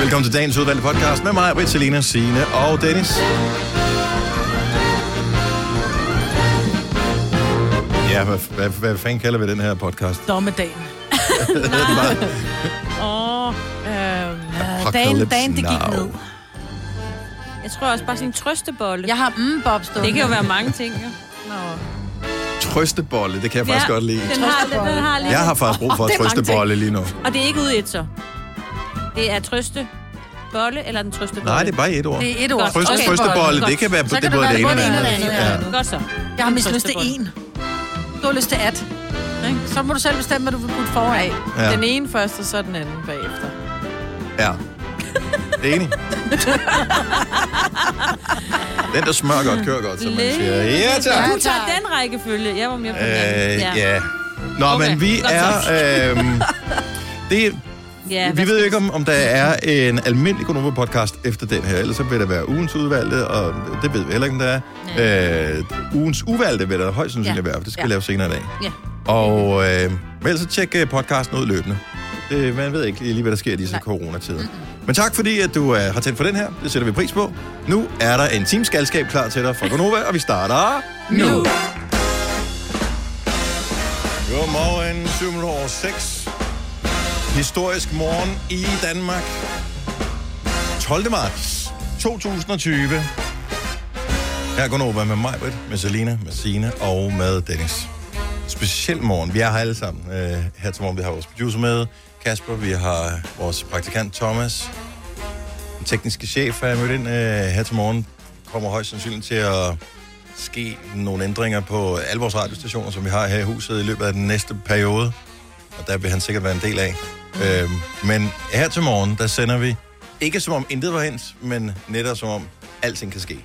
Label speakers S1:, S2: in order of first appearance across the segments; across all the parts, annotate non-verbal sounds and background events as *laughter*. S1: Velkommen til dagens udvalgte podcast med mig, Britt, Selina, Signe og Dennis. Ja, hvad, hvad, hvad fanden kalder vi den her podcast?
S2: Dommedagen.
S1: *laughs*
S3: Åh, øh, dagen,
S1: Apocalypse
S3: dagen, det gik
S1: Now.
S3: ned. Jeg tror også bare sådan en trøstebolle.
S2: Jeg har mm, Bob stående.
S3: Det kan jo være mange ting, jo. Nå.
S1: Trøstebolle, det kan jeg faktisk godt lide.
S3: Den har, den, den har lidt.
S1: Jeg har faktisk brug for
S3: Åh,
S1: at
S3: det er mange
S1: trøstebolle lige nu.
S3: Og det er ikke ude i et så. Det er trøstebolle eller den trøstebolle?
S1: Nej, det er bare et ord.
S2: Det er et ord.
S1: Trøst,
S3: Okay.
S1: trøstebolle,
S3: Godt.
S1: det kan være
S2: Så
S1: det,
S2: kan
S1: er
S2: det
S1: både
S2: være
S1: det ene og det
S2: både det
S1: andet.
S2: ene og det
S1: Ja.
S2: andet.
S3: Godt så.
S2: Jeg har mest lyst til
S3: Trøstebolle.
S2: en. Du har lyst til at. Ikke? Så må du selv bestemme, hvad du vil putte foran.
S4: Nej,
S1: Ja.
S4: ja. den ene først, og så den anden bagefter.
S3: *laughs*
S1: Ja. Enig. Den, der smører godt, kører godt, som man siger. Ja, tak.
S3: Du tager den rækkefølge. Jeg var mere på den
S1: Øh,
S3: anden.
S1: ja. Nå,
S3: Okay,
S1: men vi
S3: godt *laughs*
S1: er... Øhm, det,
S3: ja
S1: vi
S3: hvad-
S1: ved jo ikke, om, om der er en almindelig Konoba-podcast efter den her. Ellers så vil der være ugens udvalgte, og det ved vi heller ikke, om der er. Øh, ugens uvalgte vil der højst sandsynligt
S3: Ja.
S1: være, for det skal
S3: Ja.
S1: vi lave senere i dag.
S3: Ja.
S1: Og øh, men ellers så tjek øh, podcasten ud løbende. Det, man ved ikke lige, hvad der sker i disse coronatider. Men tak fordi, at du øh, har tændt for den her. Det sætter vi pris på. Nu er der en teamskalskab klar til dig fra Gonova, og vi starter nu. nu. Godmorgen, 7 år 6. Historisk morgen i Danmark. 12. marts 2020. Her går Nova med mig, Britt, med Selina, med Sine og med Dennis. Speciel morgen. Vi er her alle sammen. Øh, her til morgen, vi har vores producer med, Kasper. Vi har vores praktikant Thomas. Den tekniske chef er mødt ind øh, her til morgen. Kommer højst sandsynligt til at ske nogle ændringer på alle vores radiostationer, som vi har her i huset i løbet af den næste periode. Og der vil han sikkert være en del af. Øhm, men her til morgen, der sender vi ikke som om intet var hens, men netop som om alting kan ske. Mm.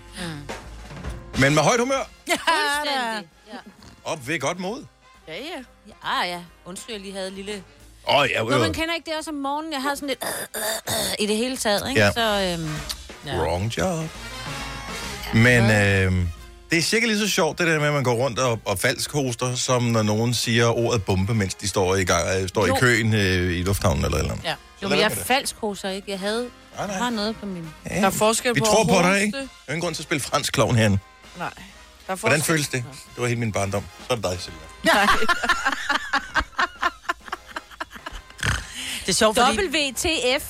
S1: Men med højt humør
S3: Fuldstændig. Ja.
S1: op ved godt mod.
S4: Ja, ja.
S3: Ja, Ah ja, undskyld, jeg lige havde en lille...
S1: Åh, oh, ja,
S3: Nå,
S1: øh,
S3: man kender ikke det også om morgenen. Jeg har sådan lidt... I det hele taget, ikke?
S1: Ja.
S3: Så, øhm,
S1: wrong job. Men øh, det er cirka lige så sjovt, det der med, at man går rundt og, og falsk hoster, som når nogen siger ordet bombe, mens de står i, gang, øh, står i
S3: Jo.
S1: køen øh, i lufthavnen eller et eller andet.
S4: ja.
S3: jo,
S1: lad
S3: men
S1: være
S3: jeg
S1: med det.
S3: falsk hoser, ikke? Jeg havde...
S1: Nej, nej.
S3: Jeg har noget på min...
S1: Ja.
S4: Der er forskel
S1: Vi
S4: på
S1: tror
S4: at
S1: på dig,
S4: hoste.
S1: ikke? Der er ingen grund til at spille fransk klovn herinde.
S4: Nej. Der er forskel.
S1: Hvordan føles det? Det var hele min barndom. Så er det dig, Silvia.
S4: *laughs*
S2: Det er sjovt, fordi...
S3: WTF.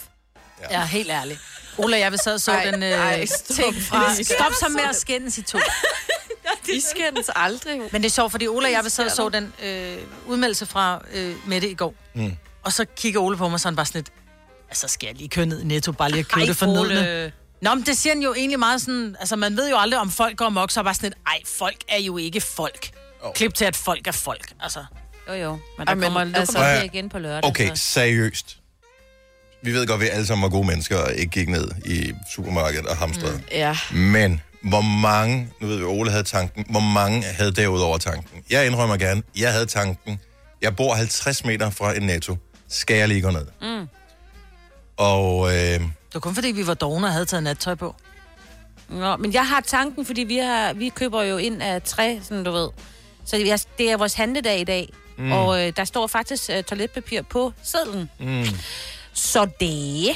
S2: Ja, helt ærligt. Ola, jeg vil sad og så
S4: Ej,
S2: den øh,
S4: ej, stop.
S2: ting fra...
S4: Vi
S2: Stop så med at skændes i to.
S4: I skændes aldrig.
S2: Men det er sjovt, fordi Ola og jeg sad og så den øh, udmeldelse fra øh, Mette i går. Mm. Og så kigger Ole på mig, så han bare sådan lidt, altså skal jeg lige køre ned i Netto, bare lige at købe det for nedne. Nå, men det siger han jo egentlig meget sådan, altså man ved jo aldrig, om folk går mok, så er bare sådan lidt, ej, folk er jo ikke folk.
S1: Jo.
S2: Oh. Klip til, at folk er folk, altså.
S3: Jo, jo. Men der
S4: Ej, men
S3: kommer lukker
S4: altså-
S3: altså,
S1: Ja.
S3: igen på lørdag.
S1: Okay,
S3: Så.
S1: seriøst. Vi ved godt, at vi alle sammen var gode mennesker og ikke gik ned i supermarkedet og hamstrede.
S4: Ja.
S1: Mm. Men hvor mange, nu ved vi, Ole havde tanken, hvor mange havde derudover tanken? Jeg indrømmer gerne, jeg havde tanken. Jeg bor 50 meter fra en netto. Skal jeg lige gå ned? Mm. Og øh,
S2: Det var kun fordi, vi var dogne og havde taget nattøj på.
S3: Nå, men jeg har tanken, fordi vi, har, vi køber jo ind af træ, sådan du ved. Så jeg, det er vores handledag i dag. Mm. Og øh, der står faktisk øh, toiletpapir på sedlen. Mm. Så det...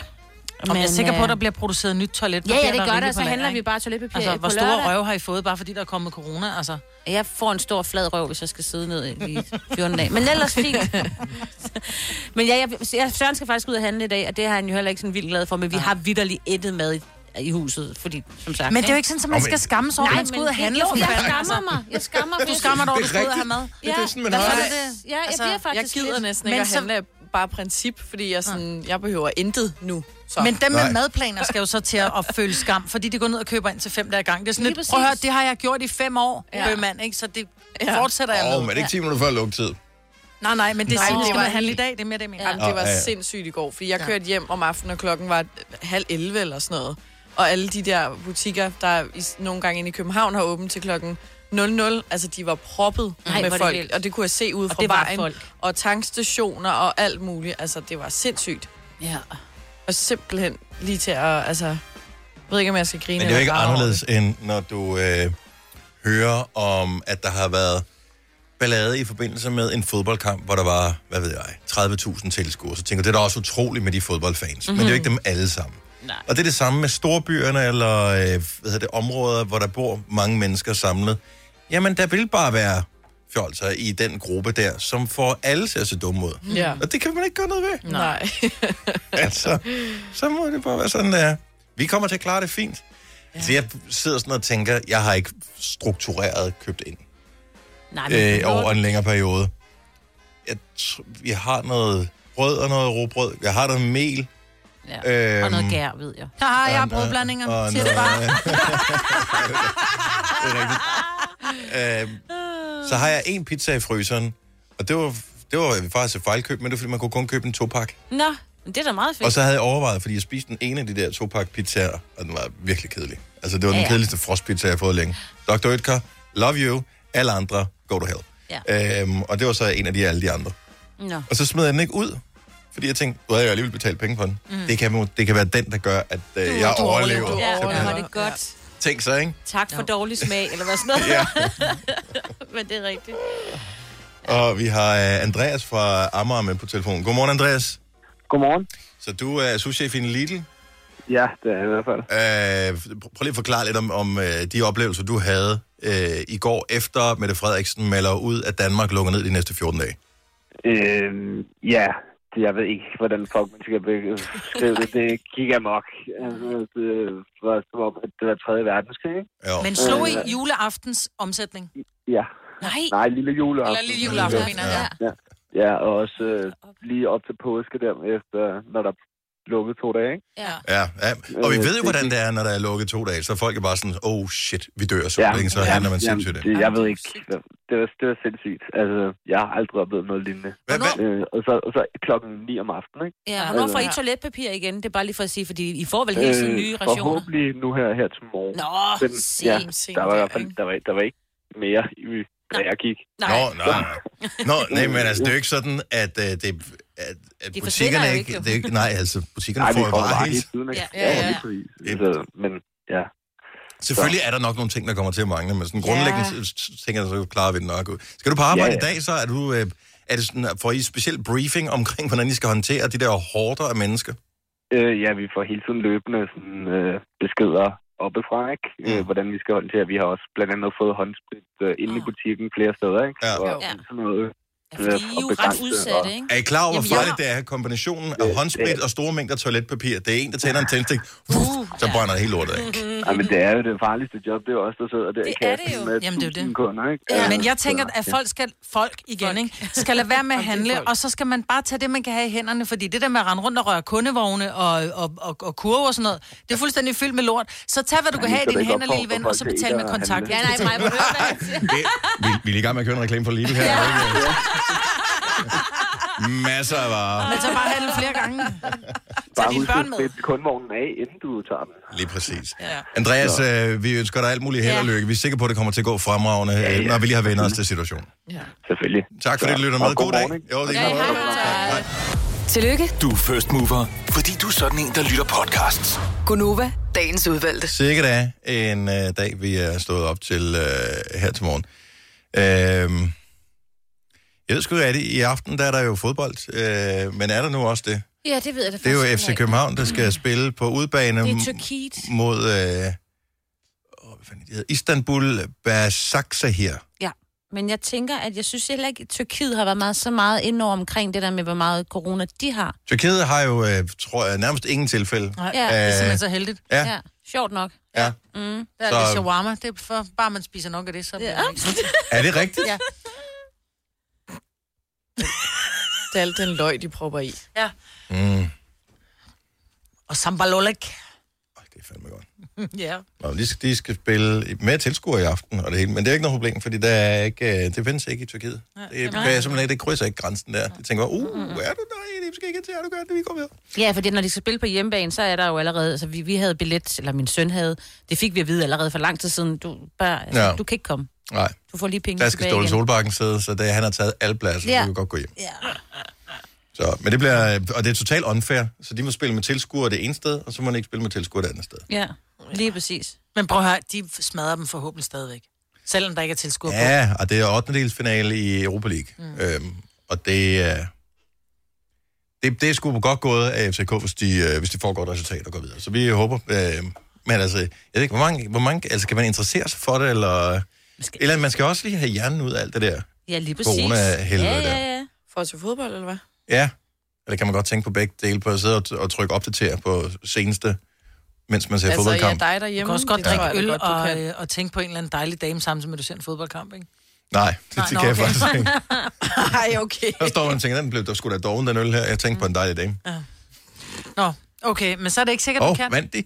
S2: Og jeg er sikker på, at der
S3: øh,
S2: bliver produceret nyt toilet.
S3: Ja, ja, det gør der, så handler vi bare toiletpapir
S2: Altså,
S3: på
S2: hvor
S3: lørdag.
S2: store røve har I fået, bare fordi der er kommet corona? Altså,
S3: Jeg får en stor flad røv, hvis jeg skal sidde ned i 14
S2: Øh,
S3: dage. Men
S2: *laughs*
S3: ellers fint. *laughs* men ja, jeg, jeg, Søren skal faktisk ud og handle i dag, og det har han jo heller ikke sådan vildt glad for. Men vi har vidderligt ættet mad i, i huset, fordi som sagt...
S2: men det er jo ikke sådan, at man
S1: Nå, men-
S2: skal skamme sig over, at man skal ud og handle.
S3: Jo,
S2: for
S3: jeg
S2: fanden, altså.
S3: skammer mig. Jeg skammer mig.
S2: *laughs* Du skammer dig over, at du
S1: Det er
S2: skal ud og have mad.
S1: rigtigt. det er sådan, man
S3: ja,
S1: har
S3: Ja,
S2: det.
S3: jeg
S2: Altså,
S3: bliver
S4: Jeg
S3: faktisk
S4: gider
S3: lidt.
S4: næsten
S2: Men
S4: ikke at
S2: så-
S4: handle af bare princip, fordi jeg, sådan, jeg behøver intet nu. Så.
S2: Men dem med
S1: Nej.
S2: madplaner skal jo så til at at føle skam, fordi de går ned og køber ind til fem dage i gang. Det er sådan
S3: Lige
S2: lidt, prøv at høre,
S3: præcis.
S2: det har jeg gjort i fem år,
S4: Ja.
S2: ja. mand, ikke? Så det
S4: Ja.
S2: fortsætter jeg
S1: Åh,
S2: med.
S1: men er det ikke 10 minutter før lukketid?
S2: Nej, nej, men det er
S4: Nej,
S2: sådan,
S4: det
S2: skal
S4: var
S2: man handle i
S4: helt-
S2: dag, det er mere det, jeg mener.
S4: Jamen, det var
S1: Ja, ja.
S4: sindssygt i går, fordi jeg kørte hjem om aftenen, og klokken var halv 11 eller sådan noget. Og alle de der butikker, der i, nogle gange inde i København har åbent til klokken 00, altså de var proppet Nej,
S3: Nej, hvor
S4: med
S3: er det
S4: folk,
S3: vildt.
S4: og det kunne jeg se ud fra
S3: det var
S4: vejen,
S3: folk.
S4: og tankstationer og alt muligt. Altså, det var sindssygt.
S3: Ja.
S4: Og simpelthen lige til at, altså, jeg ved ikke, om jeg skal grine.
S1: Men det er jo ikke
S4: eller græde over
S1: anderledes, end når du øh, hører om, at der har været ballade i forbindelse med en fodboldkamp, hvor der var, hvad ved jeg, 30.000 tilskuere. Så tænker jeg, det er da også utroligt med de fodboldfans. Mm-hmm. Men det er jo ikke dem alle sammen.
S3: Nej.
S1: Og det er det samme med storbyerne, eller øh, hvad hedder det, områder, hvor der bor mange mennesker samlet. Jamen, der vil bare være fjolser i den gruppe der, som får alle til at se dumme ud.
S3: *laughs*
S4: Ja.
S1: Og det kan man ikke gøre noget ved.
S4: Nej.
S1: Altså, så må det bare være sådan, der. Vi kommer til at klare det fint. Ja. Så jeg sidder sådan og tænker, jeg har ikke struktureret købt ind
S3: Nej,
S1: øh,
S3: men,
S1: over
S3: øh,
S1: en længere periode. Jeg tr- vi har noget brød og noget råbrød. Jeg har noget mel.
S3: ja. og noget
S1: øhm,
S3: gær, ved jeg.
S2: Haha, jeg har
S1: og-
S2: brugt blandinger.
S1: og
S2: Siger det
S1: noget-
S2: bare.
S1: *laughs* det er rigtigt. Øh, så har jeg en pizza i fryseren, og det var, det var faktisk et fejlkøb, men det var, fordi man kunne kun købe en topak.
S3: Nå, men det er da meget fedt.
S1: Og så havde jeg overvejet, fordi jeg spiste den ene af de der topak pizzaer, og den var virkelig kedelig. Altså, det var den
S3: Ja, ja.
S1: kedeligste frostpizza, jeg har fået længe. Dr. Oetker, love you. Alle andre, go to hell. Ja. Øhm, og det var så en af de alle de andre.
S3: *laughs* Nå.
S1: Og så smed jeg den ikke ud, fordi jeg tænkte, du havde jo alligevel betalt penge for den. Mm. Det, kan, må- det kan være den, der gør, at øh, jeg
S2: du overlever.
S1: overlever.
S3: Ja,
S1: simpelthen.
S3: det var
S4: overlever.
S3: det godt.
S1: Tænk så, ikke?
S3: Tak for dårlig smag, eller
S1: *laughs*
S3: hvad sådan noget.
S1: Ja.
S3: *laughs* Men det er rigtigt.
S1: Og vi har øh, Andreas fra Amager med på telefonen. Godmorgen, Andreas.
S5: Godmorgen.
S1: Så du er souschef i en Lidl.
S5: Ja, det er jeg i hvert fald.
S1: Øh, pr- prøv lige at forklare lidt om, om øh, de oplevelser, du havde øh, i går, efter Mette Frederiksen melder ud, at Danmark lukker ned de næste 14 dage.
S5: Øhm, ja, det- jeg ved ikke, hvordan fuck man skal beskrive det. Det gik amok. Altså, Det var som om, at det var 3. verdenskrig, ikke? Øh,
S1: Jo.
S2: Men slog I juleaftens omsætning?
S5: Ja.
S3: Nej,
S5: Nej, lille juleaften.
S2: Eller lille juleaften, mener jeg. Ja.
S5: Ja, og også øh, lige op til påske der, efter, når der lukkede to dage, ikke?
S3: ja.
S1: Ja, ja, og
S5: Øh,
S1: vi ved jo, hvordan det er, når der er lukket to dage, så folk er bare sådan, oh shit, vi dør så længe, så handler man
S5: jamen,
S1: sindssygt det.
S5: det. Jeg ved ikke. Det var, det var sindssygt. Altså, jeg har aldrig oplevet noget lignende.
S1: Hvad, hvad,
S5: Øh, og, så, og så klokken 9 om aftenen, ikke? Øh,
S3: Ja, hvornår får I
S4: Ja.
S3: toiletpapir igen? Det er bare lige for at sige, fordi I får vel hele tiden
S1: Øh,
S3: nye rationer.
S5: Forhåbentlig nu her, her til morgen.
S3: Nå,
S5: Men, ja,
S3: sent.
S5: der var i hvert fald der var, der var ikke mere, i, da jeg gik.
S3: Nej,
S1: Nå, nej, nej. Nå, nej, men altså, det er jo ikke sådan, at, øh, det, at, at
S3: De forsvinder
S1: butikkerne
S3: jo
S1: ikke...
S3: ikke, jo.
S1: Det er ikke nej, altså, butikkerne
S5: Nej,
S1: får
S5: vi
S1: jo
S5: kom
S1: bare
S5: bare
S1: helt...
S5: hele tiden, ikke?
S3: Ja,
S4: ja, ja.
S5: lige præcis. Så, men ja,
S1: Selvfølgelig er der nok nogle ting, der kommer til at mangle, men sådan grundlæggende ja. tænker jeg, så klarer vi det nok. ud. Skal du på arbejde ja,
S5: Ja,
S1: ja. i
S5: ja.
S1: dag, så er du... Øh, er det sådan, at får I speciel briefing omkring, hvordan I skal håndtere de der hårder af mennesker?
S5: øh, ja, vi får hele tiden løbende sådan, øh, beskeder oppefra, ikke? Øh,
S1: Mm.
S5: hvordan vi skal håndtere. Vi har også blandt andet fået håndsprit øh, inde i
S3: Ah.
S5: butikken flere steder, ikke?
S1: Ja.
S5: Og
S3: Ja.
S5: sådan noget. øh,
S3: Ja, fordi I er jo ret udsatte, ikke?
S1: Er I klar over, hvor
S3: Jamen, jeg-
S1: farligt det er? Kombinationen af håndsprit og store mængder toiletpapir. Det er en, der tænder en tændstik,
S3: Uh,
S1: så brænder det hele lortet af.
S5: Ja, men det er jo det farligste job, det er jo også, der sidder
S3: Det
S5: der i
S3: er det
S5: kassen
S3: jo.
S5: med
S2: Jamen, det er jo det.
S5: tusind kunder, ikke?
S2: Ja.
S5: Øh,
S2: Men jeg
S5: så-
S2: tænker, at
S5: ja.
S2: folk skal, folk igen,
S4: Folk.
S2: Ikke? skal lade være med at handle,
S4: folk.
S2: og så skal man bare tage det, man kan have i hænderne, fordi det der med at rende rundt og røre kundevogne og, og, og, og kurve og sådan noget, det er fuldstændig fyldt med lort. Så tag, hvad du kan
S5: vi
S2: have i
S5: skal da
S2: dine
S5: ikke
S2: hænder, lille
S5: opfordre
S2: ven,
S5: folk
S2: og så
S5: til
S2: betal
S5: ikke
S2: med
S5: at
S2: kontakt.
S5: handle.
S3: Ja, nej, mig, hvor hører
S1: Det, *laughs* vi, vi er i gang med at køre en reklame for Lidl her. Masser af varer.
S2: Men så bare handle flere gange. Tag
S5: Bare
S2: dine
S5: husk
S2: børn
S5: at
S2: med.
S5: sætte kundvognen af, inden du tager den.
S1: Lige præcis. Andreas, øh, vi ønsker dig alt muligt held og
S3: Ja.
S1: lykke. Vi er sikre på, at det kommer til at gå fremragende, øh, når vi lige har vendt os til situationen.
S5: Selvfølgelig.
S1: Tak fordi
S5: Ja.
S1: du lytter
S5: Og
S1: med. God dag.
S5: godmorgen, ikke?
S1: Jo, det er
S3: Ja,
S1: godt.
S3: hej.
S1: Hej.
S6: Tillykke,
S7: Du er first mover, fordi du er sådan en, der lytter podcasts.
S6: Gunova, dagens udvalgte.
S1: Sikkert er en øh, dag, vi er stået op til øh, her til morgen. Øhm, jeg ved sgu ikke, er det i aften, der er der jo fodbold, øh, men er der nu også det?
S3: Ja, det ved jeg da
S1: Det er jo um,
S3: faktisk
S1: FC
S3: heller
S1: København, der skal spille på udbane
S3: ikke. Mm. Det
S1: m-
S3: er Tyrkiet.
S1: mod øh, åh, hvad fanden er de hedder? Istanbul Basaksa her.
S3: Men jeg tænker, at jeg synes heller ikke, at Tyrkiet har været meget, så meget inde over omkring det der med, hvor meget corona de har.
S1: Tyrkiet har jo, øh, tror jeg, nærmest ingen tilfælde.
S2: Nej,
S3: Ja.
S2: det er simpelthen så heldigt.
S1: Øh, Ja,
S3: Ja, sjovt nok.
S1: ja.
S3: Mm.
S2: Der er
S1: Så-
S2: det shawarma. Det er for, bare man spiser nok af det, så bliver
S3: Ja.
S2: man ikke sådan.
S1: Er det
S2: *laughs*
S1: rigtigt?
S2: Ja.
S4: Det er alt den løg, de propper i.
S1: Mm.
S2: Og sambalolek.
S1: Øj, det er fandme godt.
S2: Ja.
S1: Nå, de, skal, de skal spille med tilskuere i aften og det hele, men det er ikke noget problem, fordi der er ikke, øh, det findes ikke i Tyrkiet. Det, kan jeg simpelthen ikke, det krydser ikke grænsen der. De tænker, uh, er du der? Det skal ikke til, er du gør det, vi går med.
S3: Ja, fordi når de skal spille på hjemmebane, så er der jo allerede... Altså, vi, vi havde billet, eller min søn havde. Det fik vi at vide allerede for lang tid siden. Du, bare, altså,
S1: Ja.
S3: ja. du kan ikke komme.
S1: Nej,
S3: Du får lige penge
S1: der skal
S3: tilbage
S1: Ståle
S3: igen.
S1: Solbakken sidde, så det, han har taget alle pladser, ja. så
S3: Ja.
S1: du kan godt gå hjem.
S3: Ja.
S1: Så, men det bliver, og det er totalt unfair, så de må spille med tilskuere det ene sted, og så må de ikke spille med tilskuere det andet sted.
S3: ja, lige præcis.
S2: Men prøv at høre, de smadrer dem forhåbentlig stadigvæk. Selvom der ikke er tilskuer på.
S1: Ja, og det er 8. finale i Europa League. Mm. Øhm, og det er... Det, det er sgu godt gået af FCK, hvis de, øh, hvis de får godt resultat og går videre. Så vi håber... Øh, men altså, jeg ved ikke, hvor mange, hvor mange... Altså, kan man interessere sig for det, eller...
S3: Måske.
S1: Eller man skal også lige have hjernen ud af alt det der.
S3: Ja, lige præcis.
S1: Corona-helvede
S3: ja, ja,
S1: der.
S3: ja.
S4: For at se fodbold, eller hvad?
S1: Ja. Eller kan man godt tænke på begge dele, på at sidde og, og trykke opdater på seneste, mens man
S4: Altså,
S1: ser altså,
S4: ja,
S1: fodboldkamp?
S4: dig
S2: Du
S4: derhjemme.
S2: kan også godt
S4: det tror
S2: drikke
S4: jeg
S2: øl
S4: da
S2: godt,
S4: du
S2: og,
S4: kan.
S2: øh, og tænke på en eller anden dejlig dame samtidig med, at du ser en fodboldkamp, ikke?
S1: Nej, det, det
S2: nå,
S1: kan jeg
S2: okay.
S1: faktisk ikke.
S4: *laughs*
S1: *laughs*
S4: Ej, okay.
S1: Der står man og tænker, den blev der skulle da doven, den øl her. Jeg tænkte på en dejlig dame.
S2: Nå, okay, men så er det ikke sikkert,
S1: Åh,
S2: oh,
S1: oh,
S2: du kan.
S3: *laughs*
S1: vandt de?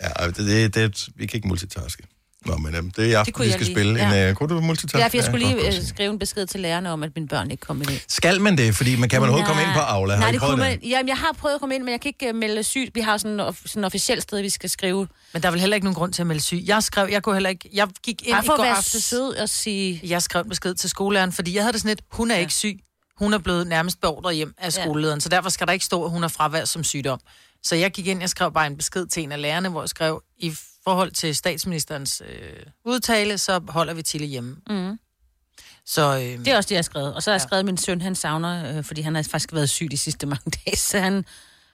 S1: ja, ej, det, det, det, vi kan ikke multitaske. Nå, men øhm, det er i aften,
S3: kunne
S1: vi
S3: jeg
S1: skal
S3: lige.
S1: spille. Ja. En,
S3: Ja.
S1: øh, kunne du multitaske?
S3: Ja, for jeg skulle
S1: godt,
S3: lige
S1: godt.
S3: øh, skrive en besked til lærerne om, at mine børn ikke kom i dag.
S1: Skal man det? Fordi man kan man overhovedet komme ind på Aula. Har
S3: Nej,
S1: I
S3: det
S1: prøvet
S3: kunne man. Jamen, jeg har prøvet at komme ind, men jeg kan ikke øh, melde syg. Vi har jo sådan et sådan officielt sted, vi skal skrive.
S2: Men der er vel heller ikke nogen grund til at melde syg. Jeg skrev, jeg kunne heller ikke, jeg gik ind
S3: Bare
S2: i
S3: for at
S2: går
S3: være
S2: aftes.
S3: sød og sige...
S2: Jeg skrev en besked til skolelæreren, fordi jeg havde det sådan lidt, hun er ja. ikke syg. Hun er blevet nærmest beordret hjem af
S3: Ja.
S2: skolelederen, så derfor skal der ikke stå, at hun har fravær som sygdom. Så jeg gik ind, jeg skrev bare en besked til en af lærerne, hvor jeg skrev, i forhold til statsministerens øh, udtale, så holder vi til hjemme. Mm. Så øh,
S3: Det er også det, jeg har skrevet. Og så har jeg skrevet, at min søn han savner, øh, fordi han har faktisk været syg de sidste mange *laughs* dage, så han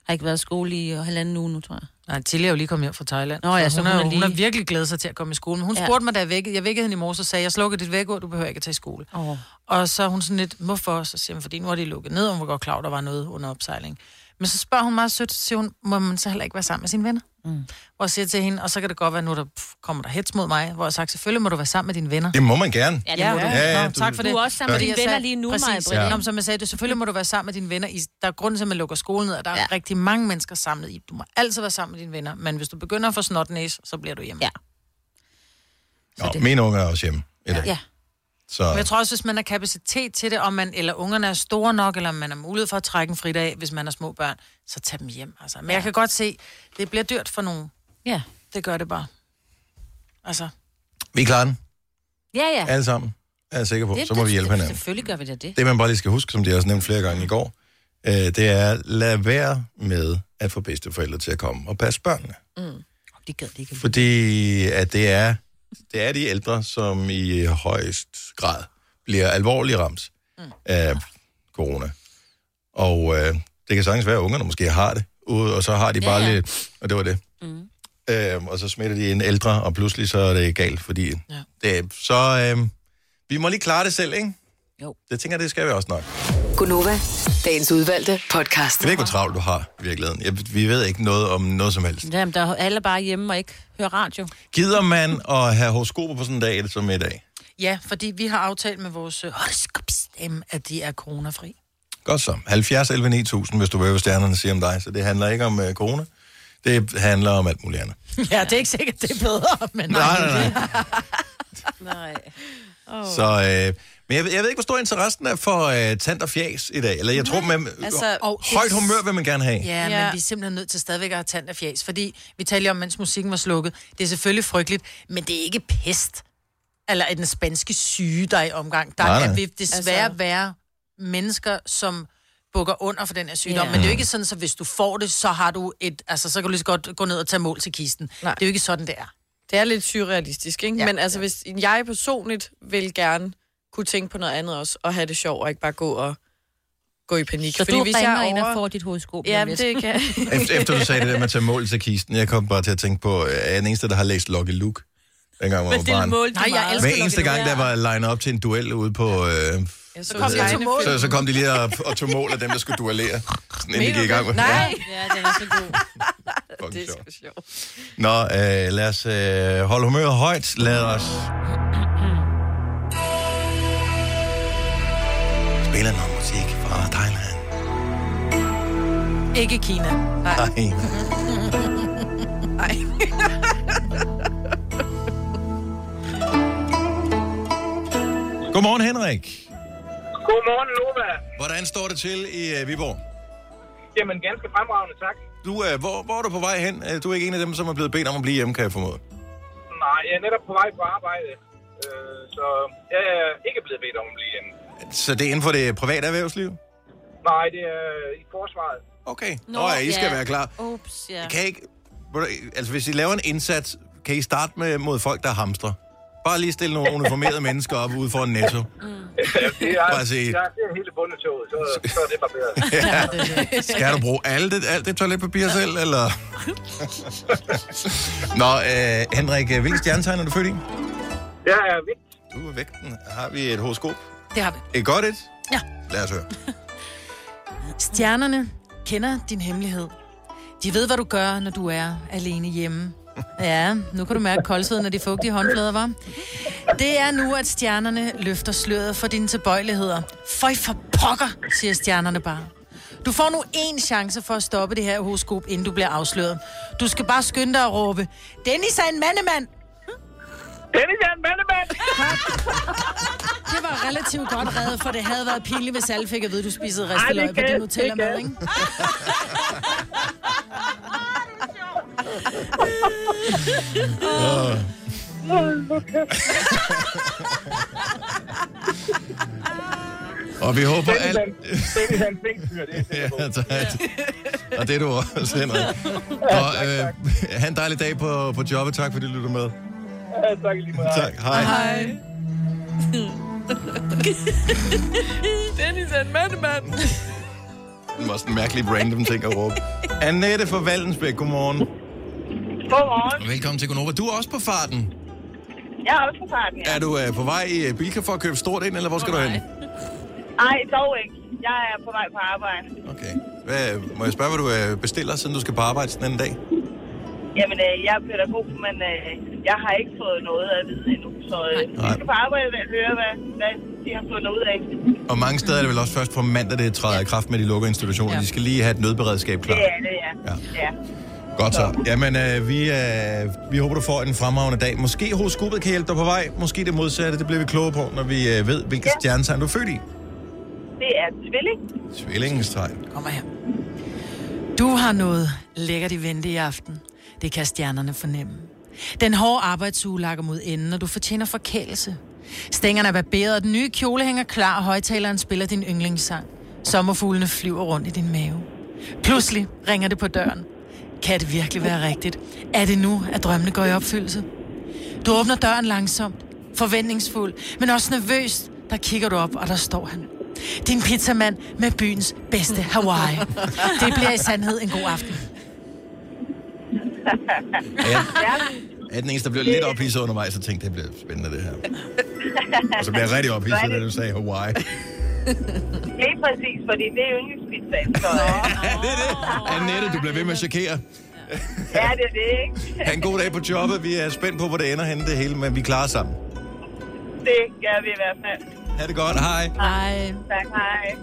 S3: har ikke været i skole i øh, halvanden uge nu, tror jeg.
S2: Nej, Tilly er jo lige kommet hjem fra Thailand.
S3: Nå ja, så
S2: hun,
S3: hun
S2: er,
S3: er
S2: jo-
S3: lige-
S2: hun har virkelig glædet sig til at komme i skole. Men hun
S3: Ja.
S2: ja. spurgte mig, da jeg vækkede. Jeg vækkede hende i morges og sagde, jeg slukker dit vækord, du behøver ikke at tage i skole.
S3: Åh.
S2: Og så er hun sådan lidt, hvorfor? Så siger hun, fordi nu er de lukket ned, og hun var godt klar, over, der var noget under opsejling. Men så spørger hun meget sødt, så siger hun, må man så heller ikke være sammen med sine venner? Mm. Og jeg siger til hende, og så kan det godt være, nu der pff, kommer der hets mod mig, hvor jeg har sagt, selvfølgelig må du være sammen med dine venner.
S1: Det må man gerne.
S3: Ja, det må du.
S1: Ja, ja,
S2: Nå,
S1: du-
S2: tak for
S3: Du
S2: det.
S3: er også sammen med
S2: Fordi
S3: dine
S2: jeg
S3: venner
S2: sagde-
S3: lige nu,
S2: Præcis.
S3: Maja-Britt,
S2: Ja.
S3: ikke?
S2: Nå, men som jeg sagde, du, selvfølgelig må du være sammen med dine venner. I, der er grunden til, at man lukker skolen ned, og der er
S3: Ja.
S2: ja. rigtig mange mennesker samlet i. Du må altid være sammen med dine venner, men hvis du begynder at få snotnæs, så bliver du hjemme.
S3: Ja.
S1: Nå, mine unger er også hjemme i dag.
S3: Ja.
S1: Så,
S2: Men jeg tror også, hvis man har kapacitet til det, om man, eller ungerne er store nok, eller om man har mulighed for at trække en fridag, hvis man har små børn, så tag dem hjem. Altså. Men ja. jeg kan godt se, det bliver dyrt for nogen.
S3: Ja.
S2: Det gør det bare. Altså,
S1: vi klarer den
S3: Ja, ja.
S1: alle sammen. Er jeg sikker på.
S3: Det-
S1: så må
S3: det-
S1: vi hjælpe
S3: det-
S1: hinanden.
S3: Selvfølgelig gør vi da det.
S1: Det, man bare lige skal huske, som de også nævnte flere gange i går, øh, det er, lad være med at få bedsteforældre til at komme og passe børnene.
S3: Mm. Det gad det ikke.
S1: Fordi at det er, det er de ældre, som i højst grad bliver alvorligt ramt mm. af corona. Og øh, det kan sagtens være, at ungerne måske har det, ude, og så har de bare
S3: Ja,
S1: ja,
S3: ja.
S1: ja. lidt, og det var det. Mm. Øh, og så smitter de en ældre, og pludselig så er det galt, fordi ja. det, er- så øh, vi må lige klare det selv, ikke?
S3: Jo.
S1: Det tænker jeg, det skal vi også nok.
S6: Gunova, dagens udvalgte podcast.
S1: Jeg ved ikke, hvor travlt du har i virkeligheden. Jeg, vi ved ikke noget om noget som helst.
S3: Jamen, der er alle bare hjemme og ikke hører radio.
S1: Gider man at have horoskoper på sådan en dag som i dag?
S2: ja, fordi vi har aftalt med vores øh, horoskopstemme, at de er
S3: *laughs*
S2: coronafri.
S1: Godt så. 70 11 9000, hvis du vil, hvad stjernerne siger om dig. Så det handler ikke om uh, corona. Det handler om alt muligt andet.
S2: Ja, det er ikke sikkert, det er bedre, men...
S1: Nej, nej, nej.
S3: Nej.
S1: Så, øh, men jeg, ved- jeg ved ikke, hvor stor interessen er for øh, tand og fjæs i dag. Eller jeg tror, man, altså,
S4: altså,
S1: højt humør vil man gerne have.
S2: Ja,
S4: Ja.
S2: ja, men vi er simpelthen nødt til stadigvæk at have tand af fjas, fordi vi talte jo om, mens musikken var slukket. Det er selvfølgelig frygteligt, men det er ikke pest. Eller den spanske syge, der er i omgang. Der
S1: Nej,
S2: nej,
S1: nej.
S2: nej. vil desværre
S4: Altså-
S2: altså... være mennesker, som bukker under for den her sygdom.
S3: Ja.
S2: Ja. Men det er jo ikke sådan, så hvis du får det, så har du et... Altså, så kan du lige så godt gå ned og tage mål til kisten.
S4: Nej.
S2: Nej. Det er jo ikke sådan, det er.
S4: Det er lidt surrealistisk, ikke? Ja,
S2: Ja.
S4: Men altså, hvis jeg personligt vil gerne kunne tænke på noget andet også, og have det sjovt, og ikke bare gå og gå i panik.
S3: Så du
S4: hvis
S3: ringer
S4: er
S3: ind og
S4: over-
S3: får dit hovedsko.
S4: Ja, men det kan
S1: Efter, efter du sagde det der med at tage mål til kisten, jeg kom bare til at tænke på, at jeg er den eneste, der har læst Lucky Luke, dengang jeg var barn.
S2: Nej, jeg
S1: Hver
S2: elsker
S1: eneste gang, der var line op til en duel ude på... Øh,
S4: Jeg
S1: så,
S4: kom de til mål.
S1: så, så kom de lige og, og tog mål af dem, der skulle duellere, sådan, inden de
S4: Mener
S1: gik i
S4: du
S1: gang.
S4: det?
S1: Ja,
S4: Nej,
S3: Ja, det var så god.
S1: fucking
S4: det er
S1: sjovt.
S4: sgu sjovt.
S1: Nå, øh, lad os øh, holde humøret højt. Lad os... Spille noget musik fra Thailand.
S2: Ikke Kina. *laughs*
S1: Nej.
S4: Nej.
S1: Godmorgen, Henrik.
S8: Godmorgen, Nova.
S1: Hvordan står det til i øh, Viborg?
S8: Jamen, ganske fremragende, tak.
S1: Du, øh, hvor, hvor er du på vej hen? Øh, Du er ikke en af dem, som er blevet bedt om at blive hjemme, kan jeg formode.
S8: Nej, jeg er netop på vej på arbejde, øh, så jeg er ikke blevet bedt om at blive hjemme.
S1: Så det er inden for det private erhvervsliv?
S8: Nej, det er i forsvaret.
S1: Okay. Nå, Nå ja, I skal
S3: ja.
S1: være klar.
S3: Ups, ja.
S1: Kan I ikke... ved du, Altså, hvis I laver en indsats, kan I starte med mod folk, der hamstrer? Bare lige stille nogle uniformerede mennesker op ude for en netto.
S8: Mm.
S5: Det er,
S1: Bare se.
S5: jeg ser hele bundetoget, så, så er det bare bedre.
S1: Ja. Skal du bruge alt det, alt det toiletpapir selv, eller? *laughs* Nå, øh, Henrik, øh, hvilket stjernetegn er du født i?
S5: Jeg er vidt.
S1: Du er vægten. Har vi et horoskop?
S2: Det har vi.
S1: Et godt et?
S2: Ja.
S1: Lad os høre.
S2: Stjernerne kender din hemmelighed. De ved, hvad du gør, når du er alene hjemme. Ja, nu kan du mærke koldsveden af de fugtige håndflader, var. Det er nu, at stjernerne løfter sløret for dine tilbøjeligheder. Føj for pokker, siger stjernerne bare. Du får nu én chance for at stoppe det her horoskop, inden du bliver afsløret. Du skal bare skynde dig at råbe, Dennis er en mandemand!
S5: Dennis er en mandemand!
S2: Det var relativt godt reddet, for det havde været pinligt, hvis alle fik at vide, at du spisede
S5: Ej,
S2: risteløg
S5: det
S2: på
S5: kan-
S2: din
S5: det kan.
S2: Nutella-mad, ikke?
S1: *laughs* Og vi håber
S5: Dennis
S1: alt...
S5: er en, Dennis er en flink fyr, det er jeg sikker på.
S1: Ja, tak. Og det er du også, Henrik. Og øh, have en dejlig dag på, på jobbet. Tak fordi du lytter med.
S5: Ja, tak i lige meget.
S1: Tak. Hej.
S9: Dennis er en mandemand.
S1: Det var sådan en mærkelig random ting at råbe. Annette fra Valdensbæk, godmorgen.
S10: Godmorgen.
S1: Og velkommen til Gonova. Du er også på farten.
S10: Jeg er også på farten, ja.
S1: Er du øh, på vej i øh, Bilka for at købe stort ind, eller hvor skal du hen?
S10: Ej, dog ikke. Jeg er på vej på arbejde.
S1: Okay. Hvad, må jeg spørge, hvad du øh, bestiller, siden du skal på arbejde sådan en dag?
S10: Jamen, øh, jeg er pædagog, men øh, jeg har ikke fået noget at vide endnu. Så øh, vi
S1: Nej.
S10: skal på arbejde og høre, hvad, hvad de har fundet ud af.
S1: Og mange steder er det vel også først på mandag, det træder i kraft med de lukkede institutioner.
S2: Ja.
S1: De skal lige have et nødberedskab klar.
S10: Det er det, ja.
S1: Ja.
S10: ja.
S1: Godt så. Jamen, øh, vi, øh, vi håber, du får en fremragende dag. Måske horoskopet kan hjælpe dig på vej. Måske det modsatte. Det bliver vi klogere på, når vi øh, ved, hvilket ja. stjernetegn du er født i.
S10: Det er tvilling.
S1: Tvillingestegn.
S2: Kom her. Du har noget lækkert i vente i aften. Det kan stjernerne fornemme. Den hårde arbejdsuge lakker mod enden, og du fortjener forkælelse. Stængerne er barberet, og den nye kjole hænger klar, og højtaleren spiller din yndlingssang. Sommerfuglene flyver rundt i din mave. Pludselig ringer det på døren. Kan det virkelig være rigtigt? Er det nu, at drømmene går i opfyldelse? Du åbner døren langsomt, forventningsfuld, men også nervøst. Der kigger du op, og der står han. Din pizzamand med byens bedste Hawaii. Det bliver i sandhed en god aften.
S1: Er jeg, er jeg den eneste, der blev lidt ophidset undervejs, og tænkte, det bliver spændende det her. *laughs* Og så blev jeg rigtig ophidset, da du sagde *laughs* Hawaii.
S10: Lige præcis, fordi det er yndlingspizzaen. Så øh,
S1: Ja, det er det. Annette, du bliver ved med at chokere. *laughs*
S10: ja, det er det, ikke?
S1: Ha' en god dag på jobbet. Vi er spændt på, hvor det ender henne det hele, men vi klarer sammen.
S10: *laughs* Det gør vi i hvert fald.
S1: Ha' det godt. Hej.
S2: Ej,
S10: Tak, hej.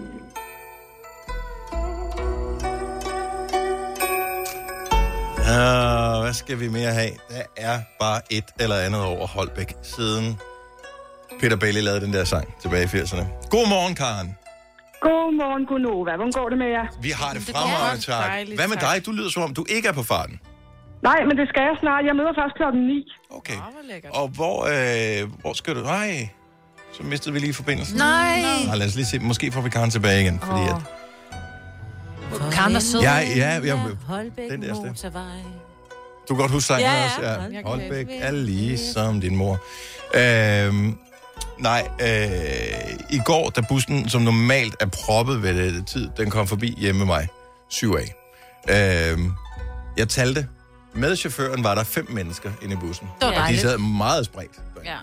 S1: Uh, hvad skal vi mere have? Der er bare et eller andet over Holbæk, siden Peter Bailey lavede den der sang tilbage i 80'erne. Godmorgen, Karen.
S10: Godmorgen, Gunova. Hvordan går det med jer?
S1: Vi har det
S9: Det
S1: fremragende,
S9: går
S1: tak.
S9: dejligt,
S1: Hvad med
S9: tak.
S1: dig? Du lyder som om, du ikke er på farten.
S10: Nej, men det skal jeg snart. Jeg møder først klokken 9.
S1: Okay.
S9: Åh, hvor lækkert.
S1: Og hvor, øh, hvor skal du? Nej, så mistede vi lige forbindelsen.
S2: nej.
S1: Nej, lad os lige se. Måske får vi Karen tilbage igen, fordi at...
S2: Karen var sød.
S1: Ja, ja, ja,
S7: Holbæk
S1: den der sted.
S7: Motorvej.
S1: Du kan godt huske sangen
S7: Ja,
S1: ja,
S7: ja.
S1: også. Ja.
S7: Holbæk.
S1: Holbæk er ligesom din mor. Øhm, nej, øh, i går, da bussen, som normalt er proppet ved det tid, den kom forbi hjemme med mig. 7A. Øhm, jeg talte. Med chaufføren var der fem mennesker inde i bussen.
S2: Det var
S1: Og de
S2: dejligt.
S1: sad meget spredt.
S7: Ja.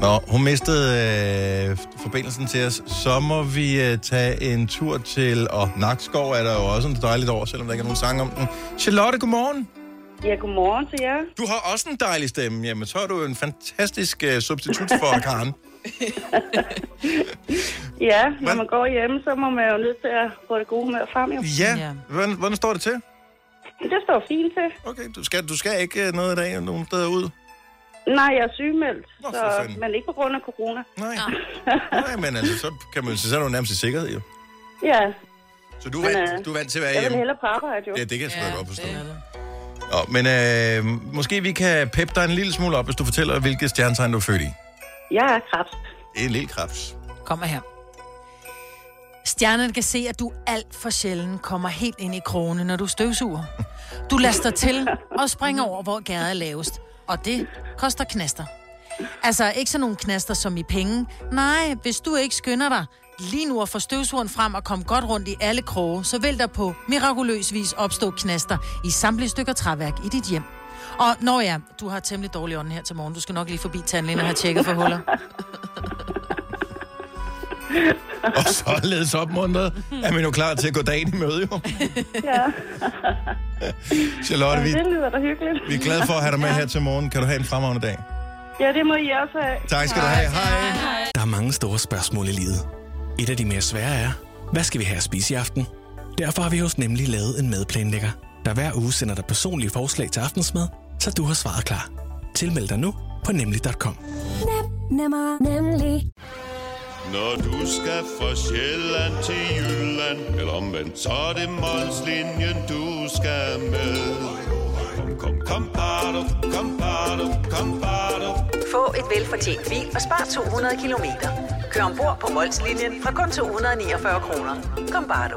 S1: Nå, hun mistede øh, forbindelsen til os. Så må vi øh, tage en tur til... Og Nakskov er der jo også en dejligt år, selvom der ikke er nogen sang om den. Charlotte, godmorgen.
S10: Ja, godmorgen til jer.
S1: Du har også en dejlig stemme. Jamen, så er du en fantastisk uh, substitut
S10: *laughs*
S1: for Karen.
S10: Ja,
S1: Hvad?
S10: når man går hjemme, så må man jo nødt til at få det gode med frem, jo.
S1: Ja,
S2: Ja.
S1: hvordan, hvordan står det til?
S10: Men Det står fint til.
S1: Okay, du skal, du skal ikke øh, noget i dag nogen steder ud?
S10: Nej, jeg er sygemeldt,
S1: Nå, for
S10: så,
S1: fanden.
S10: men ikke på grund af corona.
S1: Nej. Nej, men altså, så kan man sige, så er du nærmest i sikkerhed, jo.
S10: Ja,
S1: Så du er vant,
S10: øh,
S1: du er vant til at være
S10: jeg vil
S1: hjemme.
S10: hellere på arbejde, jo.
S1: Ja, det kan jeg sgu da godt forstå.
S9: det er
S1: Nå, men øh, måske vi kan peppe dig en lille smule op, hvis du fortæller, hvilket stjernetegn du er født i.
S10: Jeg er krebs.
S1: Det er en lille krebs.
S2: Kommer her. Stjernerne kan se, at du alt for sjældent kommer helt ind i krogene, når du støvsuger. Du laster til og springer over, hvor gæret er lavest. Og det koster knaster. Altså ikke sådan nogle knaster som i penge. Nej, hvis du ikke skynder dig lige nu at få støvsugeren frem og komme godt rundt i alle kroge, så vil der på mirakuløs vis opstå knaster i samtlige stykker træværk i dit hjem. Og når ja, du har temmelig dårlig ånd her til morgen. Du skal nok lige forbi tandlægen og have tjekket for huller.
S1: Og således opmuntret er man jo klar til at gå dagen i møde, jo. *laughs*
S10: Ja,
S1: Charlotte, vi,
S10: det lyder da hyggeligt.
S1: vi er glade for at have dig med her til morgen. Kan du have en fremragende dag?
S10: Ja, det må I også have.
S1: Tak skal du have. Hej.
S7: Der er mange store spørgsmål i livet. Et af de mere svære er, hvad skal vi have at spise i aften? Derfor har vi hos Nemlig lavet en madplanlægger, der hver uge sender dig personlige forslag til aftensmad, så du har svaret klar. Tilmeld dig nu på nemlig.com.
S11: Nemmer, nemlig.
S12: Når du skal fra Sjælland til Jylland Eller omvendt, så er det Molslinjen, du skal med Kom, kom, kom, bado, kom, bado, kom, bado.
S13: Få et velfortjent bil og spar 200 kilometer. Kør ombord på Molslinjen fra kun 249 kroner. Kom bare du.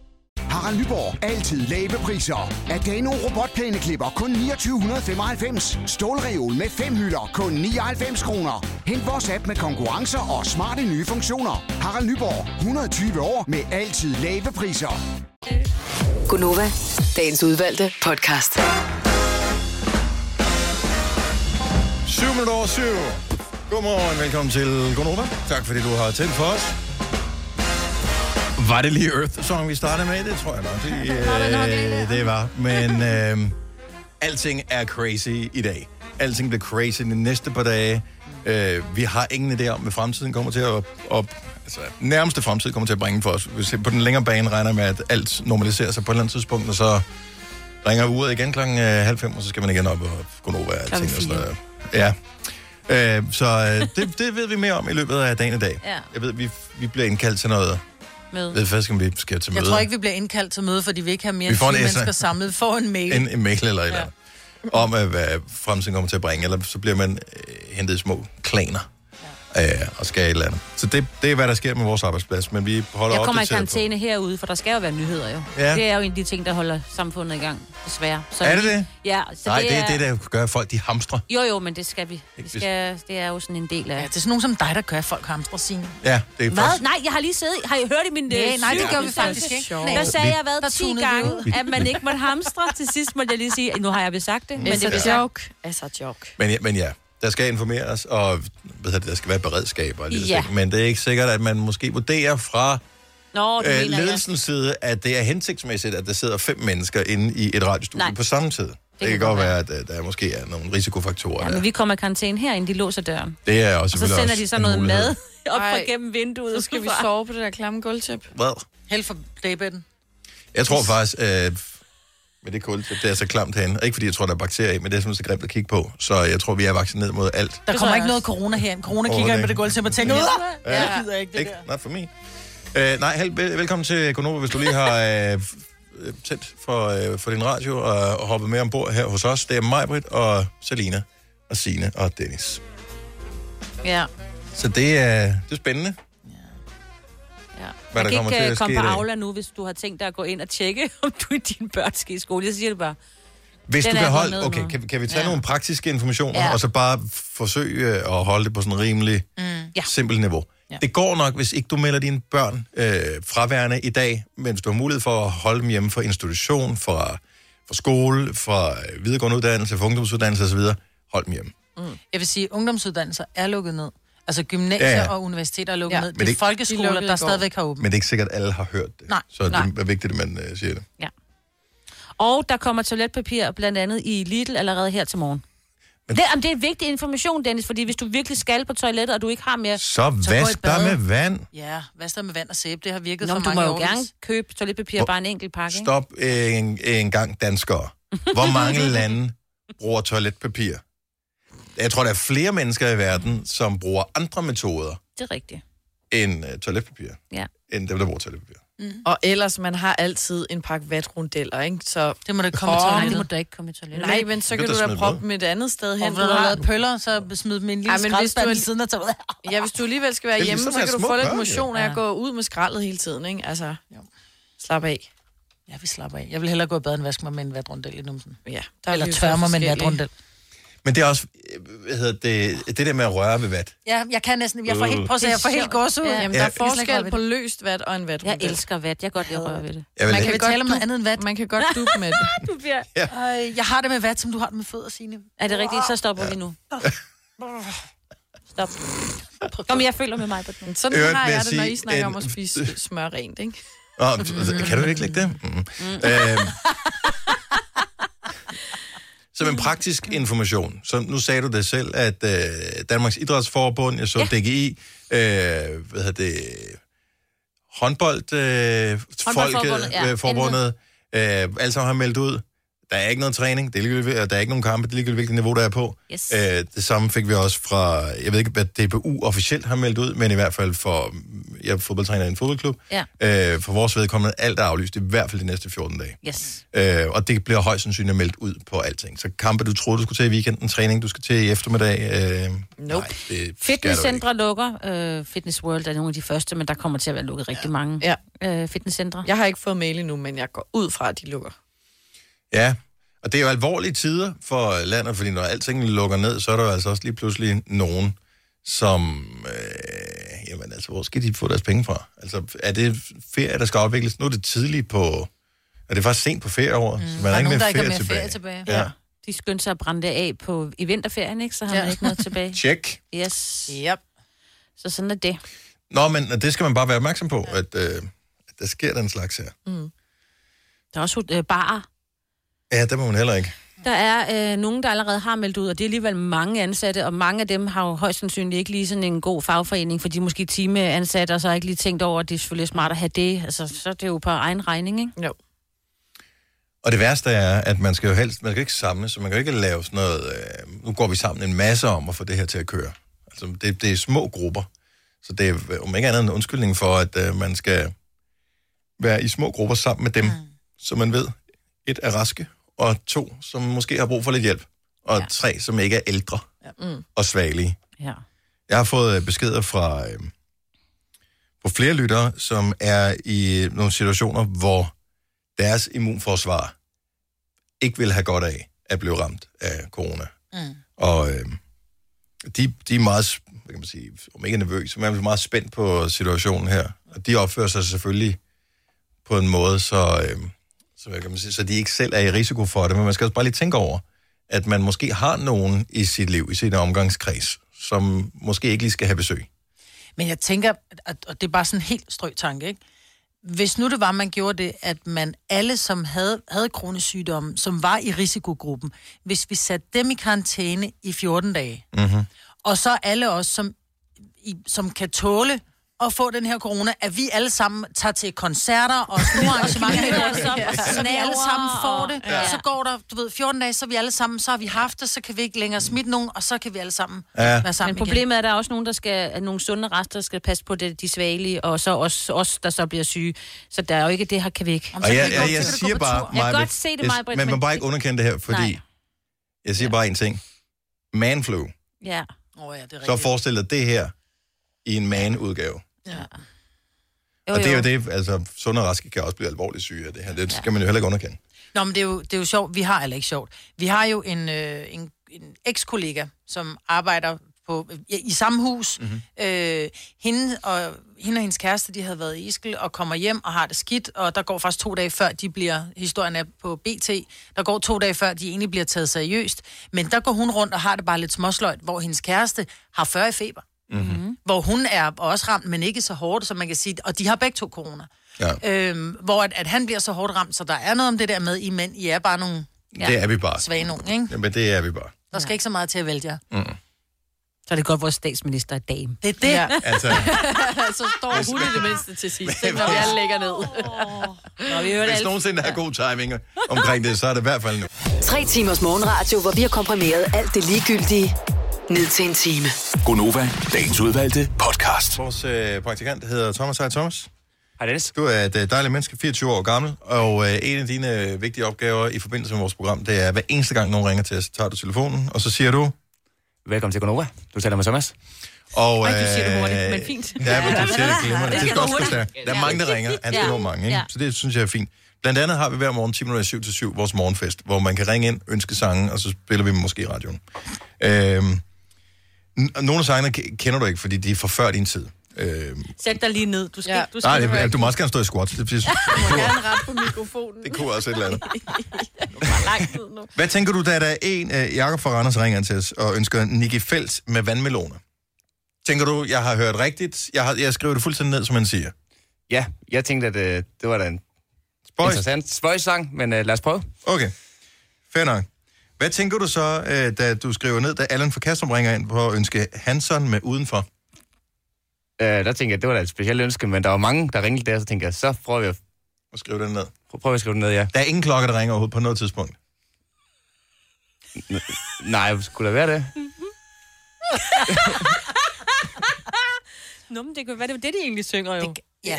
S14: Harald Nyborg. Altid lave priser. Adano robotplæneklipper kun 2995. Stålreol med fem hylder kun 99 kroner. Hent vores app med konkurrencer og smarte nye funktioner. Harald Nyborg. 120 år med altid lave priser.
S6: Gunova, dagens udvalgte podcast.
S1: 7 minutter over 7. Godmorgen, velkommen til Gonova. Tak fordi du har tændt for os. Var det lige Earth Song, vi startede med? Det tror jeg nok. Det,
S15: *laughs*
S1: øh, det var. Men øh, alting er crazy i dag. Alting bliver crazy de næste par dage. Øh, vi har ingen idé om, hvad fremtiden kommer til at... Op, altså, nærmeste fremtid kommer til at bringe for os. Hvis jeg på den længere bane regner med, at alt normaliserer sig på et eller andet tidspunkt, og så ringer uret igen klokken øh, halv fem, og så skal man igen op og gå over alting. Og
S15: Klokken
S1: sådan
S15: fire.
S1: noget. Ja. Øh, så øh, det, det ved vi mere om i løbet af dagen i dag.
S2: Ja.
S1: Jeg ved, vi, vi bliver indkaldt til noget. Jeg ved
S2: Med.
S1: faktisk, om vi skal til møde.
S2: Jeg tror ikke, vi bliver indkaldt til møde, fordi vi ikke har mere end
S1: Vi
S2: 10
S1: får en essay.
S2: mennesker samlet. Vi får en mail.
S1: en, en mail eller et eller andet, om øh, hvad fremtiden kommer til at bringe, eller så bliver man øh, hentet i små klaner øh, og skal et eller andet. Så det, det er, hvad der sker med vores arbejdsplads, men vi holder
S3: Jeg kommer i
S1: opdateret på-
S3: karantæne herude, for der skal jo være nyheder jo.
S1: Ja.
S3: Ja. Det er jo en af de ting, der holder samfundet i gang, desværre.
S1: Er det det?
S3: Ja.
S1: Nej, det er det, der gør, at folk de hamstrer.
S3: Jo, jo, men det skal vi. vi
S1: hvis-
S3: skal, det er jo sådan en del af... Ja, det
S2: er sådan nogen som dig, der gør folk hamstre sine.
S1: Ja, det er
S3: Hvad?
S1: faktisk...
S3: Nej, jeg har lige siddet... Har I hørt i min... øh,
S2: Nej, nej, det
S3: syge-
S2: gør vi faktisk
S3: udsendelse?
S2: ikke. Nej.
S3: Der sagde
S2: Vi-
S3: jeg
S2: Der
S3: hvad, 10
S2: tunede vi ud.
S3: gange, at man ikke måtte hamstre. Til sidst måtte jeg lige sige, nu har jeg vist sagt det.
S2: Mm.
S3: Men
S1: Altså,
S3: det er
S1: ja.
S3: joke. Altså joke.
S1: Men, ja, men ja, der skal informeres, og hvad hedder det, der skal være beredskab og lidt
S3: Ja.
S1: ja. Men det er ikke sikkert, at man måske vurderer fra
S3: Nå, du
S1: øh,
S3: mener, jeg.
S1: ledelsens side, at det er hensigtsmæssigt, at der sidder fem mennesker inde i et radiostudie
S3: Nej.
S1: på samme tid. Det, det kan godt være, at øh, der måske er nogle risikofaktorer.
S3: Ja,
S1: der.
S3: men vi kommer i karantæne herinde, de låser døren.
S1: Det er også
S3: Og så sender de så noget mad *laughs* op fra
S4: Ej,
S3: gennem vinduet. Så
S4: Skal vi sove på det der klamme gulvtæp?
S1: Hvad?
S2: Held for dagbedden.
S1: Jeg tror faktisk, øh, med det kulde, det er så klamt herinde. Ikke fordi jeg tror, der er bakterier i, men det er simpelthen så grimt at kigge på. Så jeg tror, vi er vaccineret mod alt.
S2: Der kommer ikke noget corona her. Corona kigger ind på det gulvtæppe og tænker, "Uah, jeg gider ikke det
S1: ikke,
S2: der.
S1: Not for me. Øh, nej, held, vel- velkommen til Konoba, hvis du lige har øh, f- øh, tændt for, øh, for din radio og, og hoppet med ombord her hos os. Det er mig, Britt, og Selina, og Sine og Dennis.
S3: Ja.
S1: Så det er, det er spændende. Hvad
S3: Hvad
S1: der
S3: jeg kan
S1: kommer til
S3: ikke
S1: at
S3: øh,
S1: ske
S3: komme
S1: i
S3: på
S1: dag.
S3: Aula nu, hvis du har tænkt dig at gå ind og tjekke, *laughs* om du din børn skal i skole. Jeg siger det bare.
S1: Hvis
S3: Den er
S1: du kan
S3: jeg gået
S1: holde...
S3: ned
S1: Okay,
S3: med.
S1: kan, kan vi tage ja.
S3: Ja.
S1: nogle praktiske informationer, ja.
S3: Ja.
S1: og så bare forsøge øh, at holde det på sådan en rimelig...
S3: Mm. Ja.
S1: simpelt niveau. Ja. Det går nok, hvis ikke du melder dine børn øh, fraværende i dag, men hvis du har mulighed for at holde dem hjemme fra institution, fra, fra skole, fra øh, videregående uddannelse, fra ungdomsuddannelse osv., hold dem hjemme.
S2: Jeg vil sige, at ungdomsuddannelser er lukket ned. Altså gymnasier
S1: Ja,
S2: ja,
S1: ja.
S2: ja. og universiteter er lukket ja, ned.
S1: Men
S2: Det er
S1: det-
S4: De
S2: folkeskoler,
S4: lukkede
S2: der
S4: i går.
S2: stadigvæk har åbent.
S1: Men det er ikke sikkert, at alle har hørt det.
S3: Nej,
S1: Så det
S3: nej.
S1: er vigtigt, at man øh, siger det.
S3: Og der kommer toiletpapir blandt andet i Lidl allerede her til morgen. Men... Det, jamen, det er vigtig information, Dennis, fordi hvis du virkelig skal på toilettet, og du ikke har mere...
S1: Så
S3: gå i
S1: vask dig
S3: bad.
S1: med vand.
S2: Ja, vask dig med vand og sæbe. Det har virket
S3: Nå,
S2: for
S3: men du
S2: mange
S3: må jo
S2: år.
S3: gerne købe toiletpapir, bare en enkelt pakke, ikke?
S1: Mm. Stop øh, en, en gang danskere. Hvor mange lande bruger toiletpapir? Jeg tror, der er flere mennesker i verden, som bruger andre metoder.
S3: Det er rigtigt.
S1: end øh, toiletpapir.
S3: Ja.
S1: End dem, der bruger toiletpapir.
S4: Mm. Og ellers, man har altid en pakke vatrundeller, ikke? Så
S2: det må da
S3: komme i toilettet. Det må da ikke komme i toilettet.
S4: Nej, men så
S2: Du
S4: kan
S2: kan
S4: du
S2: da
S4: da
S2: smide
S4: proppe
S2: dem.
S4: dem et andet sted hen.
S2: Og ved du har lavet pøller, så smid dem i en lille
S4: Ej,
S2: ja,
S4: men hvis
S2: skraldspand
S4: du er-
S2: ved siden af toilettet.
S4: Ja, hvis du alligevel skal være
S2: Det er
S4: hjemme,
S2: ligesom
S4: så
S2: at
S4: kan
S2: have
S4: du
S2: små
S4: få lidt
S2: børn, jo.
S4: motion af at
S2: Ja.
S4: gå ud med skraldet hele tiden, ikke? Altså, slap af.
S2: Ja, vi slapper af. Jeg vil hellere gå i bad end vaske mig med en vatrundel i numsen.
S4: Ja,
S2: der
S4: der er vi
S2: Eller
S4: jo
S2: tørre
S4: så
S2: mig med en
S4: forskellige.
S2: vatrundel.
S1: Men det er også, øh, hvad hedder det, det der med at røre ved vat.
S2: Ja, jeg kan næsten... Jeg får
S1: Øh.
S2: helt, prøv at se, jeg får
S4: Det er
S2: helt gås ud.
S4: sjovt. Ja, jamen, der er
S2: Jeg kan slet ikke
S4: forskel
S2: røre ved
S4: på
S2: det.
S4: løst vat og en vatrundel.
S3: Jeg elsker vat. Jeg kan godt lide at røre ved det.
S1: Jeg vil
S2: Man kan
S1: ikke-
S2: vi tale om noget andet end vat.
S4: Man kan godt dupe med det.
S3: *laughs* du bliver...
S1: Ja.
S2: Øh, jeg har det med vat, som du har det med fødder, Signe.
S3: Er det rigtigt? Så stopper vi nu. Stop. Kom, jeg føler med mig på den.
S4: Sådan
S1: Øvrigt
S4: har
S1: vil
S4: jeg
S1: jeg
S4: det, når
S1: sige,
S4: I snakker
S1: en-
S4: om at spise smør rent, ikke?
S3: Øhm,
S1: Nå, mm. kan du ikke lægge det? Mm. Mm. Øhm. Som en praktisk information, så nu sagde du det selv, at øh, Danmarks Idrætsforbund, jeg så ja. DGI, øh, hvad hedder det, håndbold, øh,
S3: Håndboldforbundet,
S1: folket,
S3: ja.
S1: øh, forbundet, øh, alle sammen har meldt ud, der er ikke noget træning, det er ligegyldigt, og der er ikke nogen kampe, det er ligegyldigt, hvilket niveau der er på.
S3: Yes.
S1: Øh, det samme fik vi også fra, jeg ved ikke, hvad DBU officielt har meldt ud, men i hvert fald for, jeg er fodboldtræner i en fodboldklub,
S3: Ja.
S1: Øh, for vores vedkommende, alt er aflyst, i hvert fald de næste 14 dage.
S3: Yes.
S1: Øh, og det bliver højst sandsynligt meldt ud på alting. Så kampe, du troede, du skulle til i weekenden, træning, du skal til i eftermiddag. Øh,
S3: Nope.
S1: det
S3: Fitnesscentre lukker. Øh, Fitness World er nogle af de første, men der kommer til at være lukket rigtig mange
S4: Ja.
S3: øh, fitnesscentre.
S4: Jeg har ikke fået mail endnu, men jeg går ud fra, at de lukker.
S1: Ja, og det er jo alvorlige tider for landet, fordi når alting lukker ned, så er der jo altså også lige pludselig nogen, som... Øh, jamen altså, hvor skal de få deres penge fra? Altså, er det ferie, der skal afvikles? Nu er det tidligt på... Og det er faktisk sent på ferieåret, mm. så man
S3: Der
S1: har
S3: er
S1: ikke
S3: nogen,
S1: mere
S3: der
S1: ferie,
S3: ikke har mere
S1: tilbage.
S3: ferie tilbage.
S1: Ja.
S3: De skyndte sig at brænde det af på, i vinterferien, ikke? Så har ja. man ikke noget tilbage.
S1: *laughs* Check.
S3: Yes. Yep. Så sådan er det.
S1: Nå, men det skal man bare være opmærksom på, ja. at, øh, at der sker den slags her.
S3: Mm. Der er også øh, barer.
S1: Ja, det må man heller ikke.
S3: Der er øh, nogen, der allerede har meldt ud, og det er alligevel mange ansatte, og mange af dem har jo højst sandsynligt ikke lige sådan en god fagforening, for de er måske timeansatte, og så har ikke lige tænkt over, at det er selvfølgelig smart at have det. Altså, så er det jo på egen regning, ikke?
S4: Jo.
S1: Og det værste er, at man skal jo helst, man skal ikke samle, så man kan jo ikke lave sådan noget, øh, nu går vi sammen en masse om at få det her til at køre. Altså, det, det er små grupper. Så det er øh, om ikke andet en undskyldning for, at øh, man skal være i små grupper sammen med dem, mm. så man ved, et er raske, og to, som måske har brug for lidt hjælp, og ja. tre, som ikke er ældre
S3: Mm.
S1: og svagelige.
S3: Ja.
S1: Jeg har fået øh, beskeder fra, øh, fra flere lyttere, som er i øh, nogle situationer, hvor deres immunforsvar ikke vil have godt af at blive ramt af corona.
S2: Mm.
S1: Og øh, de, de er meget, s- hvad kan man sige, om ikke nervøse, men meget spændt på situationen her. Og de opfører sig selvfølgelig på en måde, så, øh, så, hvad kan man sige, så de ikke selv er i risiko for det. Men man skal også bare lige tænke over, at man måske har nogen i sit liv, i sin omgangskreds, som måske ikke lige skal have besøg.
S2: Men jeg tænker, at- og det er bare sådan en helt strøg tanke, ikke? Hvis nu det var, man gjorde det, at man alle, som havde, havde kronesygdomme, som var i risikogruppen, hvis vi satte dem i karantæne i 14 dage,
S15: Mm-hmm.
S2: og så alle os, som, i, som kan tåle at få den her corona, at vi alle sammen tager til koncerter
S3: *laughs*
S2: og store arrangementer,
S3: hygger os op og
S2: så vi alle
S3: snævrer
S2: sammen får
S3: og-
S2: det.
S3: Ja.
S2: Så går der, du ved, 14 dage, så er vi alle sammen, så har vi haft det, så kan vi ikke længere smitte nogen, og så kan vi alle sammen
S1: Ja.
S2: være sammen
S3: Men problemet er, at der er også nogen, der skal, at nogle sunde rester skal passe på det, de svagelige, og så os, os, der så bliver syge. Så der er jo ikke det her, kan vi ikke.
S1: Og jeg, jeg, jeg, jeg siger bare,
S3: Jeg kan
S1: Maj-Brit,
S3: godt se det,
S1: jeg-
S3: mig,
S1: Men man må bare ikke underkende det her, fordi
S3: Nej.
S1: jeg siger bare en ting. Manflu.
S3: Ja.
S2: Oh, ja, det er
S1: Så forestil dig det her i en man-udgave.
S2: Ja.
S1: Og det er jo det, altså sunde og raske kan også blive alvorligt syge af det her. Det skal man jo heller ikke underkende.
S2: Nå, men det er jo, det er jo sjovt. Vi har, eller ikke sjovt. Vi har jo en, øh, en, en eks-kollega, som arbejder på, i, i samme hus. Mm-hmm. Øh, hende, og, hende og hendes kæreste, de havde været i Iskel og kommer hjem og har det skidt, og der går faktisk to dage før, de bliver, historien er på BT, der går to dage før, de egentlig bliver taget seriøst. Men der går hun rundt og har det bare lidt småsløjt, hvor hendes kæreste har 40 i feber. Mm-hmm. Hvor hun er også ramt, men ikke så hårdt, som man kan sige. Og de har begge to corona. Ja. Øhm, hvor at, at han bliver så hårdt ramt, så der er noget om det der med, I mænd, I er bare nogle
S1: Ja. Det er vi bare.
S2: svage nogen, ikke?
S1: Jamen, det er vi bare.
S2: Der skal ja. ikke så meget til at vælge jer.
S1: Mm.
S3: Så er det godt, vores statsminister er dame.
S2: Det er det. Ja.
S1: Altså,
S4: *laughs*
S3: *laughs*
S4: så står hun i det mindste til sidst, ikke, når
S1: hvis-
S4: vi alle lægger ned. Nå, vi
S1: hvis nogensinde er god timing omkring det, så er det i hvert fald nu.
S6: Tre timers morgenradio, hvor vi har komprimeret alt det ligegyldige Ned til en time.
S1: Gonova, dagens udvalgte podcast. Vores øh, praktikant hedder Thomas. Hej Thomas.
S15: Hej Dennis.
S1: Du er et øh, dejligt menneske, 24 år gammel, og øh, en af dine øh, vigtige opgaver i forbindelse med vores program, det er, at hver eneste gang nogen ringer til os, tager du telefonen, og så siger du...
S15: Velkommen til Gonova. Du taler med Thomas.
S1: Og,
S15: Ej, du siger det
S1: øh,
S15: hurtigt, men fint.
S1: Ja, men du siger *laughs* det glimrende.
S15: Det
S1: Det skal
S15: skal
S1: også
S15: gå
S1: gå
S15: hurtigt.
S1: stærkt. Der er mange, der ringer. Han skal
S15: Ja.
S1: nå mange, ikke?
S15: Ja.
S1: Så det synes jeg er fint. Blandt andet har vi hver morgen 10 minutter i 7 til 7 vores morgenfest, hvor man kan ringe ind, ønske sange, og så spiller vi dem måske i radioen. Øhm, n- nogle af sangene k- kender du ikke, fordi de er fra før din tid. Øhm,
S2: Sæt dig lige ned. Du skal, ja. du skal
S1: nej,
S2: høre.
S1: det, *laughs* du må også gerne stå i squats. Det, det,
S4: Jeg må gerne rette på mikrofonen.
S1: det kunne også et eller
S15: *laughs*
S1: andet.
S4: Lang tid nu.
S1: Hvad tænker du, da der er en af Jakob fra Randers ringer ind til os og ønsker Nicky Felt med vandmeloner? Tænker du, jeg har hørt rigtigt? Jeg, har, jeg skriver det fuldstændig ned, som man siger.
S15: Ja, jeg tænkte, at øh, det var da en
S1: Spøjs.
S15: interessant spøjsang, men øh, lad os prøve.
S1: Okay. Fair nok. Hvad tænker du så, øh, da du skriver ned, da Allan fra Kastrup ringer ind på at ønske Hanson med udenfor?
S15: Øh, der tænkte jeg, det var da et specielt ønske, men der var mange, der ringede der, så tænkte jeg, så prøver vi at...
S1: Og skrive den ned.
S15: Prøv at skrive den ned, ja.
S1: Der er ingen klokke, der ringer overhovedet på noget tidspunkt.
S15: Nej, skulle der være det?
S3: Nå, men det kan være, det var det, de egentlig synger jo. Det,
S2: ja.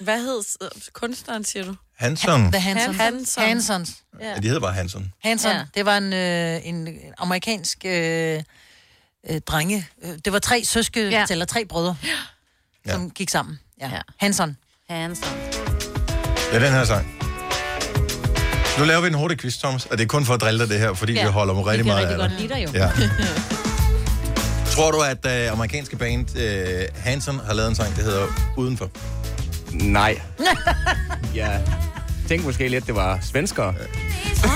S4: Hvad hed øh, kunstneren, siger du?
S1: Hanson.
S2: The Hansons. Hansons. Hansons.
S1: Ja, de hedder bare Hanson.
S2: Hanson. Ja. Det var en, øh, en en amerikansk øh, øh, drenge. Øh, Det var tre søske, ja. eller tre brødre, ja. som gik sammen. Ja. ja. Hanson.
S3: Hanson.
S1: Ja, den her sang. Nu laver vi en hurtig quiz, Thomas, og det er kun for at drille dig det her, fordi ja. vi holder mig rigtig meget af dig. Ja. Tror du, at øh, amerikanske band øh, Hanson har lavet en sang, der hedder Udenfor?
S15: Nej. Ja. Tænk måske lidt, det var svenskere.
S3: Hansson,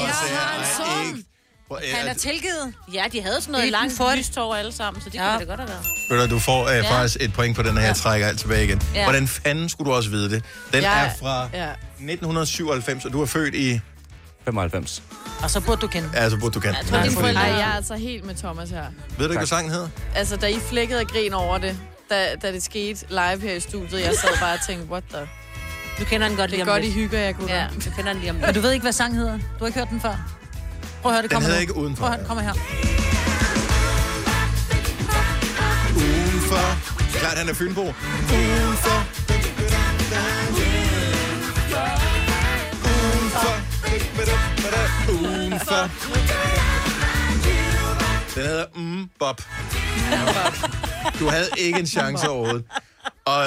S3: ja, Hansson.
S1: Han
S3: er tilgivet. Ja, de havde sådan noget
S2: Ikke
S3: langt
S2: for det.
S3: lystår alle sammen, så det ja. kunne det godt have været.
S1: Ved du, du får øh,
S3: Ja.
S1: faktisk et point på den her, jeg trækker alt tilbage igen.
S3: Ja.
S1: Hvordan fanden skulle du også vide det? Den
S2: Jeg-
S1: er fra
S2: ja.
S1: 1997, og du er født i...
S15: 95.
S2: Og så burde du kende.
S1: Ja, så burde du kende.
S4: Jeg
S1: den.
S4: tror,
S1: Ja,
S4: dine
S1: fordi-
S4: forældre... Ej, jeg er altså helt med Thomas her.
S1: Ved du ikke, hvad sangen hedder?
S4: Altså, da I flækkede og grin over det, da, da det skete live her i studiet, jeg sad bare og tænkte, what the...
S3: Du kender den godt
S4: det
S2: lige
S4: er
S2: om
S4: godt, I
S2: lidt.
S4: hygger jeg kunne. Ja,
S3: du kender den lige om
S2: Men du ved ikke, hvad sang hedder? Du har ikke hørt den før? Prøv at høre, det
S1: Den
S2: kommer
S1: hedder
S2: nu.
S1: ikke Udenfor,
S2: Prøv at høre, det kommer her.
S1: Udenfor. Klart, han er Fynbo. Udenfor. Udenfor. Udenfor. Den hedder Mm Bob. Du havde ikke en chance overhovedet. Og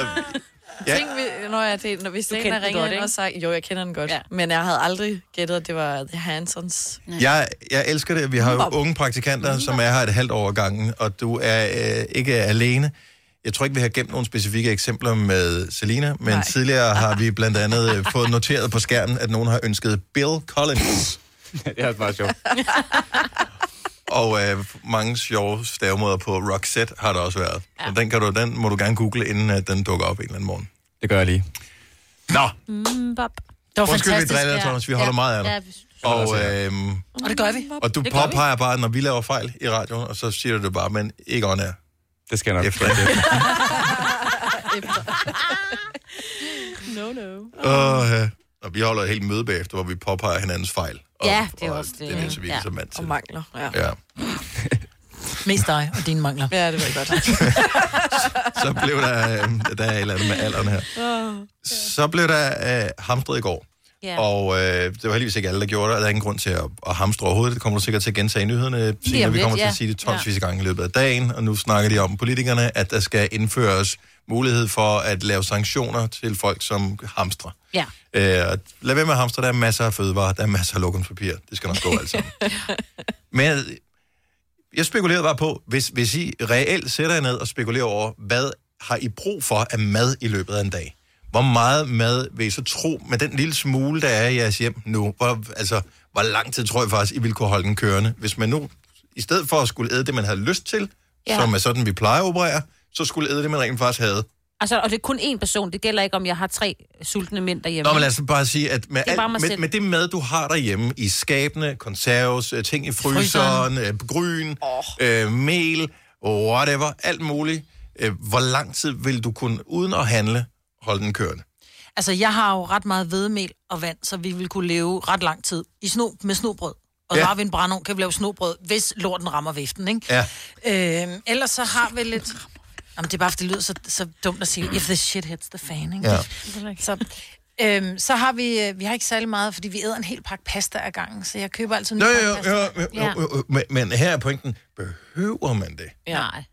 S4: Ja.
S1: Ja.
S4: Tænk, vi- når jeg det, når vi
S3: Du
S4: ser en,
S3: kender
S4: der
S3: den
S4: ringer
S3: godt,
S4: ind
S3: ikke?
S4: og sagde, jo, jeg kender den godt, ja. men jeg havde aldrig gættet, at det var The Hansons.
S1: jeg, jeg elsker det. Vi har jo unge praktikanter, som er her et halvt år ad gangen, og du er øh, ikke alene. Jeg tror ikke, vi har gemt nogle specifikke eksempler med Selina, men Nej. tidligere har vi blandt andet øh, fået noteret på skærmen, at nogen har ønsket Bill Collins.
S15: *laughs* det er også meget sjovt.
S1: Og øh, mange sjove stavemåder på Roxette har der også været. Ja. Så den, kan du, den må du gerne google, inden at den dukker op en eller anden morgen.
S15: Det gør jeg lige.
S1: Nå,
S3: Mm, bop.
S2: Det var
S1: undskyld, vi
S2: fantastisk.
S1: driller dig,
S2: Ja.
S1: Thomas. Vi holder
S2: Ja.
S1: meget af dig.
S2: Ja, vi synes
S1: og, øh,
S2: Og det gør vi.
S1: og du
S2: det gør vi.
S1: påpeger bare, når vi laver fejl i radioen, og så siger du det bare, men ikke on air.
S15: Det skal jeg nok.
S1: Efter det.
S4: no, no.
S1: Åh, ja. Og vi holder et helt møde bagefter, hvor vi påpeger hinandens fejl. Og,
S3: Ja, det er også det.
S1: det er det, så vi er
S3: Ja.
S1: så vant til.
S4: Og mangler, ja.
S1: Ja.
S2: Mest dig og dine mangler.
S4: Ja, det var godt.
S2: *laughs*
S1: Så blev der, øh, der er et eller andet med alderen her. Så blev der øh, hamstret i går.
S3: Ja.
S1: Og øh, det var heldigvis ikke alle, der gjorde det, og der er ingen grund til at, at hamstre overhovedet. Det kommer du sikkert til at gentage i nyhederne,
S15: Lige
S1: senere.
S15: om
S1: Vi
S15: lidt,
S1: kommer til
S15: ja.
S1: at sige det tonsvis af gange i løbet af dagen, og nu snakker de om politikerne, at der skal indføres mulighed for at lave sanktioner til folk, som hamstrer.
S2: Ja.
S1: Øh, og lad være med at hamstre, der er masser af fødevarer, der er masser af lokumspapir. Det skal nok gå alt sammen. Men jeg spekulerede bare på, hvis, hvis I reelt sætter jer ned og spekulerer over, hvad har I brug for af mad i løbet af en dag? Hvor meget mad vil I så tro med den lille smule, der er i jeres hjem nu? Hvor, altså, hvor lang tid tror I faktisk, I ville kunne holde den kørende? Hvis man nu, i stedet for at skulle æde det, man havde lyst til,
S3: Ja.
S1: ja. som er sådan, vi plejer at operere, så skulle æde det, man rent faktisk havde.
S3: Altså, og det er kun én person. Det gælder ikke, om jeg har tre sultne mænd derhjemme.
S1: Nå, men altså, lad os bare sige, at med,
S3: Det er bare mig
S1: alt, med,
S3: selv.
S1: med det mad, du har derhjemme i skabene, konserves, øh, ting i fryseren, øh, gryn, oh. øh, mel, whatever, alt muligt. Øh, hvor lang tid vil du kunne, uden at handle, holde den kørende?
S2: Altså, jeg har jo ret meget hvedemel og vand, så vi vil kunne leve ret lang tid i sno, med snobrød og
S1: Ja.
S2: ja. vi en brandovn, kan vi lave snobrød, hvis lorten rammer viften, ikke?
S1: Ja.
S2: Ja. Øhm, ellers så har vi lidt... Jamen, det er bare, fordi det lyder så, så dumt at sige, if the shit hits the fan, ikke?
S1: Ja.
S2: Så, øhm, så har vi... øh, Vi har ikke særlig meget, fordi vi æder en hel pakke pasta ad gangen, så jeg køber altid en
S1: Nå,
S2: ny
S1: jo,
S2: pakke
S1: jo,
S2: pasta.
S1: jo, jo, jo, jo, jo. Men, men her er pointen. Behøver man det?
S2: Ja. Nej.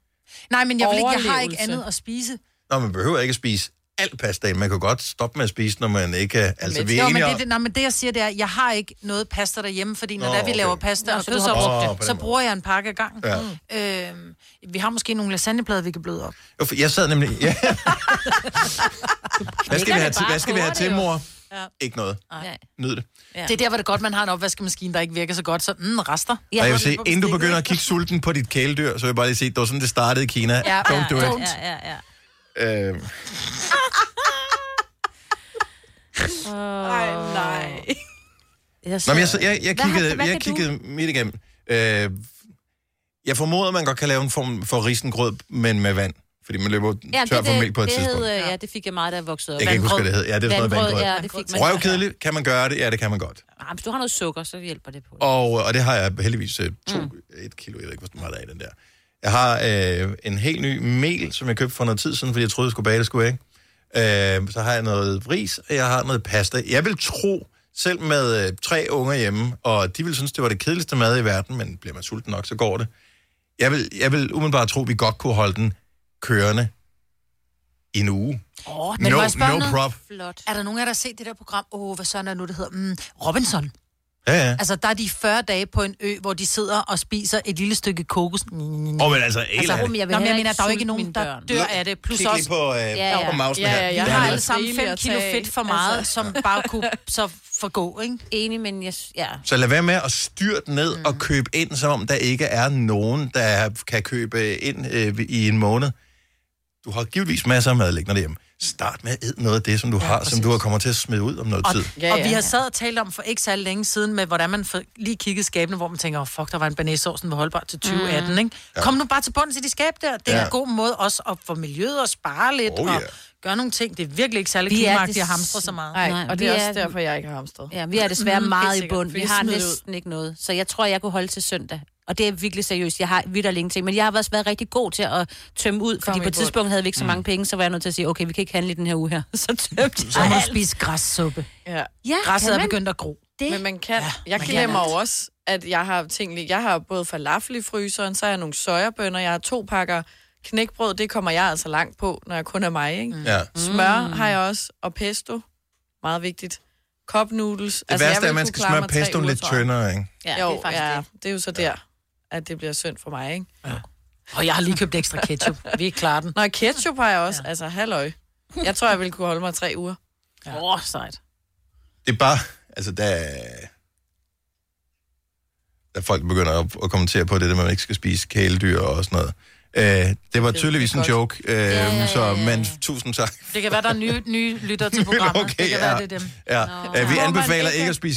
S2: Nej, men jeg, vil ikke, jeg har ikke andet at spise.
S1: Nå, man behøver ikke at spise alt pastaen. Man kan godt stoppe med at spise, når man ikke er... Altså, vi er
S2: jo, men
S1: enige om...
S2: det, det, nej, men det jeg siger, det er, jeg har ikke noget pasta derhjemme, fordi når
S1: Nå,
S2: Nå, der, vi
S1: okay.
S2: laver pasta
S1: Nå,
S2: og
S1: så du har brugt
S2: kødsovs,
S1: det.
S2: så bruger jeg en pakke ad gangen.
S1: Ja.
S2: Ja. Øhm, vi har måske nogle lasagneplader, vi kan bløde op.
S1: Jo, for Jeg sad nemlig... Ja. hvad skal vi have til, hvad skal vi have til mor?
S2: Ja.
S1: Ikke noget.
S2: Nej.
S1: Nyd det.
S2: Ja. Det er der, hvor det er godt, man har en opvaskemaskine, der ikke virker så godt, så mm, rester.
S1: Ja, og jeg vil sige, inden du begynder at kigge sulten på dit kæledyr, så vil jeg bare lige sige, at det var sådan, det startede i Kina.
S2: Ja,
S1: Don't do it.
S3: ja, ja.
S1: Øhm,
S3: Ej, nej. Jeg
S1: Nå, men jeg, sad- jeg, jeg
S3: Altså, Hvad har-
S1: kiggede,
S3: hvad
S1: jeg
S3: kan du?
S1: kiggede midt igennem. Øh, jeg formoder, man godt kan lave en form for risengrød, men med vand. Fordi man løber
S3: Ja,
S1: ja,
S3: det,
S1: tør
S3: det,
S1: for mælk på et
S3: det
S1: tidspunkt.
S3: Hed, øh, ja, det fik jeg meget, da jeg voksede op.
S1: Jeg kan ikke huske, hvad det hed. Ja, det er sådan noget vandgrød.
S3: Ja, det fik man.
S1: Røvkedeligt, kan man gøre det? Ja, det kan man godt.
S3: Ah, hvis du har noget sukker, så hjælper det på.
S1: Og, øh, og det har jeg heldigvis øh, to, mm. et kilo, jeg ved ikke, hvor meget der er i den der. Jeg har øh, en helt ny mel, som jeg købte for noget tid siden, fordi jeg troede, jeg skulle bage det, skulle jeg ikke. Øh, så har jeg noget ris, og jeg har noget pasta. Jeg vil tro, selv med øh, tre unger hjemme, og de vil synes, det var det kedeligste mad i verden, men bliver man sulten nok, så går det. Jeg vil, jeg vil umiddelbart tro, at vi godt kunne holde den kørende i en uge.
S2: Åh,
S1: No-
S2: men må jeg spørge
S1: no
S2: noget?
S1: prop.
S2: Flot. Er der nogen af jer, der har set det der program? Åh, oh, hvad sådan er nu, det hedder? Mm, Robinson.
S1: Ja, ja.
S2: Altså, der er de 40 dage på en ø, hvor de sidder og spiser et lille stykke kokos. Åh,
S1: Åh, men altså, helt
S2: altså,
S1: ærligt.
S2: jeg, Nå, men jeg mener, der er jo ikke nogen, der dør af det. Plus
S1: Kig lige
S2: også...
S1: på, øh, på mausen her.
S2: Vi
S1: Der er
S2: har
S1: lidt-
S2: alle sammen
S3: rigeligt
S2: 5
S3: at
S2: kilo
S3: tage
S2: fedt
S3: af.
S2: for meget,
S3: Altså.
S2: altså. som bare kunne så forgå, ikke?
S3: Enig, men jeg, s- ja.
S1: Så lad være med at styre den ned mm. og købe ind, som om der ikke er nogen, der kan købe ind øh, i en måned. Du har givetvis masser af mad liggende derhjemme. Start med at æde noget af det, som du ja, har, som du har kommer til at smide ud om noget
S2: Og,
S1: tid.
S2: ja, ja, og vi har sad og talt om for ikke så længe siden, med hvordan man for, lige kiggede i skabene, hvor man tænker, oh, fuck, der var en banæssovsen var holdbar til 2018, mm. ikke?
S1: Ja.
S2: Kom nu bare til bunden til de skab der. Det er
S1: Ja.
S2: ja. en god måde også at få miljøet og spare lidt
S1: Oh,
S2: oh,
S1: ja.
S2: yeah. og gøre nogle ting. Det er virkelig ikke særlig
S3: Vi er
S2: klimagtigt
S3: det
S2: at hamstre så meget.
S4: Nej, og det er
S3: vi
S4: også
S3: er-
S4: derfor, jeg ikke har hamstret.
S3: Ja, vi er desværre
S2: Mhm,
S4: Mm,
S3: mm,
S4: helt
S3: meget i
S4: sikkert,
S3: bund.
S4: fordi
S3: Vi
S4: det
S3: har
S4: smider
S3: næsten ikke noget. Så jeg tror, jeg kunne holde til søndag. Og det er virkelig seriøst. Jeg har vidderlig ingenting. Men jeg har også været rigtig god til at tømme ud, fordi
S2: i
S3: på et
S2: bund.
S3: tidspunkt havde vi ikke så
S2: Mm.
S3: mange penge, så var jeg nødt til at sige, okay, vi kan ikke handle i den her uge her. *laughs* Så tømte jeg
S2: Så må
S3: alt.
S2: du spise græssuppe.
S4: Ja.
S3: Ja,
S2: Græsset
S3: kan
S2: er
S3: man?
S2: begyndt at gro.
S3: Det-
S4: Men man kan. Ja, jeg
S2: man kan
S4: glemmer
S2: alt.
S4: jo også, at jeg har ting lig- Jeg har både falafel i fryseren, så har jeg nogle sojabønner, jeg har to pakker knækbrød. Det kommer jeg altså langt på, når jeg kun er mig, ikke?
S1: Ja.
S3: Mm.
S4: Smør har jeg også, og pesto. Meget vigtigt. Cup noodles.
S1: Det altså,
S4: jeg
S1: værste er,
S4: vil
S1: at man
S4: kunne
S1: skal
S4: klare
S1: smøre
S4: mig tre
S1: pestoen
S4: uger,
S1: lidt
S4: tror jeg.
S1: tyndere, ikke?
S3: Ja,
S4: jo,
S3: det er faktisk
S4: ja,
S3: det.
S4: det er jo så der, at det bliver synd for mig, ikke?
S2: Og jeg har lige købt ekstra ketchup. Vi klarer den.
S4: Nå, ketchup har jeg også. Ja. Altså, halløj. Jeg tror, jeg ville kunne holde mig tre uger.
S2: Åh, ja. oh, sejt.
S1: Det er bare, altså der, er- der er folk, der begynder at, at kommentere på det, at man ikke skal spise kæledyr og sådan noget. Øh, det var tydeligvis en joke, øh, ja, ja, ja, ja. så men tusind tak.
S2: Det kan være, der er nye, nye lytter til programmet.
S1: Okay,
S2: det kan
S1: *laughs* ja.
S2: være, det er dem.
S1: Ja.
S2: Nå.
S1: Øh, vi
S2: Hvor man
S1: anbefaler
S2: ikke-
S1: ikke at spise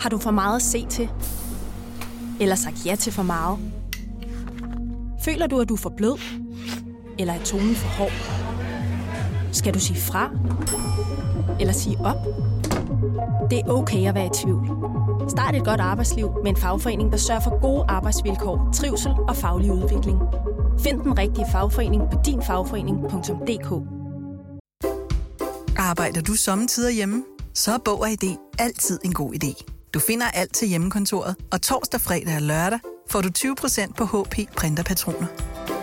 S16: Har du for meget at se til? Eller sagt ja til for meget? Føler du, at du er for blød? Eller er tonen for hård? Skal du sige fra? Eller sige op? Det er okay at være i tvivl. Start et godt arbejdsliv med en fagforening, der sørger for gode arbejdsvilkår, trivsel og faglig udvikling. Find den rigtige fagforening på dinfagforening.dk
S17: Arbejder du sommetider hjemme? Så er Bog og ID altid en god idé. Du finder alt til hjemmekontoret, og torsdag, fredag og lørdag får du 20% på HP printerpatroner.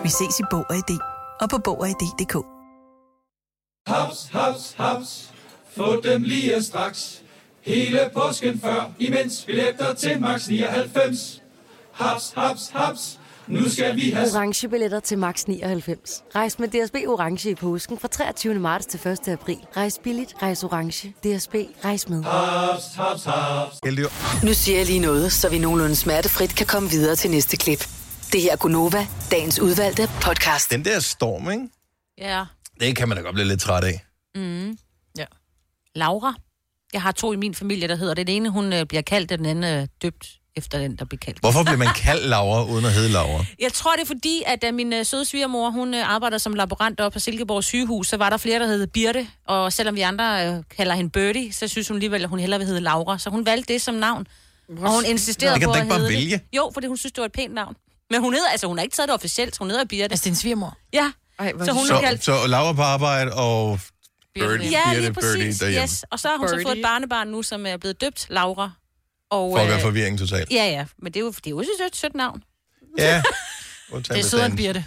S17: Vi ses i Bog og ID og på Bog og ID.dk.
S18: Haps, haps, haps. Få dem lige straks. Hele påsken før, imens vi læfter til max 99. Haps, haps, haps. Nu skal vi have...
S19: orange billetter til max 99. Rejs med DSB orange i påsken fra 23. marts til 1. april. Rejs billigt, rejs orange. DSB rejs med.
S18: Haps, haps, haps.
S1: Heldig.
S6: Nu siger jeg lige noget, så vi nogenlunde smertefrit kan komme videre til næste klip. Det her er Gunova, dagens udvalgte podcast.
S1: Den der storm, ikke?
S3: Ja.
S1: Det kan man da godt blive lidt træt af.
S3: Mm.
S2: ja.
S3: Laura. Jeg har to i min familie, der hedder det. Den ene, hun øh, bliver kaldt, og den anden øh, døbt efter den, der bliver kaldt.
S1: Hvorfor bliver man kaldt Laura, uden at hedde Laura?
S3: Jeg tror, det er fordi, at da min øh, søde svigermor, hun øh, arbejder som laborant op på Silkeborg sygehus, så var der flere, der hed Birte, og selvom vi andre øh, kalder hende Birdie, så synes hun alligevel, at hun hellere vil hedde Laura, så hun valgte det som navn. Og hun insisterede
S2: Det kan
S3: på
S2: du
S3: at
S2: ikke bare
S3: hedde det.
S2: vælge.
S3: Jo, fordi hun synes, det var et pænt navn. Men hun hedder, altså hun har ikke taget det officielt, hun hedder Birte. Altså
S2: din svigermor?
S3: Ja. Ej, så hun er
S1: Så,
S3: kaldt
S1: så Laura på arbejde og Birdie,
S3: ja,
S1: Birte,
S3: lige præcis.
S1: Birdie derhjemme.
S3: yes. Og så har hun så
S4: Birdie.
S3: fået et barnebarn nu, som er blevet døbt Laura. Og,
S1: For at
S3: øh,
S1: være forvirring totalt.
S3: Ja, ja. Men det er jo, det er jo også et sødt, sødt navn.
S1: Ja.
S2: Det er sødere end Birte.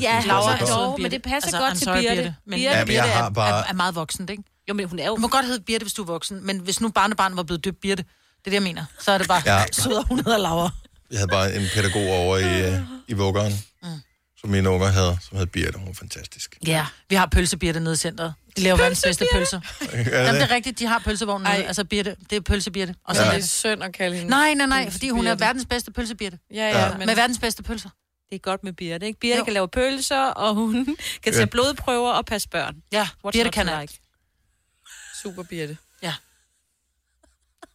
S3: Ja,
S2: synes,
S3: Laura,
S2: det er
S3: jo,
S2: godt.
S3: men det passer
S2: Altså,
S3: altså, godt
S2: I'm
S3: til
S2: sorry,
S3: Birte.
S2: Birte, men-
S3: Birte,
S1: Ja, men jeg
S3: Birte
S1: har
S3: er-
S1: bare-
S2: Er, er meget voksen, ikke?
S3: Jo, men hun er jo...
S2: Du må godt hedde Birte, hvis du er voksen, men hvis nu barnebarnet var blevet døbt Birte, det er det, jeg mener, så er det bare
S1: Ja.
S2: ja. sødere, hun hedder Laura.
S1: Jeg havde bare en pædagog over i, øh, i vuggeren, mm. som mine unger havde, som hed Birte. Hun var fantastisk.
S2: Ja, vi har pølsebirte nede i centret. De laver verdens bedste
S1: *laughs*
S2: pølser.
S1: det?
S2: Jamen, det er rigtigt, de har pølsevognen nede. Altså, birte, det er pølsebirte. Og så
S1: Ja.
S2: ja.
S1: Det er
S2: synd at kalde hende. Nej, nej, nej, fordi hun er verdens bedste pølsebirte.
S4: Ja, ja, Ja. men-
S2: Med verdens bedste pølser.
S3: Det er godt med Birte, ikke? Birte jo. kan lave pølser, og hun kan tage
S2: Ja.
S3: blodprøver og passe børn.
S2: Ja, Birte kan alt.
S4: Super Birte.
S2: Ja.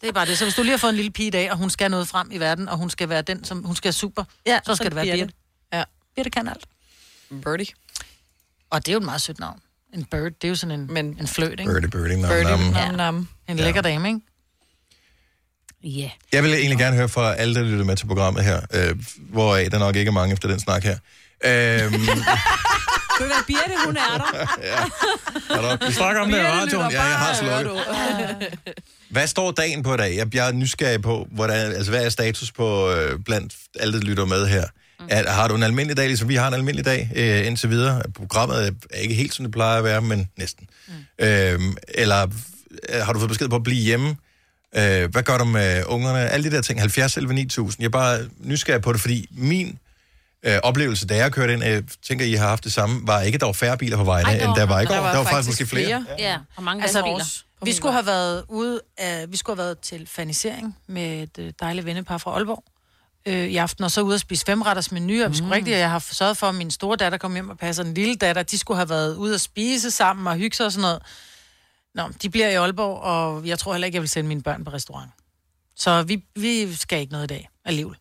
S2: Det er bare det. Så hvis du lige har fået en lille pige i dag, og hun skal noget frem i verden, og hun skal være den, som hun skal være super, ja, så skal det være Birte.
S4: Ja.
S2: Birte kan alt.
S4: Birdie.
S2: Og det er jo et meget sødt navn. En bird, det er jo sådan en, Men, en fløt, ikke?
S1: Birdie, birdie, nam, Birdie, nam. nam,
S2: nam. En lækker dame, ikke?
S3: Ja. Yeah.
S1: Jeg vil egentlig gerne høre fra alle, der lytter med til programmet her, øh, hvoraf der nok ikke er mange efter den snak her. Øhm,
S3: *laughs* Kunne være Birte, hun er der.
S1: er der, vi snakker om det i radioen. Ja, jeg har slukket.
S2: *laughs*
S1: Hvad står dagen på i dag? Jeg, jeg er nysgerrig på, hvordan, altså, hvad er status på øh, blandt alle, der lytter med her? Er, har du en almindelig dag, ligesom vi har en almindelig dag øh, indtil videre? Programmet er- er ikke helt, som det plejer at være, men næsten. Mm. Øhm, eller øh, har du fået besked på at blive hjemme? Øh, hvad gør du med ungerne? Alle de der ting. 70 11 9000. Jeg er bare nysgerrig på det, fordi min øh, oplevelse, da jeg kørte ind, jeg tænker, I har haft det samme, var ikke, at der var færre biler på vejene, Ej, end der var i går. Der var, der var faktisk måske flere. flere.
S3: Ja, ja. og mange
S2: Altså,
S3: altså,
S2: vores, vi skulle have været ude af, vi skulle have været til fanisering med et øh, dejligt vennepar fra Aalborg øh, i aften, og så ud og spise femretters menu, og vi
S1: Mm.
S2: skulle rigtigt, jeg har sørget for, at min store datter kom hjem og passer den lille datter, de skulle have været ude og spise sammen og hygge sig og sådan noget. Nå, de bliver i Aalborg, og jeg tror heller ikke, jeg vil sende mine børn på restaurant. Så vi, vi skal ikke noget i dag alligevel.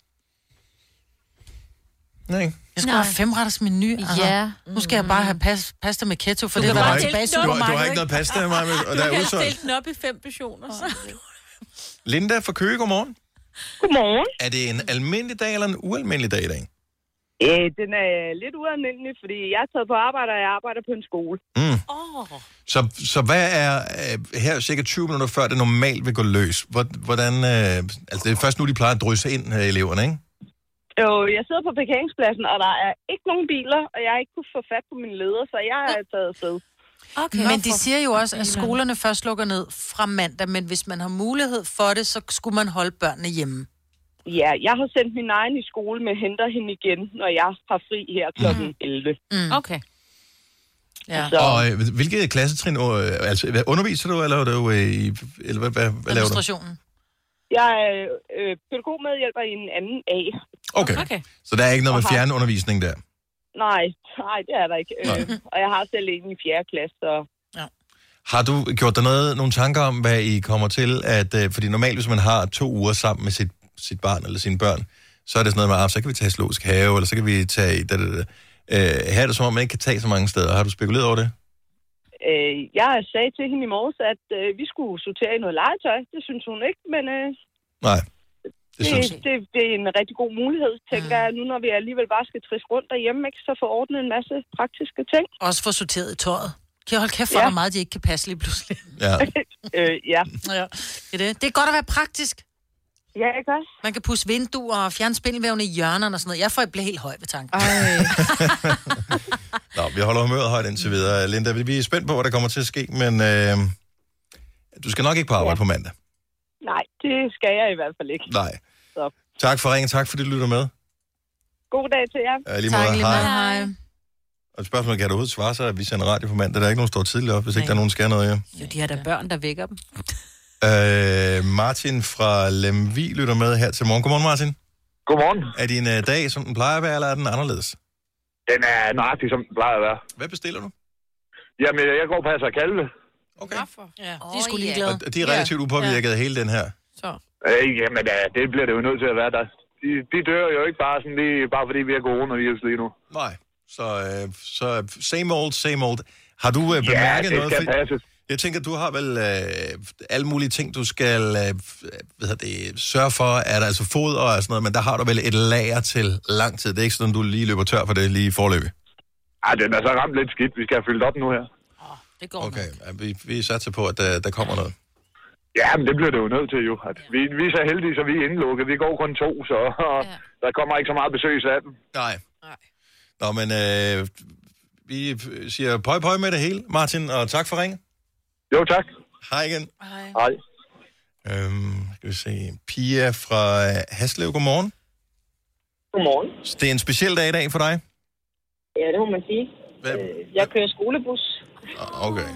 S1: Nej. Mm.
S2: Jeg skulle have femretters menu. Altså.
S3: Ja.
S2: Nu skal jeg bare have pas, pasta med ketchup, for
S1: Du
S2: det
S1: kan
S2: var
S1: bare
S2: bare
S1: ikke-
S2: tilbage i
S1: du har- du har
S2: supermarkedet,
S1: ikke noget pasta, Maja, og der
S2: *laughs*
S1: er udsolgt.
S3: den op i fem versioner, så.
S1: Linda fra Køge, godmorgen.
S10: Godmorgen.
S1: Er det en almindelig dag eller en ualmindelig dag i dag?
S10: Øh, den er lidt ualmindelig, fordi jeg er taget på arbejde, og jeg arbejder på en skole.
S1: Mm.
S10: Oh.
S1: Så, så hvad er øh, her cirka 20 minutter før det normalt vil gå løs? Hvor- Hvordan, øh, altså det er først nu, de plejer at drysse ind, øh, eleverne, ikke?
S10: Jo, jeg sidder på parkeringspladsen, og der er ikke nogen biler, og jeg har ikke kunne få fat på min leder, så jeg er taget afsted.
S2: Okay. Men de siger jo også, at skolerne først lukker ned fra mandag, men hvis man har mulighed for det, så skulle man holde børnene hjemme.
S10: Ja, jeg har sendt min egen i skole, men henter hende igen, når jeg har fri her kl. Mm. 11.
S2: Mm.
S3: Okay.
S2: Ja.
S10: Så,
S1: Og øh, hvilket klassetrin, øh, altså hvad underviser du, eller, er du, øh, i- eller hvad, hvad, hvad laver du?
S10: jeg er øh, pædagogmedhjælper i en anden A.
S1: Okay. okay. Så der er ikke noget med
S10: Og har-
S1: fjernundervisning der?
S10: Nej, nej, det er der ikke. Øh, og jeg har selv en i 4. klasse, så...
S1: Har du gjort dig noget, nogle tanker om, hvad I kommer til? At, øh, fordi normalt, hvis man har to uger sammen med sit, sit barn eller sine børn, så er det sådan noget med, ah, så kan vi tage i zoologisk have, eller så kan vi tage... i Da, da, da. Øh, her er det som om, man ikke kan tage så mange steder. Har du spekuleret over det?
S10: Øh, jeg sagde til hende i morges, at øh, vi skulle sortere i noget legetøj. Det synes hun ikke, men øh,
S1: Nej.
S10: det, det, det, det er en rigtig god mulighed, tænker jeg. Nu når vi alligevel bare skal trisse rundt derhjemme, ikke, så får ordnet en masse praktiske ting.
S2: Også få sorteret i tøjet. Kan jeg holde kæft for,
S10: Ja.
S2: ja. meget de ikke kan passe lige pludselig?
S1: Ja.
S10: *laughs* øh, ja.
S2: ja. Det, er det. det er godt at være praktisk.
S10: Ja, ikke også?
S2: Man kan pusse vinduer og fjerne spindelvævne i hjørnerne og sådan noget. Jeg får jeg bliver helt høj ved tanken.
S1: Nå, vi holder humøret højt indtil videre. Linda, vi- vi er spændt på, hvad der kommer til at ske, men øh, du skal nok ikke på arbejde ja. på mandag.
S10: Nej, det skal jeg i hvert fald ikke.
S1: Nej.
S10: Så.
S1: Tak for ringen, tak fordi du lytter med.
S20: God dag til jer.
S1: Ja, lige måde. Tak, lige måde. Hej. Og spørgsmålet, kan du overhovedet svare sig, at vi sender radio på mandag? Der er ikke nogen, der står tidligt op, hvis ikke der er nogen, der skal noget, ja.
S3: Jo, de har da børn, der vækker dem.
S1: Øh, Martin fra Lemvi lytter med her til morgen. Godmorgen, Martin.
S5: Godmorgen.
S1: Er din øh, dag, som den plejer at være, eller er den anderledes?
S5: Den er nøjagtig, som den plejer at være.
S1: *laughs* Hvad bestiller du?
S5: Jamen, jeg går og passer kalve.
S1: Okay.
S2: Ja, de er sgu ligeglade.
S1: Og de er relativt upåvirket af hele den her.
S5: Øh, jamen, øh, det bliver det jo nødt til at være. Der. De, de dør jo ikke bare sådan lige, bare fordi vi er coronavirus lige nu.
S1: Nej. Så, øh, så same old, same old. Har du øh, bemærket
S5: det
S1: noget?
S5: skal
S1: Fordi-
S5: passes.
S1: Jeg tænker, du har vel øh, alle mulige ting, du skal øh, hvad hedder det, sørge for. Er der altså fod og sådan noget, men der har du vel et lager til lang tid. Det er ikke sådan, du lige løber tør for det lige i forløbet.
S5: Ej, "Ah, den er så ramt lidt skidt. Vi skal have fyldt op nu her.
S3: Det går
S1: okay. Ja, vi, vi satser på, at øh, der, der kommer noget.
S5: Ja, men det bliver det jo nødt til, jo. At vi, vi er så heldige, så vi er indlukket. Vi går kun to, så og *laughs* der kommer ikke så meget besøg af dem.
S1: Nej. Nå, men øh, vi siger pøj pøj med det hele, Martin, og tak for ringen.
S5: Jo, tak.
S1: Hej igen.
S5: Hej.
S1: Øhm, skal vi se. Pia fra øh, Haslev, godmorgen.
S9: Godmorgen.
S1: Så Det er en speciel dag i dag for dig.
S9: Ja, det må man sige.
S1: Hvad?
S9: Øh, Jeg kører skolebus.
S1: Okay.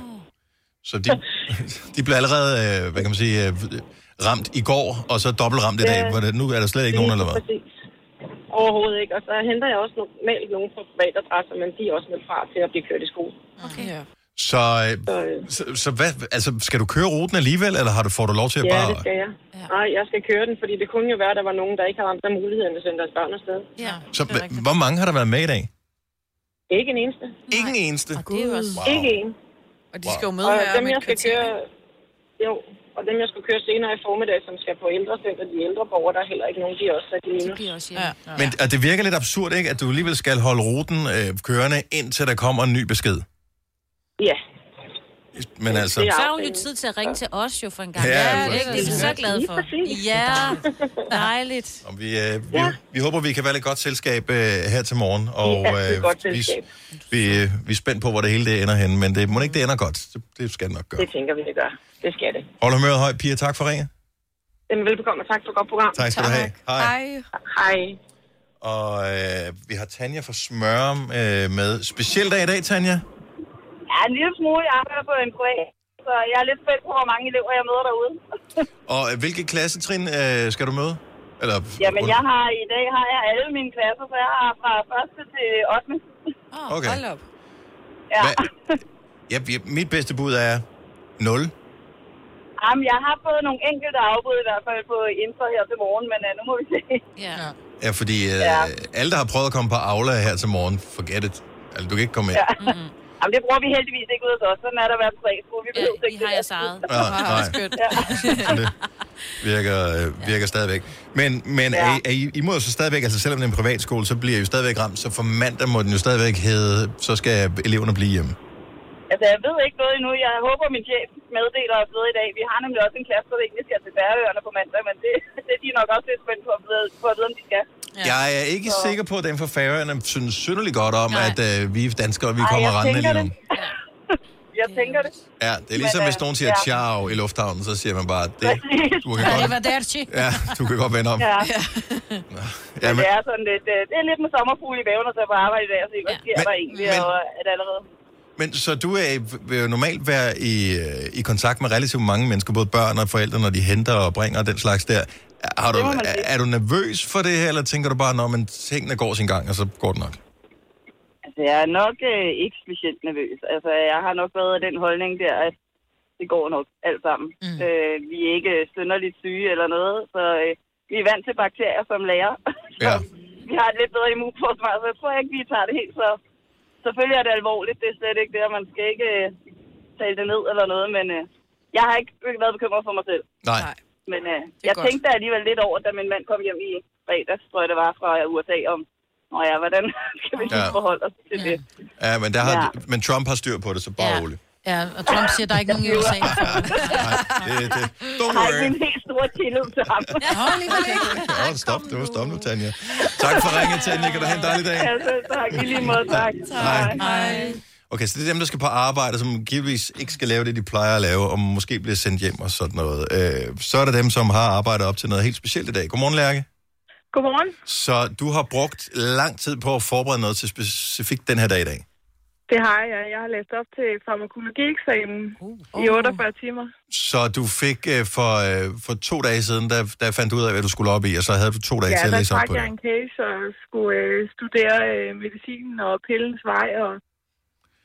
S1: Så de, *laughs* de blev allerede, øh, hvad kan man sige, øh, ramt i går, og så dobbelt ramt i dag.
S9: Ja.
S1: Hvor det, nu er der slet ikke nogen, eller hvad?
S9: Præcis. Overhovedet ikke. Og så henter jeg også normalt nogen fra privatadresser, men de er også med fra til at blive kørt i skole. Okay. Ja.
S1: Så, øh, så, så hvad, altså, skal du køre ruten alligevel, eller har du, får du lov til at
S9: Ja,
S1: bare...
S9: det skal jeg. Nej, jeg skal køre den, fordi det kunne jo være, at der var nogen, der ikke havde andre muligheder end at sende deres børn afsted. Ja.
S1: Så, hva- hvor mange har der været med i dag?
S9: Ikke en eneste.
S1: Ikke en eneste?
S9: Det er også...
S1: Wow.
S9: Ikke en.
S1: Og de skal jo
S9: Wow.
S1: med
S9: og
S1: her
S9: dem,
S1: om et
S9: jeg skal
S1: kvarter,
S9: køre, jo, og dem, jeg skal køre senere i formiddag, som skal på ældrecenter, de ældre borgere, der er heller ikke nogen, de er også sat i minus. De også ja.
S1: Men og det virker lidt absurd, ikke? At du alligevel skal holde ruten øh, kørende, indtil der kommer en ny besked.
S9: ja.
S1: Men altså...
S3: Så har hun jo tid til at ringe til os jo for en gang.
S1: Ja,
S3: Ja,
S1: altså.
S3: ikke? det er vi så glade for.
S10: *laughs*
S3: Ja, dejligt.
S1: Og vi, øh, vi, ja. vi håber, vi kan være lidt godt selskab øh, her til morgen. Og øh,
S3: Ja, det er et godt
S1: vi,
S9: selskab.
S1: vi, øh, vi er spændt på, hvor det hele det ender hen, men det må ikke det ender godt. Det, det skal det nok gøre.
S9: Det tænker vi, det gør. Det skal det.
S1: Hold humøret højt, Pia. Tak for ringen.
S9: Jamen, velbekomme, og tak for et godt program.
S1: Tak skal du have. Hej.
S9: Hej.
S1: Og øh, vi har Tanja fra Smørum øh, med. Speciel dag i dag, Tanja.
S10: Ja, en lille smule. Jeg arbejder på en privat, så jeg er lidt spændt på, hvor mange elever jeg møder derude.
S1: Og øh, hvilke klassetrin øh, skal du møde? Eller,
S10: Jamen, jeg har i dag har jeg alle mine klasser, så jeg har fra 1. til 8.
S1: Åh, Okay. hold
S10: op. Ja,
S1: Hvad- Ja, vi- mit bedste bud er 0.
S10: jamen, jeg har fået nogle enkelte afbud i hvert fald på Insta her til morgen, men uh, nu må vi se. Ja.
S1: Ja, fordi øh,
S10: Ja.
S1: ja. alle, der har prøvet at komme på Aula her til morgen, forget it. Altså, du kan ikke komme ind.
S10: ja. Mm-hmm. Jamen, det bruger vi heldigvis ikke ud hos os. Sådan er der hver tre skole. Vi behøver ja, ikke har jeres eget.
S1: Ja, Ah, nej. *laughs* virker, øh, virker stadigvæk. Men, men ja. er, er I, I må jo så stadigvæk, altså selvom det er en privatskole, så bliver I jo stadigvæk ramt, så for mandag må den jo stadigvæk hedde, så skal eleverne blive hjemme.
S10: Altså, jeg ved ikke noget endnu. Jeg håber, min chef meddeler os ved i dag. Vi har nemlig også en klasse, der egentlig skal til Færøerne på mandag, men det, *laughs* det er de nok også lidt spændt på at vide, på at vide om de skal.
S1: Ja. Jeg er ikke så. sikker på, at den for færøerne synes synderligt godt om, Nej. at øh, vi danskere, vi
S10: Ej,
S1: kommer
S10: jeg
S1: rendende
S10: tænker
S1: lige nu.
S10: *laughs* Jeg tænker det.
S1: Ja, det er ligesom,
S10: Men,
S1: hvis
S10: øh,
S1: nogen siger
S10: ja.
S1: tjau i lufthavnen, så siger man bare, det, du kan
S10: Ja, det
S1: godt,
S10: var derchi.
S1: ja, du kan godt vende om.
S10: Ja.
S1: Ja,
S10: Men
S1: men,
S10: det er sådan lidt, øh, det er lidt med sommerfugle i maven, og så på arbejde i dag, og se, hvad sker der egentlig, og er det allerede.
S1: men så du er, vil jo normalt være i, øh, i kontakt med relativt mange mennesker, både børn og forældre, når de henter og bringer og den slags der. Har du,
S10: Det må man
S1: er,
S10: sige.
S1: er du nervøs for det her, eller tænker du bare, når man tingene går sin gang, og så går det nok?
S10: Altså, jeg er nok øh, ikke specielt nervøs. Altså, jeg har nok været af den holdning der, at det går nok alt sammen. Mm. Øh, vi er ikke synderligt syge eller noget, så øh, vi er vant til bakterier som lærer. *laughs*
S1: Ja.
S10: vi har et lidt bedre immunforsvar, så jeg tror ikke, vi tager det helt så... Selvfølgelig er det alvorligt, det er slet ikke det, og man skal ikke øh, tale det ned eller noget, men øh, jeg har ikke været bekymret for mig selv.
S1: Nej.
S10: Men øh, jeg godt. tænkte da alligevel lidt over, da min mand kom hjem i fredags, tror jeg det var, fra USA, om, Nå ja, hvordan *laughs* skal vi lige
S1: Ja.
S10: forholde os til det?
S1: Ja, men, der har, ja. men Trump har styr på det, så bare ja. roligt.
S2: Ja, og Trump siger, at der
S10: *laughs*
S2: er ikke nogen i USA.
S1: Det, det,
S10: Jeg har ikke en helt stor tillid til ham.
S1: ja, stop, det var stop nu, Tanja. Tak for ringet, Tanja. Kan du have en dejlig dag?
S10: altså, tak, i lige måde, tak.
S1: Hej.
S10: Hej.
S1: Okay, så det er dem, der skal på arbejde, som givetvis ikke skal lave det, de plejer at lave, og måske bliver sendt hjem og sådan noget. Øh, så er der dem, som har arbejdet op til noget helt specielt i dag. Godmorgen, Lærke.
S10: Godmorgen.
S1: Så du har brugt lang tid på at forberede noget til specifikt den her dag i dag.
S10: Det har jeg. Jeg har læst op til farmakologieksamen uh. i 48 timer.
S1: Så du fik øh, for, øh, for to dage siden, der, der fandt du ud af, hvad du skulle op i, og så havde du to dage
S10: ja,
S1: til at
S10: der
S1: læse op
S10: trak
S1: på
S10: jeg
S1: det.
S10: en case og skulle øh, studere øh, medicinen og pillens vej, og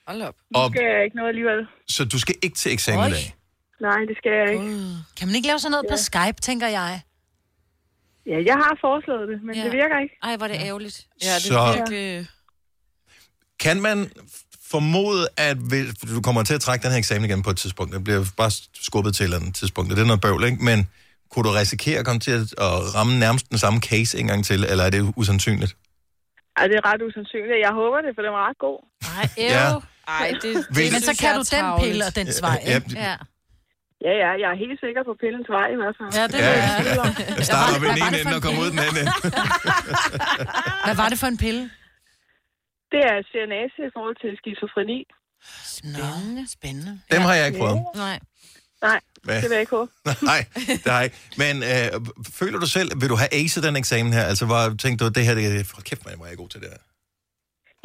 S4: Hold op.
S10: nu
S1: Og-
S10: skal jeg ikke noget alligevel.
S1: Så du skal ikke til eksamen i dag.
S10: Nej, det skal jeg ikke.
S2: Kan man ikke lave sådan noget ja. på Skype, tænker jeg?
S10: Ja, jeg har foreslået det, men ja. det virker ikke.
S3: Ej, hvor er det ærgerligt.
S4: Ja, det
S1: Så-
S4: er virkelig...
S1: Kan man f- formode, at hvis- for du kommer til at trække den her eksamen igen på et tidspunkt? Det bliver bare skubbet til et eller andet tidspunkt, og det er noget bøvl, ikke? Men kunne du risikere at komme til at at ramme nærmest den samme case en gang til, eller er det usandsynligt? *laughs*
S10: Ej, det er ret usandsynligt. Jeg håber det, for den var ret god.
S3: Nej,
S1: ev. Ja.
S4: Ej, det, det
S1: Hvis-
S2: Men så
S4: synes
S2: kan
S4: jeg
S2: du
S4: er
S2: den
S4: tarveligt.
S2: pille og dens vej,
S1: Ja,
S2: ikke? Ja,
S10: Ja, ja, jeg er helt sikker på pillens vej i hvert fald.
S2: ja det ja.
S1: Jeg starter ved
S2: Hvad
S1: den
S2: var
S1: ene
S2: det for
S1: ende
S2: en
S1: og kommer ud den anden ende.
S2: *laughs* Hvad var det for en pille?
S10: Det er CNAC i forhold til skizofreni.
S2: Spændende. Spændende.
S1: Dem har jeg ikke prøvet.
S2: Nej.
S10: Nej,
S1: Hvad?
S10: det vil jeg ikke håbe.
S1: Nej, det har jeg ikke. Men øh, føler du selv, vil du have acet den eksamen her? Altså, hvor tænkte du, det her, det, for kæft, man, hvor er jeg god til det her.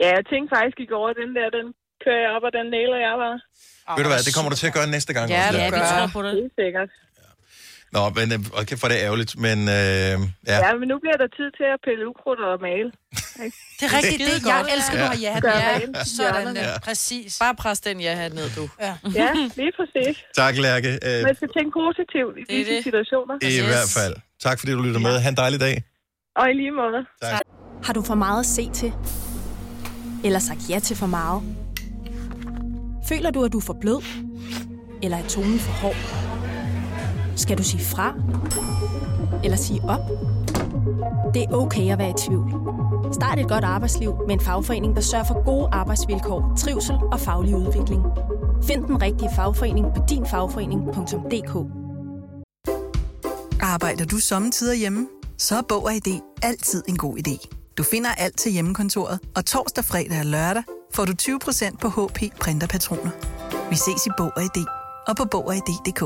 S10: Ja, jeg tænkte faktisk i går, at den der, den kører jeg op, og den næler jeg bare.
S1: Ved du hvad, det kommer du til at gøre næste gang.
S10: Ja,
S1: også,
S10: det
S1: der.
S10: gør jeg. Helt sikkert.
S1: Nå, men øh, og kæft, for det er ærgerligt, men øh, ja.
S10: Ja.
S1: ja.
S10: ja, men nu bliver der tid til at pille ukrudt og male.
S2: *laughs* Det er rigtigt, det, jeg elsker, du har ja.
S10: Gør
S2: Ja,
S10: rent i
S2: sådan
S10: hjørnerne.
S2: der. Præcis.
S4: Bare pres den ja ned, du.
S2: Ja.
S10: Ja, lige præcis.
S1: Tak, Lærke. Øh,
S10: Man skal tænke positivt i
S4: er
S10: disse
S4: det.
S10: situationer.
S1: I hvert fald. Tak fordi du lytter med. Ha' en dejlig dag.
S10: Og i lige måde.
S1: Tak.
S16: Har du for meget at se til? Eller sagt ja til for meget? Føler du, at du er for blød? Eller er tonen for hård? Skal du sige fra? Eller sige op? Det er okay at være i tvivl. Start et godt arbejdsliv med en fagforening, der sørger for gode arbejdsvilkår, trivsel og faglig udvikling. Find den rigtige fagforening på dinfagforening.dk.
S17: Arbejder du sommetider hjemme? Så er Bog og ID altid en god idé. Du finder alt til hjemmekontoret, og torsdag, fredag og lørdag får du 20% på HP printerpatroner. Vi ses i Bog og ID og på Bog og ID.dk.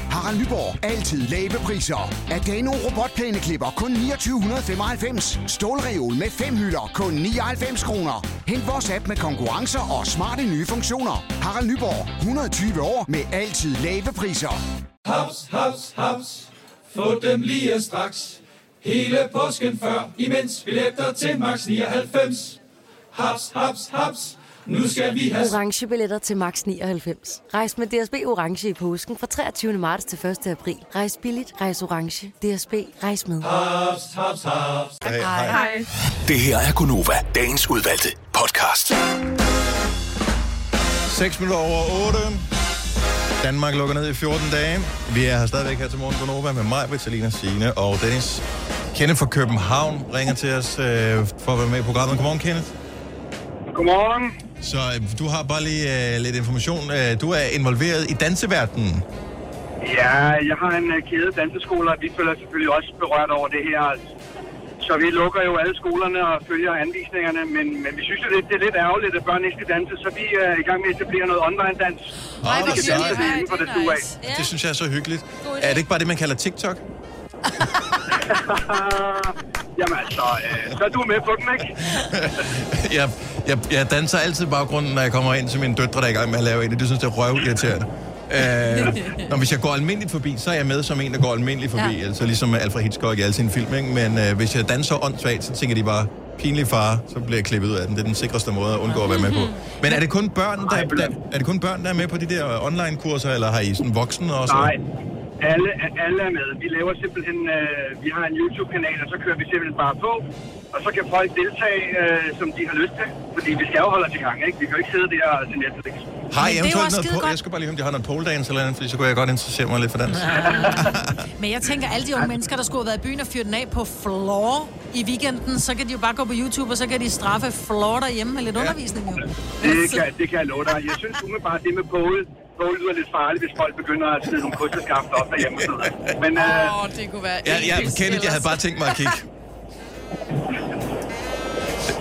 S14: Harald Nyborg. Altid lave priser. Adano robotplæneklipper kun 2995. Stålreol med fem hylder kun 99 kroner. Hent vores app med konkurrencer og smarte nye funktioner. Harald Nyborg. 120 år med altid lave priser.
S18: Haps, haps, haps. Få dem lige straks. Hele påsken før, imens billetter til max 99. Haps, haps, haps. Nu skal vi have
S19: orange billetter til max 99. Rejs med DSB orange i påsken fra 23. marts til 1. april. Rejs billigt, rejs orange. DSB rejs med.
S18: haps, haps, haps. Hej,
S10: hej.
S21: Det her er Gunova, dagens udvalgte podcast.
S1: 6 minutter over 8. Danmark lukker ned i 14 dage. Vi er her stadigvæk her til morgen på Nova med mig, Vitalina Signe og Dennis. Kenneth fra København ringer til os øh, for at være med i programmet. Godmorgen, Kenneth.
S5: Godmorgen.
S1: Så øh, du har bare lige øh, lidt information. Øh, du er involveret i danseverdenen.
S5: Ja, jeg har en øh, kæde danseskoler, og vi føler selvfølgelig også berørt over det her. Så vi lukker jo alle skolerne og følger anvisningerne, men, men vi synes jo, det, det er lidt ærgerligt, at børn ikke skal danse, så vi øh, er i gang med at etablere noget online-dans.
S1: Ej,
S5: Så
S1: hvor
S5: de kan
S1: sejt.
S5: danse inden for det stue af.
S1: Ja. Det synes jeg er så hyggeligt.
S5: God idé.
S1: Er det ikke bare det, man kalder TikTok?
S5: *laughs* Jamen altså, øh, så er du med på den, ikke?
S1: *laughs* jeg, jeg, jeg danser altid i baggrunden, når jeg kommer ind til mine døtre, der er i gang med at lave en. Det synes jeg er røvirriterende. Øh, når hvis jeg går almindeligt forbi, så er jeg med som en, der går almindeligt forbi. Ja. Altså ligesom Alfred Hitchcock i alle sine film, ikke? Men øh, hvis jeg danser åndssvagt, så tænker de bare, pinlig far, så bliver jeg klippet ud af den. Det er den sikreste måde at undgå at være med på. Men er det kun børn, der, der, er, det kun børn, der er med på de der øh, online-kurser, eller har I sådan voksne også?
S5: Nej, alle, alle er med. Vi laver simpelthen, øh, vi har en YouTube-kanal, og så kører vi simpelthen bare på. Og så kan folk deltage, øh, som de har lyst til. Fordi vi skal jo holde os i gang, ikke? Vi kan jo ikke sidde der og se Netflix.
S1: Har I eventuelt noget på? Jeg skal bare lige høre, om de har noget pole dance eller andet, fordi så kunne jeg godt interessere mig lidt for dans.
S2: Men jeg tænker, alle de unge mennesker, der skulle have været i byen og fyret den af på floor i weekenden, så kan de jo bare gå på YouTube, og så kan de straffe floor derhjemme med lidt ja. undervisning. Jo.
S5: Det kan, det kan jeg love dig. Jeg synes umiddelbart, det med pole, pole lyder lidt farligt, hvis folk begynder at smide nogle kosteskaft op derhjemme. og sådan noget. Men øh,
S4: Åh, det kunne være...
S1: Ja, ja,
S4: Elvis
S1: Kenneth, jeg havde
S4: ellers.
S1: bare tænkt mig at kigge.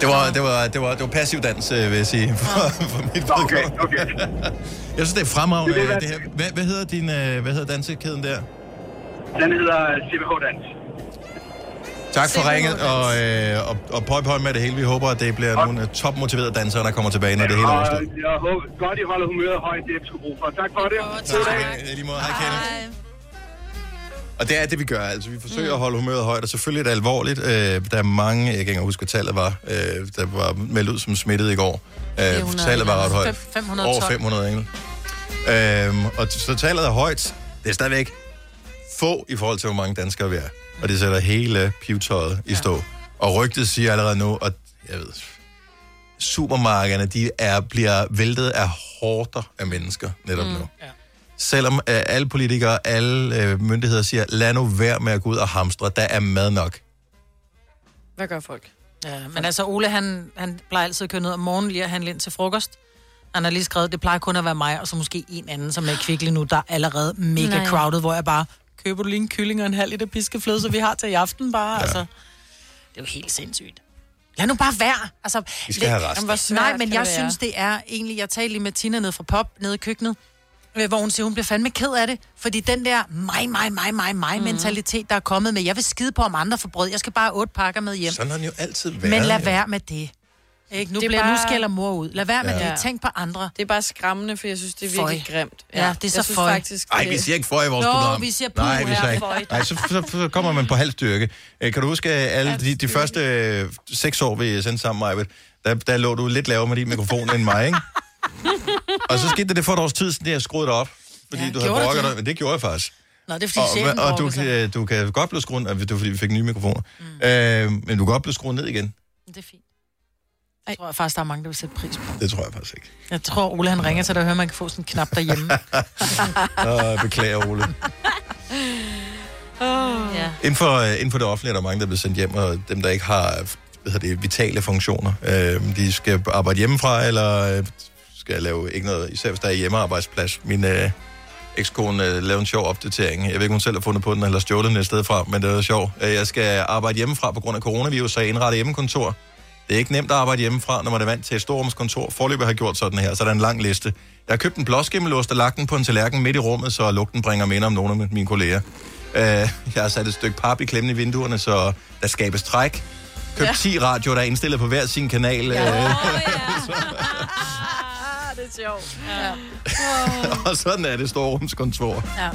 S1: Det var, det var, det var, det var passiv dans, øh, vil jeg sige, for, for mit okay,
S5: okay.
S1: Jeg synes, det er fremragende,
S5: Det er det,
S1: det, det her. Hvad, hvad hedder din, øh, hvad hedder dansekæden der?
S5: den hedder CBH Dans.
S1: Tak for ringet, og, øh, og, og pøj, pøj med det hele. Vi håber, at det bliver nogle øh, topmotiverede dansere, der kommer tilbage, når det hele er
S5: Og
S1: overstået.
S5: jeg håber godt, I holder humøret højt. Det er sgu brug for. Tak for det.
S1: Tak skal du have. I lige måde. Hej, Kenneth. Og det er det, vi gør. Altså, vi forsøger mm. at holde humøret højt, og selvfølgelig er det alvorligt. Øh, der er mange, jeg kan ikke engang huske, hvad tallet var, øh, der var meldt ud som smittet i går. Øh,
S2: 400.
S1: tallet var ret højt.
S2: Fem- 512.
S1: Over 500 engel. Øhm, og t- så tallet er højt. Det er stadigvæk få i forhold til, hvor mange danskere vi er. Og det sætter hele pivtøjet i stå. Og rygtet siger allerede nu, og jeg ved, supermarkederne, de er, bliver væltet af hårder af mennesker netop mm. nu selvom øh, alle politikere, alle øh, myndigheder siger, lad nu være med at gå ud og hamstre, der er mad nok.
S4: Hvad gør folk?
S2: Ja, men altså Ole, han, han plejer altid at køre ned om morgenen lige at handle ind til frokost. Han har lige skrevet, det plejer kun at være mig, og så måske en anden, som er kvikle nu, der er allerede mega
S4: Nej.
S2: Nej. crowded, hvor jeg bare, køber du lige en kylling og en halv liter piskefløde, så vi har til i aften bare, ja. altså. Det er jo helt sindssygt. Lad nu bare være. Altså,
S1: Vi skal have resten. Jamen, hvor
S4: svært
S2: Nej, men
S4: kan
S2: jeg
S4: det
S2: synes, det er egentlig... Jeg talte lige med Tina nede fra Pop, nede i køkkenet, øh, hvor hun siger, hun bliver fandme ked af det, fordi den der mig, mig, mig, mig,
S4: Mhm.
S2: mig mentalitet, der er kommet med, jeg vil skide på om andre får brød, jeg skal bare have otte pakker med hjem.
S1: Sådan har den jo altid været.
S2: Men lad
S1: ja.
S2: være med det. Ikke? Nu,
S4: Det er
S2: bliver, bare... nu
S4: bare-
S2: skælder mor ud. Lad være med
S1: Ja.
S2: ja. det. Tænk på andre.
S4: Det er bare skræmmende, for jeg synes, det er virkelig
S2: Føj.
S4: grimt.
S2: Ja, det er så
S4: jeg synes
S2: føj.
S4: faktisk,
S1: Ej,
S2: øh,
S4: det-
S1: vi siger ikke for i vores
S4: Nå,
S1: program.
S4: vi siger puh
S1: Nej, vi siger
S4: her,
S1: ikke.
S4: føj.
S1: Nej, så, så, så kommer man på halv styrke. Øh, Kan du huske, at alle de, de første øh, seks år, vi sendte sammen, Majbet, der, der lå du lidt lavere med din mikrofon end
S2: *laughs*
S1: mig, ikke? Og så skete der det for et års tid, siden jeg skruede dig op, fordi ja, du havde
S2: gjorde du
S1: brokket
S2: det?
S1: dig. Men det gjorde jeg faktisk.
S2: Nå, det er fordi,
S1: Og,
S2: chefen
S1: og du,
S2: brokker sig.
S1: kan, øh, du kan godt blive skruet, og det var fordi vi fik nye mikrofoner,
S2: Mm.
S1: øh, men du kan godt blive skruet ned igen.
S2: Det er fint. Jeg tror faktisk, der er mange, der vil sætte pris på.
S1: Det tror jeg faktisk ikke.
S2: Jeg tror, Ole han ringer til dig og hører, at man kan få sådan en knap
S3: *laughs*
S2: derhjemme.
S1: Åh, beklager, Ole.
S2: oh. ja.
S1: Inden for, øh, inden for det offentlige er der mange, der bliver sendt hjem, og dem, der ikke har øh, hvad hedder det, vitale funktioner, øh, de skal arbejde hjemmefra, eller øh, skal lave ikke noget, især hvis der er hjemmearbejdsplads. Min øh, ekskone øh, lavede en sjov opdatering. Jeg ved ikke, om hun selv har fundet på den, eller stjålet den et sted fra, men det er sjovt. Øh, Jeg skal arbejde hjemmefra på grund af coronavirus, så jeg indretter hjemmekontor. Det er ikke nemt at arbejde hjemmefra, når man er vant til et storrumskontor. Forløbet har gjort sådan her, så der er en lang liste. Jeg har købt en blåskimmelost og lagt den på en tallerken midt i rummet, så lugten bringer minder om nogle af mine kolleger. Øh, jeg har sat et stykke pap i klemmen i vinduerne, så der skabes træk.
S4: Ja.
S1: Købt ja. 10 radioer, der er indstillet på hver sin kanal. Ja. Øh,
S4: Ah, det er sjovt. Ja.
S1: *laughs* og sådan er det storrumskontor.
S2: ja.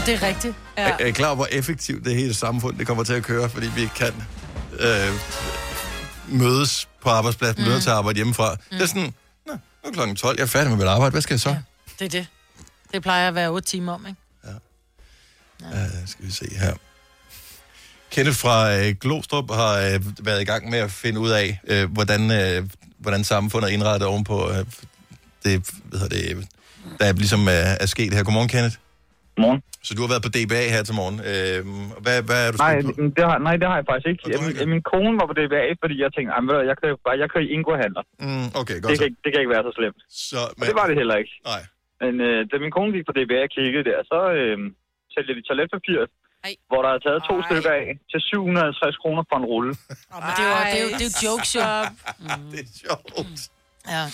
S2: Og det er rigtigt.
S1: Ja. Er, er I klar over, hvor effektivt det hele samfund det kommer til at køre, fordi vi ikke kan øh, mødes på arbejdspladsen, mm. mødes til at arbejde hjemmefra? Mm. Det er sådan, Nå, nu er klokken 12, jeg er færdig med mit arbejde, hvad skal jeg så? Ja.
S2: Det er det. Det plejer at være 8 timer om, ikke?
S1: Uh, skal vi se her. Kenneth fra øh, Glostrup har øh, været i gang med at finde ud af, øh, hvordan, øh, hvordan samfundet er indrettet ovenpå øh, det, hvad hedder det, der er ligesom øh, er sket her. Godmorgen, Kenneth.
S7: Godmorgen.
S1: Så du har været på DBA her til morgen. Øh, hvad, hvad er du
S7: Nej,
S1: spændt på?
S7: det har, nej, det har jeg faktisk ikke. Jeg, min, min kone var på DBA, fordi jeg tænkte, "Ej, men ved du hvad, jeg kører, bare, jeg kører i Ingo-handler.
S1: Mm, okay, godt
S7: det,
S1: så.
S7: kan, ikke- det kan ikke være så slemt.
S1: Så,
S7: men... det var det heller ikke.
S1: Nej.
S7: Men øh, da min kone gik på DBA og kiggede der, så øh, sælger de toiletpapir, Ej. hvor der er taget to Ej. stykker af til 750 kroner for en rulle.
S2: Men det er jo, det er jo, Mm. det er jo jokes, jo.
S1: *laughs* det er sjovt.
S2: Ja.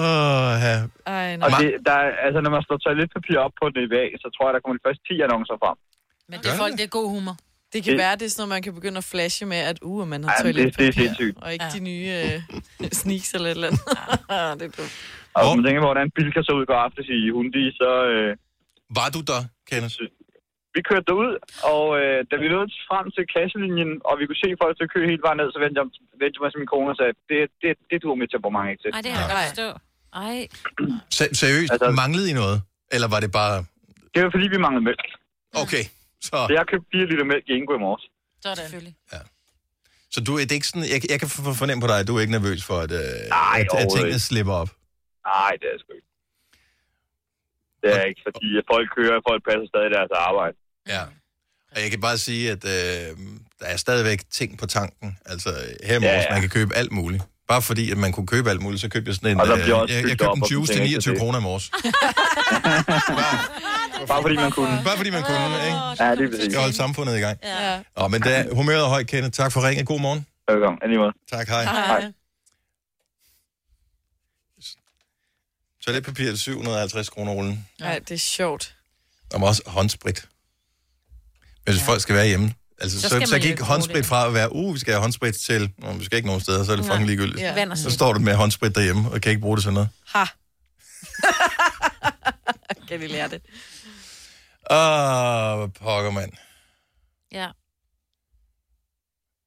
S1: Åh, ja.
S2: Ej,
S7: Og det, der, er- altså, når man slår toiletpapir op på DBA, så tror jeg, der kommer de første 10 annoncer frem.
S2: Men det er folk, det er god humor.
S4: Det kan
S7: Det-
S4: være, det er sådan noget, man kan begynde at flashe med, at uh, man har
S7: Ej, men det- det er
S4: toiletpapir.
S7: sindssygt.
S4: Og ikke ja. de nye øh, *laughs* sneaks eller et eller andet. *laughs* det er dumt.
S7: Og hvis man tænker, på, hvordan bil kan så ud går aftes i Hyundai, så... Øh,
S1: var du der, Kenneth?
S7: Vi kørte derud, og øh, da vi nåede frem til klasselinjen, og vi kunne se folk til kø hele vejen ned, så vendte jeg, vendte jeg mig til min kone og sagde, det, det, det duer mit temperament ikke til.
S3: Ej, det har jeg godt forstå. Ej.
S1: Se- seriøst, altså... manglede I noget? Eller var det bare...
S7: Det var fordi, vi manglede mælk.
S1: Okay, så...
S7: Så jeg købte 4 liter mælk i Ingo i morges.
S2: Sådan. Selvfølgelig.
S1: Så du er det er ikke sådan, jeg, jeg kan for- fornemme på dig, at du er ikke nervøs for, at, øh,
S7: Nej,
S1: at, at
S7: overhovedet
S1: tingene
S7: ikke.
S1: slipper op.
S7: Nej, det er sgu ikke. Det er ikke, fordi folk kører, og folk passer stadig deres arbejde.
S1: Ja. Og jeg kan bare sige, at øh, der er stadigvæk ting på tanken. Altså her i morges,
S7: ja.
S1: man kan købe alt muligt. Bare fordi, at man kunne købe alt muligt, så købte jeg sådan en...
S7: Og der bliver
S1: øh,
S7: også
S1: jeg,
S7: fyldt
S1: jeg købte
S7: op,
S1: en
S7: og
S1: 20
S7: vi
S1: til
S7: tænker
S1: 29
S7: til det.
S1: kroner i morges.
S7: *laughs* Bare fordi man kunne.
S1: Bare fordi man kunne, ikke?
S7: Ja, det er præcis.
S1: Skal holde samfundet i gang.
S2: Ja.
S1: Nå, men det er humøret er højt, Kenneth. Tak for ringet. God morgen.
S7: Velkommen. Anyway.
S1: Tak, hej.
S2: Hej.
S1: Toiletpapir til 750 kroner rullen.
S4: Ej, det er sjovt.
S1: Og også håndsprit. Men hvis folk skal være hjemme, Altså,
S3: Så
S1: så,
S3: skal
S1: så,
S3: man
S1: så gik
S3: løbe
S1: håndsprit fra at være, uh, vi skal have håndsprit til, Nå, vi skal ikke nogen steder, så er det
S3: Nej.
S1: fucking ligegyldigt.
S3: Ja. Vand og
S1: Så
S3: sæbe.
S1: står du med håndsprit derhjemme, og kan ikke bruge det til noget.
S4: Ha. *laughs* kan vi lære det?
S1: Åh, oh, pokker mand.
S3: Ja.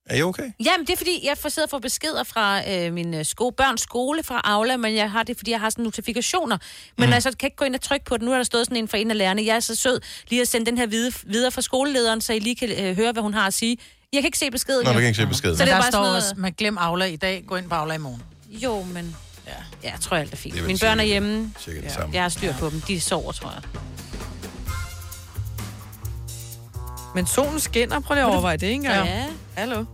S1: Er I okay? *laughs*
S3: Jamen, det er fordi, jeg får sidder og får beskeder fra øh, min øh, sko, børns skole fra Aula, men jeg har det, fordi jeg har sådan notifikationer. Men
S1: Mm.
S3: mm. altså, kan ikke gå ind og trykke på den. Nu har der stået sådan en fra en af lærerne. Jeg er så sød lige at sende den her vide, videre fra skolelederen, så I lige kan øh, høre, hvad hun har at sige. Jeg kan ikke se beskeden.
S1: Nå, du
S3: jo.
S1: kan ikke se beskeden.
S3: Så det er
S2: der
S3: bare
S2: står
S3: sådan
S2: noget...
S3: noget...
S2: også, man glem Aula i dag, gå ind på Aula i morgen.
S3: Jo, men...
S2: Ja,
S3: ja jeg tror alt er fint.
S2: Det er vel
S3: Mine børn er
S2: cirka-
S3: hjemme.
S1: cirka det
S3: Ja.
S1: samme.
S3: Jeg har styr på dem. De sover, tror jeg.
S4: Men solen skinner, prøv lige at overveje det, ikke engang?
S3: Ja.
S4: Hallo?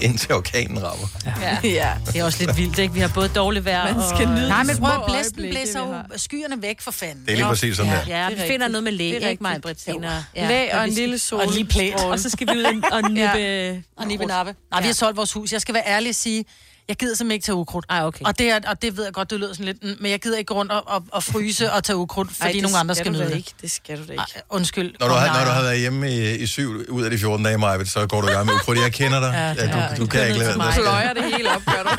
S1: Indtil orkanen rammer.
S4: Ja. *laughs* ja.
S3: Det er også lidt vildt, ikke? Vi har både dårligt vejr
S4: Man skal
S3: og...
S4: nyde
S2: Nej, men prøv
S4: små
S2: at blæsten
S4: øjeblikke,
S2: blæser
S4: vi
S2: jo skyerne væk for fanden.
S1: Det er lige præcis sådan
S3: ja.
S1: der.
S3: Ja,
S2: Det
S3: vi
S2: er
S3: finder
S2: rigtigt.
S3: noget med læ,
S2: Det er
S3: ikke
S2: rigtigt.
S3: mig, Britt, senere. Ja.
S4: Læ og
S3: Men
S4: en
S3: vi skal-
S4: lille sol.
S2: Og lige plæt.
S4: Stråle.
S2: Og så skal vi ud *laughs* ind og nippe...
S4: Ja.
S2: Og nippe nappe. Nej, vi har solgt vores hus. Jeg skal være ærlig og sige, jeg gider simpelthen ikke tage ukrudt.
S3: Ej, okay.
S2: Og det, er, og det ved jeg godt, det lyder sådan lidt, mm, men jeg gider ikke gå rundt og, og, og fryse og tage ukrudt, fordi
S4: det
S2: nogle andre
S4: skal
S2: skal
S4: du da
S2: nyde det.
S4: ikke. Det skal du da ikke.
S2: Ej, undskyld.
S1: Når du,
S2: Kom,
S1: har, når
S2: Laura.
S1: du har været hjemme i, i syv ud af de 14 dage, Maja, så går du i gang med ukrudt. Jeg kender dig.
S2: Ja,
S1: Ja,
S2: det
S1: ja, du, du, kan ikke lade
S4: Du
S1: være. Der skal,
S4: pløjer det hele op, gør du.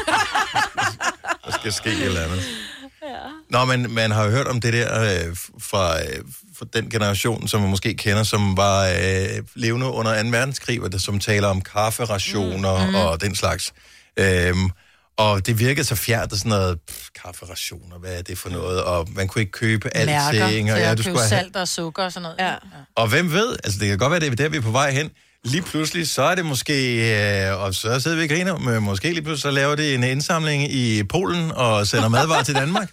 S1: der skal ske et eller andet. Nå, men man har jo hørt om det der øh, fra, øh, fra den generation, som man måske kender, som var øh, levende under 2. verdenskrig, hvor der, som taler om kafferationer mm. og den slags. Øhm, og det virkede så fjernt, og sådan noget, pff, kafferationer, hvad er det for noget? Og man kunne ikke købe alting.
S2: Mærker,
S1: og
S2: til at købe
S1: du skulle have-
S2: salt og sukker og sådan noget. Ja.
S1: Og hvem ved, altså det kan godt være, det er der, vi er på vej hen. Lige pludselig, så er det måske, øh, og så sidder vi og griner, men måske lige pludselig, så laver det en indsamling i Polen og sender madvarer til Danmark.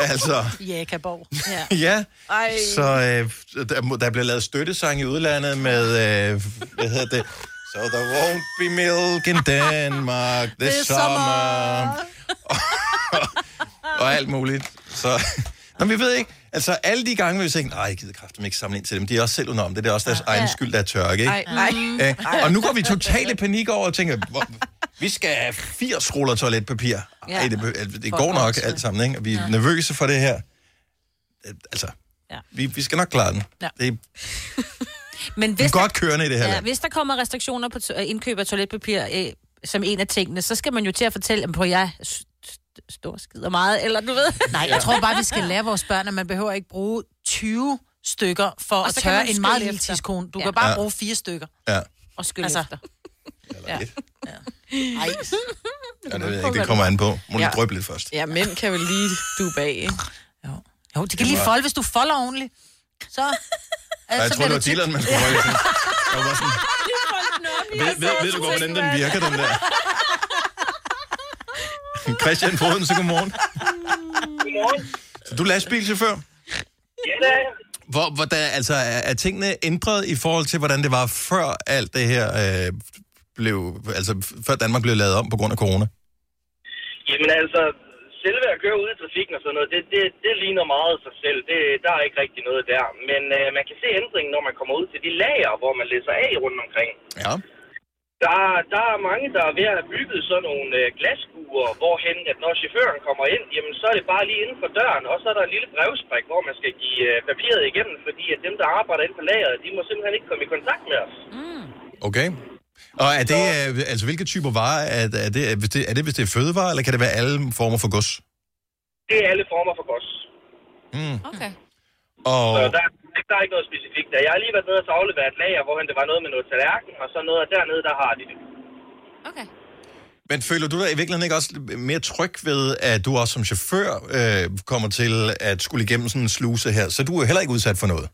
S1: Altså,
S2: Jækaborg. Ja.
S1: ja.
S2: Ej.
S1: Så øh, der, må- der bliver lavet støttesang i udlandet med, øh, hvad hedder det? So there won't be milk in Denmark this,
S12: This
S1: summer.
S12: summer.
S1: og alt muligt. Så, Nå, men vi ved ikke. Altså, alle de gange, hvor vi tænker, nej, jeg gider kraften ikke samle ind til dem. De er også selv udenom det. Det er også deres ja. egen skyld, der er tørke, ikke?
S12: Ej, nej.
S1: Øh, og nu går vi i total i panik over og tænker, hvor, vi skal have 80 ruller toiletpapir.
S12: Ja.
S1: Ej, det, be- det
S12: For
S1: går nok
S12: åndssvagt.
S1: alt sammen, ikke? Og vi er
S12: Ja.
S1: ja. nervøse for det her. Øh, Altså,
S3: Ja.
S1: vi, vi skal nok klare den.
S3: Ja.
S1: Det er,
S3: *laughs* Men
S1: vi er
S3: hvis
S1: godt kørende i det her
S3: Ja,
S1: land.
S3: hvis der kommer restriktioner på to- øh, indkøb af toiletpapir øh, som en af tingene, så skal man jo til at fortælle, at jeg s- st- stor skider meget, eller du ved.
S2: Nej, jeg tror bare, vi skal lære vores børn, at man behøver ikke bruge 20 stykker for
S3: Og
S2: at
S3: så kan man
S2: tørre en
S3: skylle
S2: meget lille
S3: efter.
S2: tidskone. Du
S3: Ja.
S2: kan bare
S1: Ja.
S2: bruge fire stykker.
S1: Ja.
S3: Og skylle
S2: Altså.
S3: efter.
S1: Eller lidt.
S2: Ej.
S1: Ja, det ved jeg ikke, det kommer an på. Må lige dryppe lidt først.
S4: Ja, mænd kan vel lige dupe af, ikke?
S2: Jo, de kan lige
S1: var-
S2: folde, hvis du folder ordentligt. Så...
S1: Ej, jeg tror, det var dealeren, man skulle
S3: *laughs*
S1: rykke til. Jeg var bare sådan,
S3: altså,
S1: ved, ved, ved du godt, hvordan den virker, den der? *laughs* Christian Foden, så godmorgen. Så du er lastbilchauffør? Hvor, hvor der, altså, er, er tingene ændret i forhold til, hvordan det var før alt det her øh, blev, altså f- før Danmark blev lavet om på grund af corona?
S8: Jamen altså, selve at køre ude i trafikken og sådan noget, det, det, det ligner meget sig selv. Det, der er ikke rigtig noget der. Men øh, man kan se ændringen, når man kommer ud til de lager, hvor man læser af rundt omkring.
S1: Ja.
S8: Der, der er mange, der er ved at have bygget sådan nogle øh, glasbuer, hvorhen, at når chaufføren kommer ind, jamen så er det bare lige inden for døren, og så er der en lille brevspræk, hvor man skal give øh, papiret igennem, fordi at dem, der arbejder inde på lageret, de må simpelthen ikke komme i kontakt med os.
S1: Okay. Og er det, øh, altså hvilke typer varer, er, er, det, er, hvis det, er det, hvis det er fødevarer, eller kan det være alle former for gods?
S8: Det er alle former for gods.
S1: Mm.
S8: Okay.
S1: Og,
S8: Så der, der er ikke noget specifikt der. Jeg har lige været nede og så afleveret et lager, hvor det var noget med noget tallerken, og så noget, og dernede, der har de det.
S1: men føler du dig i virkeligheden ikke også mere tryg ved, at du også som chauffør øh, kommer til at skulle igennem sådan en sluse her, så du er heller ikke udsat for noget?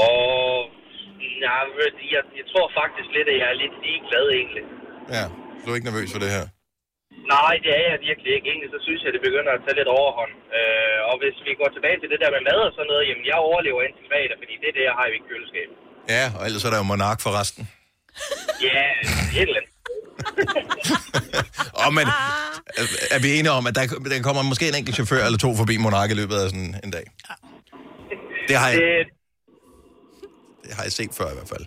S8: Og nej, ved du, jeg, jeg tror faktisk lidt, at jeg er lidt ligeglad egentlig.
S1: Ja, du er ikke nervøs for det her?
S8: Nej, det er jeg virkelig ikke. Egentlig så synes jeg, det begynder at tage lidt overhånd. Øh, og hvis vi går tilbage til det der med mad og sådan noget, jamen jeg overlever indtil fredag, fordi det er det, jeg har i mit køleskab.
S1: Ja, og ellers er der jo monark for resten.
S8: Ja, et eller andet.
S1: Og men øh, er- er vi enige om, at der, der kommer måske en enkelt chauffør eller to forbi monark i løbet af sådan en dag? Det har jeg, det har jeg set før i hvert fald.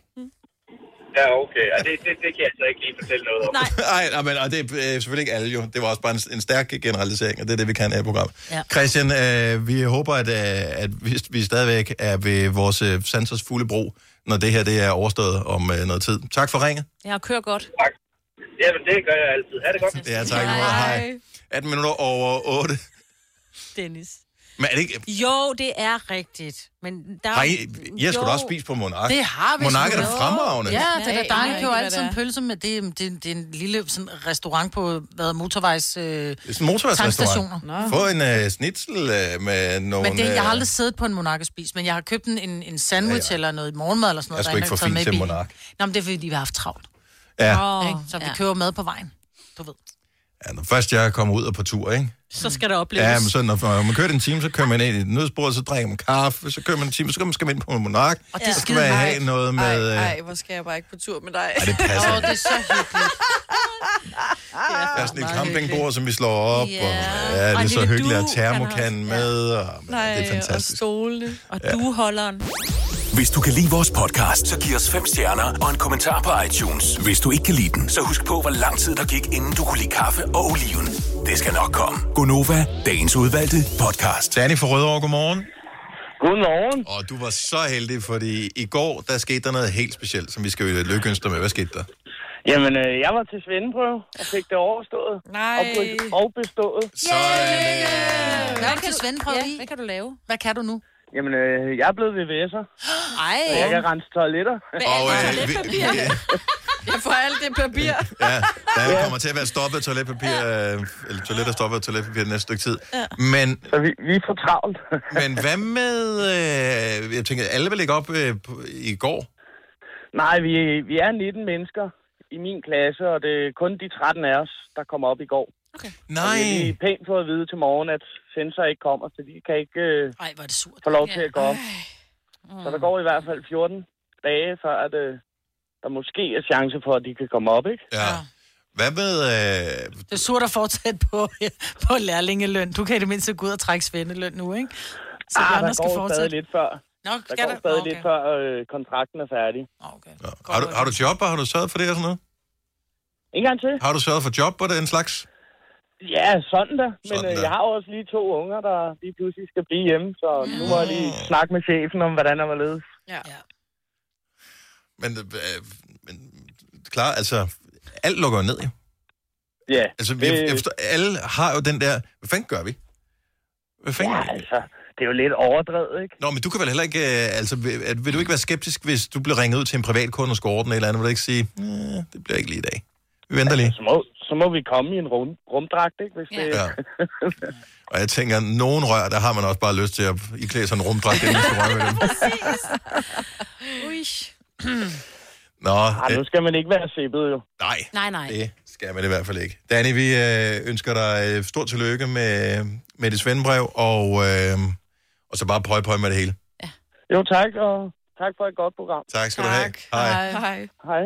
S8: Ja, okay. Ja, det, det, det kan jeg altså ikke lige fortælle noget om. Nej.
S1: *laughs* Nej, nej, men og det er øh, selvfølgelig ikke alle jo. Det var også bare en, en stærk generalisering, og det er det, vi kan af programmet. Ja. Christian, øh, vi håber, at, øh, at vi, vi stadigvæk er ved vores øh, sensors fulde brug, når det her det er overstået om øh, noget tid. Tak for ringet.
S3: Jeg kører godt.
S8: Tak. Jamen, det gør jeg altid. Ha' det godt.
S1: Ja, tak. Hej. Hej. 18 minutter over 8.
S3: Dennis.
S1: Men er det ikke...
S3: Jo, det er rigtigt. Men der...
S1: Har I, jeg skulle da også spise på Monark.
S2: Det har vi
S1: Monark er
S2: sgu
S1: da
S2: da.
S1: fremragende.
S2: Ja, det er
S3: Nej,
S2: da
S3: jeg
S2: dejligt.
S3: ved
S2: Det er jo
S3: ikke,
S2: altid
S3: hvad
S2: en pølse med det. Det, det er en lille sådan, restaurant på hvad, motorvejs... Øh, det
S1: Det er sådan en motorvejsrestaurant. Få en øh, snitsel øh, med nogle...
S2: Men det, jeg har
S1: øh,
S2: aldrig siddet på en monark og spist, men jeg har købt en, en, en sandwich ja, ja.
S1: Ja,
S2: eller noget morgenmad eller sådan
S1: Jeg er
S2: noget.
S1: sgu
S2: der
S1: ikke for
S2: taget
S1: fin
S2: med i
S1: til
S2: bilen.
S1: Monark.
S2: Nå, men det er fordi, vi har haft travlt.
S1: Ja.
S2: Ikke? Så vi køber mad på vejen. Du ved.
S1: Ja, når først jeg kommer ud og på tur, ikke?
S2: Så skal det opleves.
S1: Ja, men så når når man kører en time, så kører man ind i et nødspor, så drikker man kaffe, så kører man en time, så skal man, skal man ind på en monark,
S4: Og det
S1: så
S4: er
S1: skal
S4: skide
S1: man
S4: hej.
S1: have noget med... øh,
S4: Nej, hvor skal jeg bare ikke på tur med dig.
S1: Ej, det passer
S4: Åh,
S1: ikke.
S4: det er så hyggeligt.
S1: Der er sådan et campingbord, som vi slår op,
S4: Ja.
S1: og ja, det
S4: Og
S1: er
S4: en
S1: så
S4: lille
S1: hyggeligt, at
S4: dug, han
S1: termokan med, og
S4: Nej,
S1: det er
S4: og
S1: fantastisk.
S4: stolene. Og
S1: Ja.
S4: dueholderen.
S21: Hvis du kan lide vores podcast, så giv os fem stjerner og en kommentar på iTunes. Hvis du ikke kan lide den, så husk på, hvor lang tid der gik, inden du kunne lide kaffe og oliven. Det skal nok komme.
S1: Gonova, dagens udvalgte podcast. Danny fra Rødovre, godmorgen.
S22: Godmorgen.
S1: Og du var så heldig, fordi i går, der skete der noget helt specielt, som vi skal jo lykkeønske dig med. Hvad skete der?
S22: Jamen, øh, jeg var til svendeprøve og fik det overstået.
S4: Nej.
S22: Og, be- og bestået.
S2: Hvad, hvad kan du svendeprøve ja, i? Hvad kan du lave? Hvad kan du nu?
S22: Jamen, øh, jeg er blevet VVS'er.
S2: Ej.
S22: Så jeg kan rense toiletter.
S1: Og, øh, vi, ja,
S4: Jeg får alt det papir.
S1: ja, der kommer til at være stoppet toiletpapir, øh, eller toiletter stoppet toiletpapir det næste stykke tid. Men,
S22: så vi, vi er for travlt.
S1: *laughs* men hvad med, øh, jeg tænker, alle vil lægge op øh, på- i går?
S22: Nej, vi, vi er 19 mennesker i min klasse, og det er kun de 13 af os, der kommer op i går. Okay.
S1: Nej.
S22: Og vi er pænt fået at vide til morgen, at sensor ikke kommer, så de kan ikke øh,
S2: Ej, hvor er det surt.
S22: få lov til at gå op. Så der går i hvert fald 14 dage, før at, øh, der måske er chance for, at de kan komme op, ikke?
S1: Ja. Hvad med... Øh,
S2: Det er surt at fortsætte på, *laughs* på lærlingeløn. Du kan i det mindste gå ud og trække svendeløn nu, ikke? Så
S22: Ah,
S2: de
S22: der
S2: andre skal
S22: går stadig
S2: fortsætte.
S22: lidt før.
S2: Nå,
S22: der
S2: skal
S22: går
S2: der?
S22: stadig
S2: Nå,
S22: lidt før øh, kontrakten er færdig.
S2: Okay.
S1: har, du, har du job, og har du sørget for det og sådan noget?
S22: En gang til.
S1: Har du sørget for job og den slags?
S22: Ja, sådan da. Men
S1: Sådan
S22: øh,
S1: da.
S22: jeg har jo også lige to unger, der lige pludselig skal blive hjemme, så nu må jeg
S1: Ah.
S22: lige snakke med chefen om, hvordan der var ledes.
S4: Ja.
S1: Men, øh, men klar, altså, alt lukker jo ned, jo.
S22: Ja.
S1: Altså, vi,
S22: det-
S1: jeg forstår, alle har jo den der, hvad fanden gør vi? Hvad fanden? Ja,
S22: altså, det er jo lidt overdrevet, ikke?
S1: Nå, men du kan vel heller ikke, øh, altså, vil, at- vil du ikke være skeptisk, hvis du bliver ringet ud til en privat kunde og score den eller andet, vil du ikke sige, "Næh, det bliver ikke lige i dag. Vi venter lige.
S22: Så må, så må vi komme i en rum, rumdragt, ikke? Hvis det... *laughs*
S1: Ja.
S22: Altså-
S1: Og jeg tænker, nogen rør, der har man også bare lyst til at iklæde sådan en rumdragt, inden man skal røre ved dem.
S3: Ui.
S2: *clears throat*
S1: Nå,
S22: Ej, nu skal man ikke være sippet, jo.
S1: Nej.
S3: Nej, nej.
S1: Det skal man i hvert fald ikke. Danny, vi øh, ønsker dig øh, stort tillykke med, med dit svendebrev, og, øh, og så bare prøv prøv med det hele.
S22: Jo, tak, og tak for et godt program.
S1: Tak skal du have. Hej.
S22: Hej. Hej.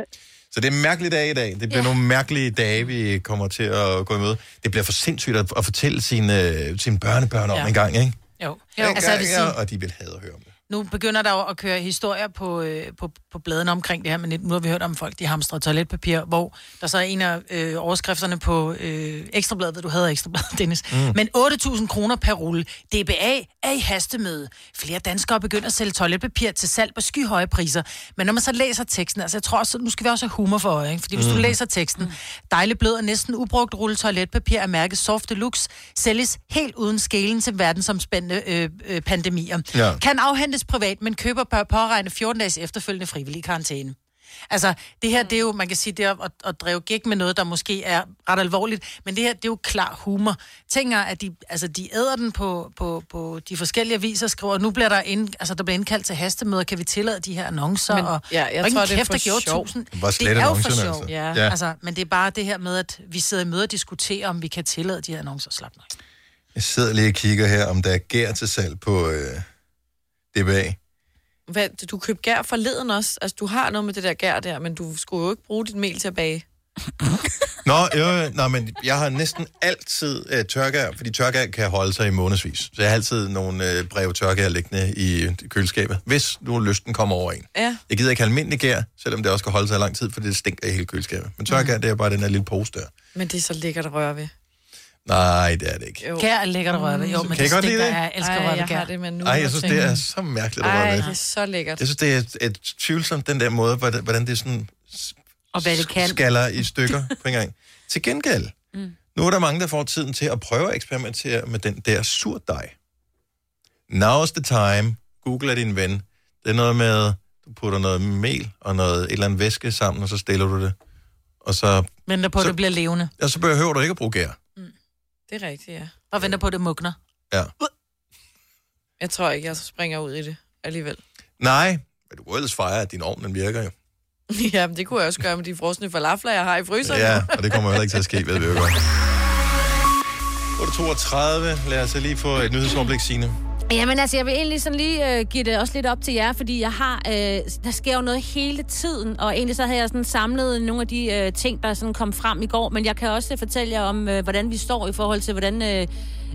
S1: Så det er en mærkelig dag i dag. Det bliver ja. nogle mærkelige dage, vi kommer til at gå imod. Det bliver for sindssygt at, at fortælle sine, øh, sine børnebørn om
S2: Ja.
S1: ja. en gang, ikke?
S2: Jo. jo.
S1: Dengang,
S2: Altså, jeg vil sige,
S1: ja, og de vil have at høre om det.
S2: nu begynder der jo at køre historier på, øh, på, på bladene omkring det her, men nu har vi hørt om folk, de hamstrer toiletpapir, hvor der så er en af øh, overskrifterne på øh, Ekstrabladet, ved du havde Ekstrabladet, *laughs* Dennis, mm. men 8.000 kroner per rulle. DBA er i hastemøde. Flere danskere begynder at sælge toiletpapir til salg på skyhøje priser. Men når man så læser teksten, altså jeg tror også, nu skal vi også have humor for øje, ikke? fordi hvis du
S11: Mm.
S2: læser teksten, dejlig blød og næsten ubrugt rulle toiletpapir af mærket Soft Deluxe, sælges helt uden skelen til verdensomspændende øh, øh, pandemier.
S11: Ja.
S2: Kan afhentes privat, men køber bør påregne 14 dages efterfølgende frivillig karantæne. Altså, det her, det er jo, man kan sige, det er at, at drive gæk med noget, der måske er ret alvorligt, men det her, det er jo klar humor. Tænker, at de, altså, de æder den på, på, på de forskellige aviser, skriver, nu bliver der, ind, altså, der bliver indkaldt til hastemøder, kan vi tillade de her annoncer?
S4: Men-
S2: og,
S4: ja, jeg
S2: og ingen
S4: tror, det er
S2: kæft,
S4: for
S2: der gjorde
S4: sjov.
S2: tusind.
S1: Bare slet
S2: det er jo for
S1: annoncerne,
S2: sjov.
S1: altså.
S2: Ja.
S1: Ja.
S2: Altså, men det er bare det her med, at vi sidder i møde og diskuterer, om vi kan tillade de her annoncer. Slap mig.
S1: Jeg sidder lige og kigger her, om der er gær til salg på øh, DBA.
S4: Hvad, du købte gær forleden også. Altså, du har noget med det der gær der, men du skulle jo ikke bruge dit mel til at bage.
S1: Nå, jo, nej, men jeg har næsten altid øh, tørkær, fordi tørkær kan holde sig i månedsvis. Så jeg har altid nogle øh, brev tørkær liggende i øh, køleskabet, hvis nu lysten kommer over en.
S4: Ja.
S1: Jeg gider ikke almindelig gær, selvom det også kan holde sig i lang tid, for det stinker i hele køleskabet. Men tørkær,
S2: Mhm.
S1: mm. det er bare den her lille pose der.
S4: Men det er så lækkert at røre ved.
S1: Nej, det er det ikke.
S2: Kær er lækkert at røre ved. Jo, men
S1: Kan I
S2: det
S1: godt lide
S2: stinker
S1: det?
S2: af. Jeg elsker
S4: Ej,
S2: at røre
S4: jeg
S2: ved
S4: har
S2: gær.
S4: det med nu.
S1: Nej, jeg synes, det er så mærkeligt at
S4: Ej,
S1: røre
S4: det er
S1: ved.
S4: så lækkert.
S1: Jeg synes, det er et, et tvivlsomt, den der måde, hvordan hvordan det sådan
S2: Og hvad det kan.
S1: skaller i
S2: *laughs*
S1: stykker på en gang. Til gengæld,
S2: Mm.
S1: mm. nu er der mange, der får tiden til at prøve at eksperimentere med den der surdej. Now's the time. Google er din ven. Det er noget med, du putter noget mel og noget, et eller andet væske sammen, og så stiller du det. Og så,
S2: Venter på, at
S1: Så-
S2: det bliver levende.
S1: og så behøver du ikke at bruge gær.
S4: Det er rigtigt, ja.
S2: Bare venter på, at det mugner.
S1: Ja.
S4: Jeg tror ikke, jeg springer ud i det alligevel. *laughs*
S1: Nej, men du må ellers fejre, at din ovn den virker jo.
S4: ja, men det kunne jeg også gøre med de frosne falafler, jeg har i fryseren. *laughs*
S1: Ja, og det kommer heller ikke til at ske, ved vi jo godt. 8.32. Lad os lige få et nyhedsoverblik, Signe.
S3: Jamen altså, jeg vil egentlig sådan lige øh, give det også lidt op til jer, fordi jeg har, øh, der sker jo noget hele tiden, og egentlig så havde jeg sådan samlet nogle af de øh, ting, der sådan kom frem i går, men jeg kan også øh, fortælle jer om, øh, hvordan vi står i forhold til, hvordan, øh,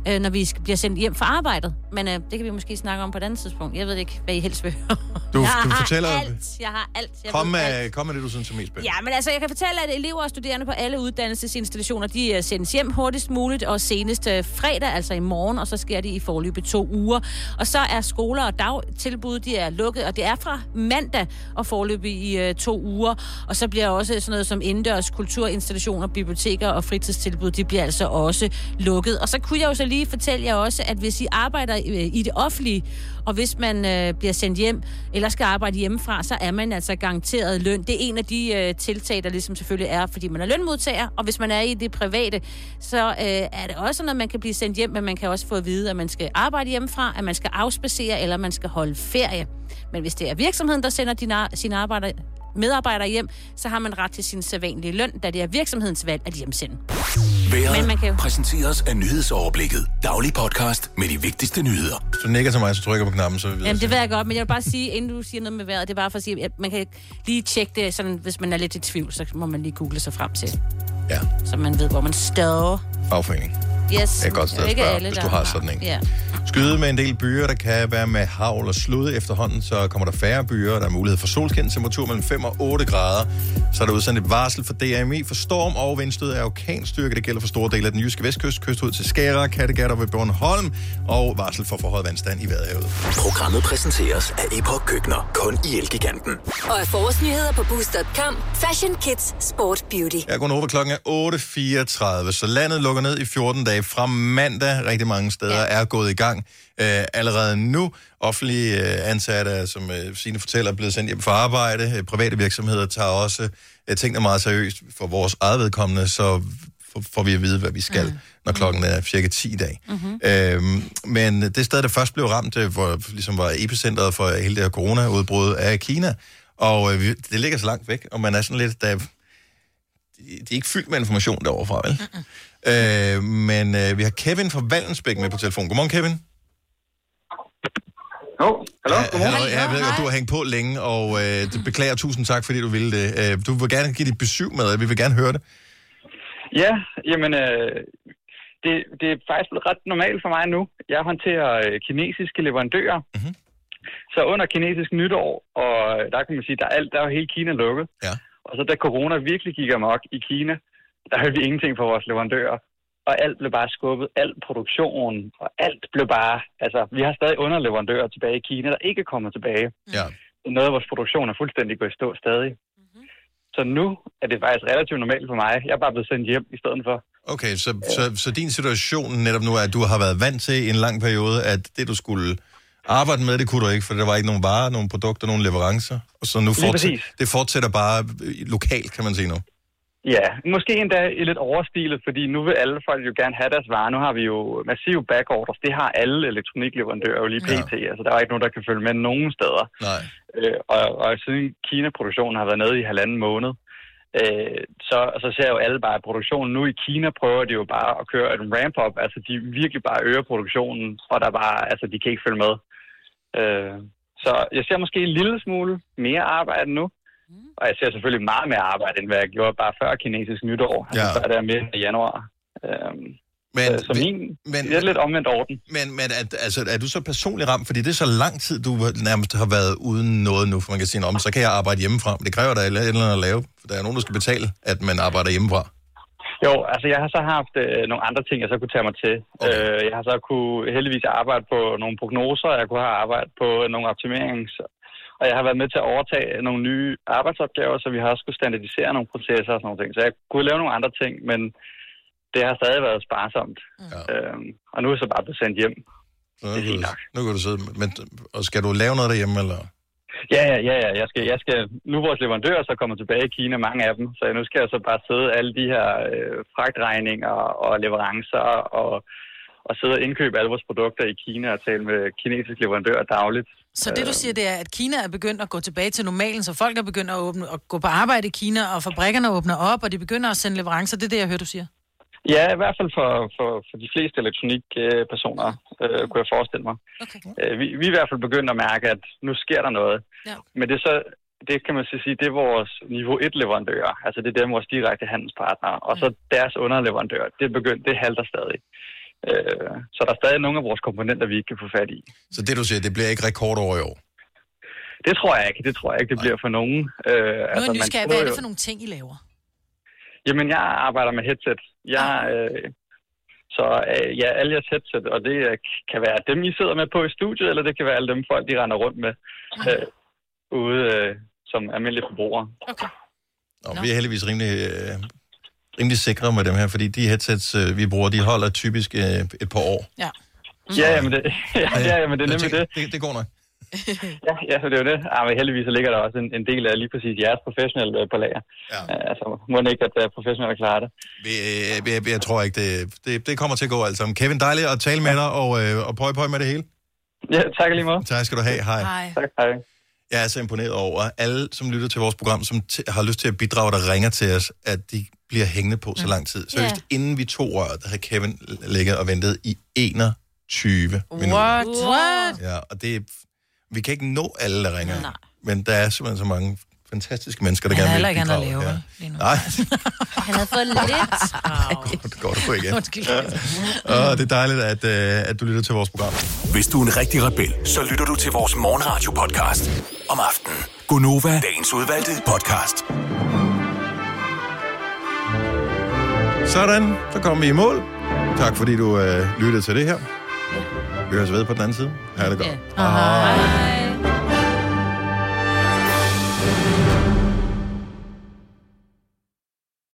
S3: øh, når vi skal, bliver sendt hjem fra arbejdet. Men øh, det kan vi måske snakke om på et andet tidspunkt. Jeg ved ikke, hvad I helst vil høre.
S1: Du-
S3: jeg
S1: du
S3: har
S1: fortæller-
S3: alt, jeg har alt. Jeg
S1: Kom
S3: ved alt.
S1: med, kom med det, du synes er mest spændende.
S3: Ja, men altså, jeg kan fortælle, at elever og studerende på alle uddannelsesinstitutioner, de øh, sendes hjem hurtigst muligt og senest øh, fredag, altså i morgen, og så sker det i forløbet to uger. Og så er skoler og dagtilbud, de er lukket, og det er fra mandag og forløbet i øh, to uger. Og så bliver også sådan noget som indendørs kulturinstitutioner, biblioteker og fritidstilbud, de bliver altså også lukket. Og så kunne jeg jo så lige fortælle jer også, at hvis I arbejder øh, i det offentlige, og hvis man øh, bliver sendt hjem, eller skal arbejde hjemmefra, så er man altså garanteret løn. Det er en af de øh, tiltag, der ligesom selvfølgelig er, fordi man er lønmodtager, og hvis man er i det private, så øh, er det også, når man kan blive sendt hjem, men man kan også få at vide, at man skal arbejde hjemmefra, at man skal afspacere, eller man skal holde ferie. Men hvis det er virksomheden, der sender din ar- sine arbejder, medarbejdere hjem, så har man ret til sin sædvanlige løn, da det er virksomhedens valg at hjemsende. Men man kan jo-
S21: Vejret præsenteres af nyhedsoverblikket. Daglig podcast med de vigtigste nyheder.
S1: Hvis du nikker til mig, så trykker jeg på knappen, så vi ved
S3: Jamen, det ved jeg godt, men jeg vil bare sige, inden du siger noget med vejret, det er bare for at sige, at man kan lige tjekke det, sådan, hvis man er lidt i tvivl, så må man lige google sig frem til.
S1: Ja.
S3: Så man ved, hvor man står.
S1: Fagforening.
S3: Yes.
S1: Det er et godt sted at
S3: Ikke
S1: spørge,
S3: alle,
S1: hvis
S3: der
S1: du har sådan en.
S3: Ja.
S1: Skyde med en del byer, der kan være med havl og slud efterhånden, så kommer der færre byer, og der er mulighed for solskin, temperatur mellem 5 og 8 grader. Så er der udsendt et varsel for DMI for storm og vindstød af orkanstyrke. Det gælder for store dele af den jyske vestkyst, kyst ud til Skæra, Kattegat og ved Bornholm, og varsel for forhøjet vandstand i Vadehavet.
S21: Programmet præsenteres af Epoch Køkkener. Kun i Elgiganten.
S6: Og er forårsnyheder på Boost.com. Fashion, kids, sport, beauty.
S1: Jeg går over klokken er 8.34, så landet lukker ned i 14 dage fra mandag. Rigtig mange steder ja. er gået i gang øh, allerede nu. Offentlige øh, ansatte, er, som øh, Signe fortæller, er blevet sendt hjem fra arbejde. Øh, private virksomheder tager også øh, tingene meget seriøst for vores eget vedkommende, så f- får vi at vide, hvad vi skal, mm. når klokken er cirka 10 i dag. Mm-hmm. Øhm, men det sted, der først blev ramt, øh, hvor ligesom var epicentret for hele det her corona-udbrud, er Kina. Og øh, vi- det ligger så langt væk, og man er sådan lidt... Der, de er ikke fyldt med information deroverfra, vel? Øh, men øh, vi har Kevin fra Vallensbæk med på telefon. Godmorgen, Kevin.
S11: Jo, hallo.
S1: Hallo, jeg ved godt, du har hængt på længe, og øh, det beklager tusind tak, fordi du ville det. Øh, du vil gerne give dit besøg med, og vi vil gerne høre det.
S11: Ja, jamen, øh, det, det er faktisk blevet ret normalt for mig nu. Jeg håndterer øh, kinesiske leverandører.
S1: Mhm.
S11: Mm-hmm. Så under kinesisk nytår, og øh, der kan man sige, der er alt, der er jo hele Kina lukket.
S1: Ja.
S11: Og så da corona virkelig gik amok i Kina, der hørte vi ingenting fra vores leverandører. Og alt blev bare skubbet, alt produktionen, og alt blev bare... Altså, vi har stadig underleverandører tilbage i Kina, der ikke kommer tilbage.
S1: Ja.
S11: Noget af vores produktion er fuldstændig gået i stå stadig. Så nu er det faktisk relativt normalt for mig. Jeg er bare blevet sendt hjem i stedet for.
S1: Okay, så, så, så din situation netop nu er, at du har været vant til i en lang periode, at det, du skulle arbejde med, det kunne du ikke, for der var ikke nogen varer, nogen produkter, nogen leverancer. Og så nu
S11: Lige præcis.
S1: fortsætter, det fortsætter bare øh, lokalt, kan man sige nu.
S11: Ja, måske endda i lidt overstilet, fordi nu vil alle folk jo gerne have deres varer. Nu har vi jo massive backorders. Det har alle elektronikleverandører jo lige pt. Ja. Altså, der er ikke nogen, der kan følge med nogen steder.
S1: Nej.
S11: Øh, og, og siden Kina-produktionen har været nede i halvanden måned, øh, så, så ser jo alle bare at produktionen. Nu i Kina prøver de jo bare at køre en ramp-up. Altså, de virkelig bare øger produktionen, og der bare, altså, de kan ikke følge med. Øh, så jeg ser måske en lille smule mere arbejde nu, Og jeg ser selvfølgelig meget mere arbejde, end hvad jeg gjorde bare før kinesisk nytår. Ja. Altså, der er midt i januar. Øhm,
S1: Men,
S11: så min,
S1: men,
S11: det er lidt omvendt orden.
S1: Men, men er, altså, er du så personligt ramt? Fordi det er så lang tid, du nærmest har været uden noget nu, for man kan sige, om så kan jeg arbejde hjemmefra. Men det kræver da et eller andet at lave, for der er nogen, der skal betale, at man arbejder hjemmefra.
S11: Jo, altså jeg har så haft øh, nogle andre ting, jeg så kunne tage mig til. Okay. Øh, jeg har så kunne heldigvis arbejde på nogle prognoser, jeg kunne have arbejdet på nogle optimerings... Og jeg har været med til at overtage nogle nye arbejdsopgaver, så vi har også skulle standardisere nogle processer og sådan nogle ting. Så jeg kunne lave nogle andre ting, men det har stadig været sparsomt. Ja. Øhm, og nu er jeg så bare blevet sendt hjem.
S1: Så nu, kan du, nu kan du sidde, men, og skal du lave noget derhjemme, eller?
S11: Ja, ja, ja, ja. Jeg skal, jeg skal, nu er vores leverandører så kommer tilbage i Kina, mange af dem, så nu skal jeg så bare sidde alle de her øh, fragtregninger og leverancer og, og sidde og indkøbe alle vores produkter i Kina og tale med kinesiske leverandører dagligt. Øh,
S2: Så det, du
S4: Øh.
S2: siger, det er, at Kina er begyndt at gå tilbage til normalen, så folk er begyndt at, åbne, at gå på arbejde i Kina, og fabrikkerne åbner op, og de begynder at sende leverancer. Det er det, jeg hører, du siger.
S11: Ja, i hvert fald for, for, for de fleste elektronikpersoner, øh, kunne jeg forestille mig. Okay. Øh, vi, vi er i hvert fald begyndt at mærke, at nu sker der noget.
S2: Ja.
S11: Men det er så, det kan man så sige, det er vores niveau 1-leverandører. Altså det er dem, vores direkte handelspartnere. Og
S2: Mm.
S11: så deres underleverandører. Det er begyndt, det halter stadig. Øh, så der er stadig nogle af vores komponenter, vi ikke kan få fat i.
S1: Så det, du siger, det bliver ikke rekordår i år?
S11: Det tror jeg ikke. Det tror jeg ikke, det bliver for nogen.
S2: Nu
S11: Øh,
S2: er jeg nysgerrig, hvad er det for nogle ting, I laver?
S11: Jamen, jeg arbejder med headset. Jeg, øh, så øh, ja, alle jeres headset, og det øh, kan være dem, I sidder med på i studiet, eller det kan være alle dem folk, de render rundt med øh, ude øh, som almindelige forbrugere.
S1: Og vi er heldigvis rimelig, øh, rimelig sikre med dem her, fordi de headsets, øh, vi bruger, de holder typisk øh, et par år.
S2: Ja.
S11: Mm. Ja, jamen det, ja, ja, jamen det er
S1: Jeg
S11: nemlig
S1: tænker, det. Det går nok.
S11: Ja, ja, så det er jo det. Ah, men heldigvis så ligger der også en, en del af lige præcis jeres professionelle øh, på lager.
S1: Ja.
S11: Altså, må den ikke, at øh, professionelle klarer det.
S1: Vi, øh, jeg, jeg tror ikke, det, det, det kommer til at gå alt sammen. Kevin, dejligt at tale med dig, og, øh, og pøj pøj med det hele.
S11: Ja, tak lige meget.
S1: Tak skal du have. Hej.
S2: Hej.
S11: Tak, hej.
S1: Jeg er så imponeret over alle, som lytter til vores program, som t- har lyst til at bidrage, der ringer til os, at de bliver hængende på så lang tid. Så
S2: Mm. Ja.
S1: yeah. inden vi to rører, der havde Kevin ligget og ventet i 21 minutter.
S2: What? What?
S1: Ja, og det er, vi kan ikke nå alle, der ringer. Nej. Men der er simpelthen så mange fantastiske mennesker, der
S2: Han har
S1: gerne
S2: heller
S1: vil
S2: ikke andet at lave, vel,
S1: bidrage. ja. Nej,
S3: Han havde fået lidt.
S1: det går du ikke.
S2: *laughs* Undskyld.
S1: Og det er dejligt, at, øh, at du lytter til vores program.
S21: Hvis du er en rigtig rebel, så lytter du til vores morgenradio-podcast om aftenen. Gunova, dagens udvalgte podcast.
S1: Sådan, så kommer vi i mål. Tak fordi du øh, lyttede til det her. Vi høres ved på den anden side. Ha' det godt.
S2: Hej.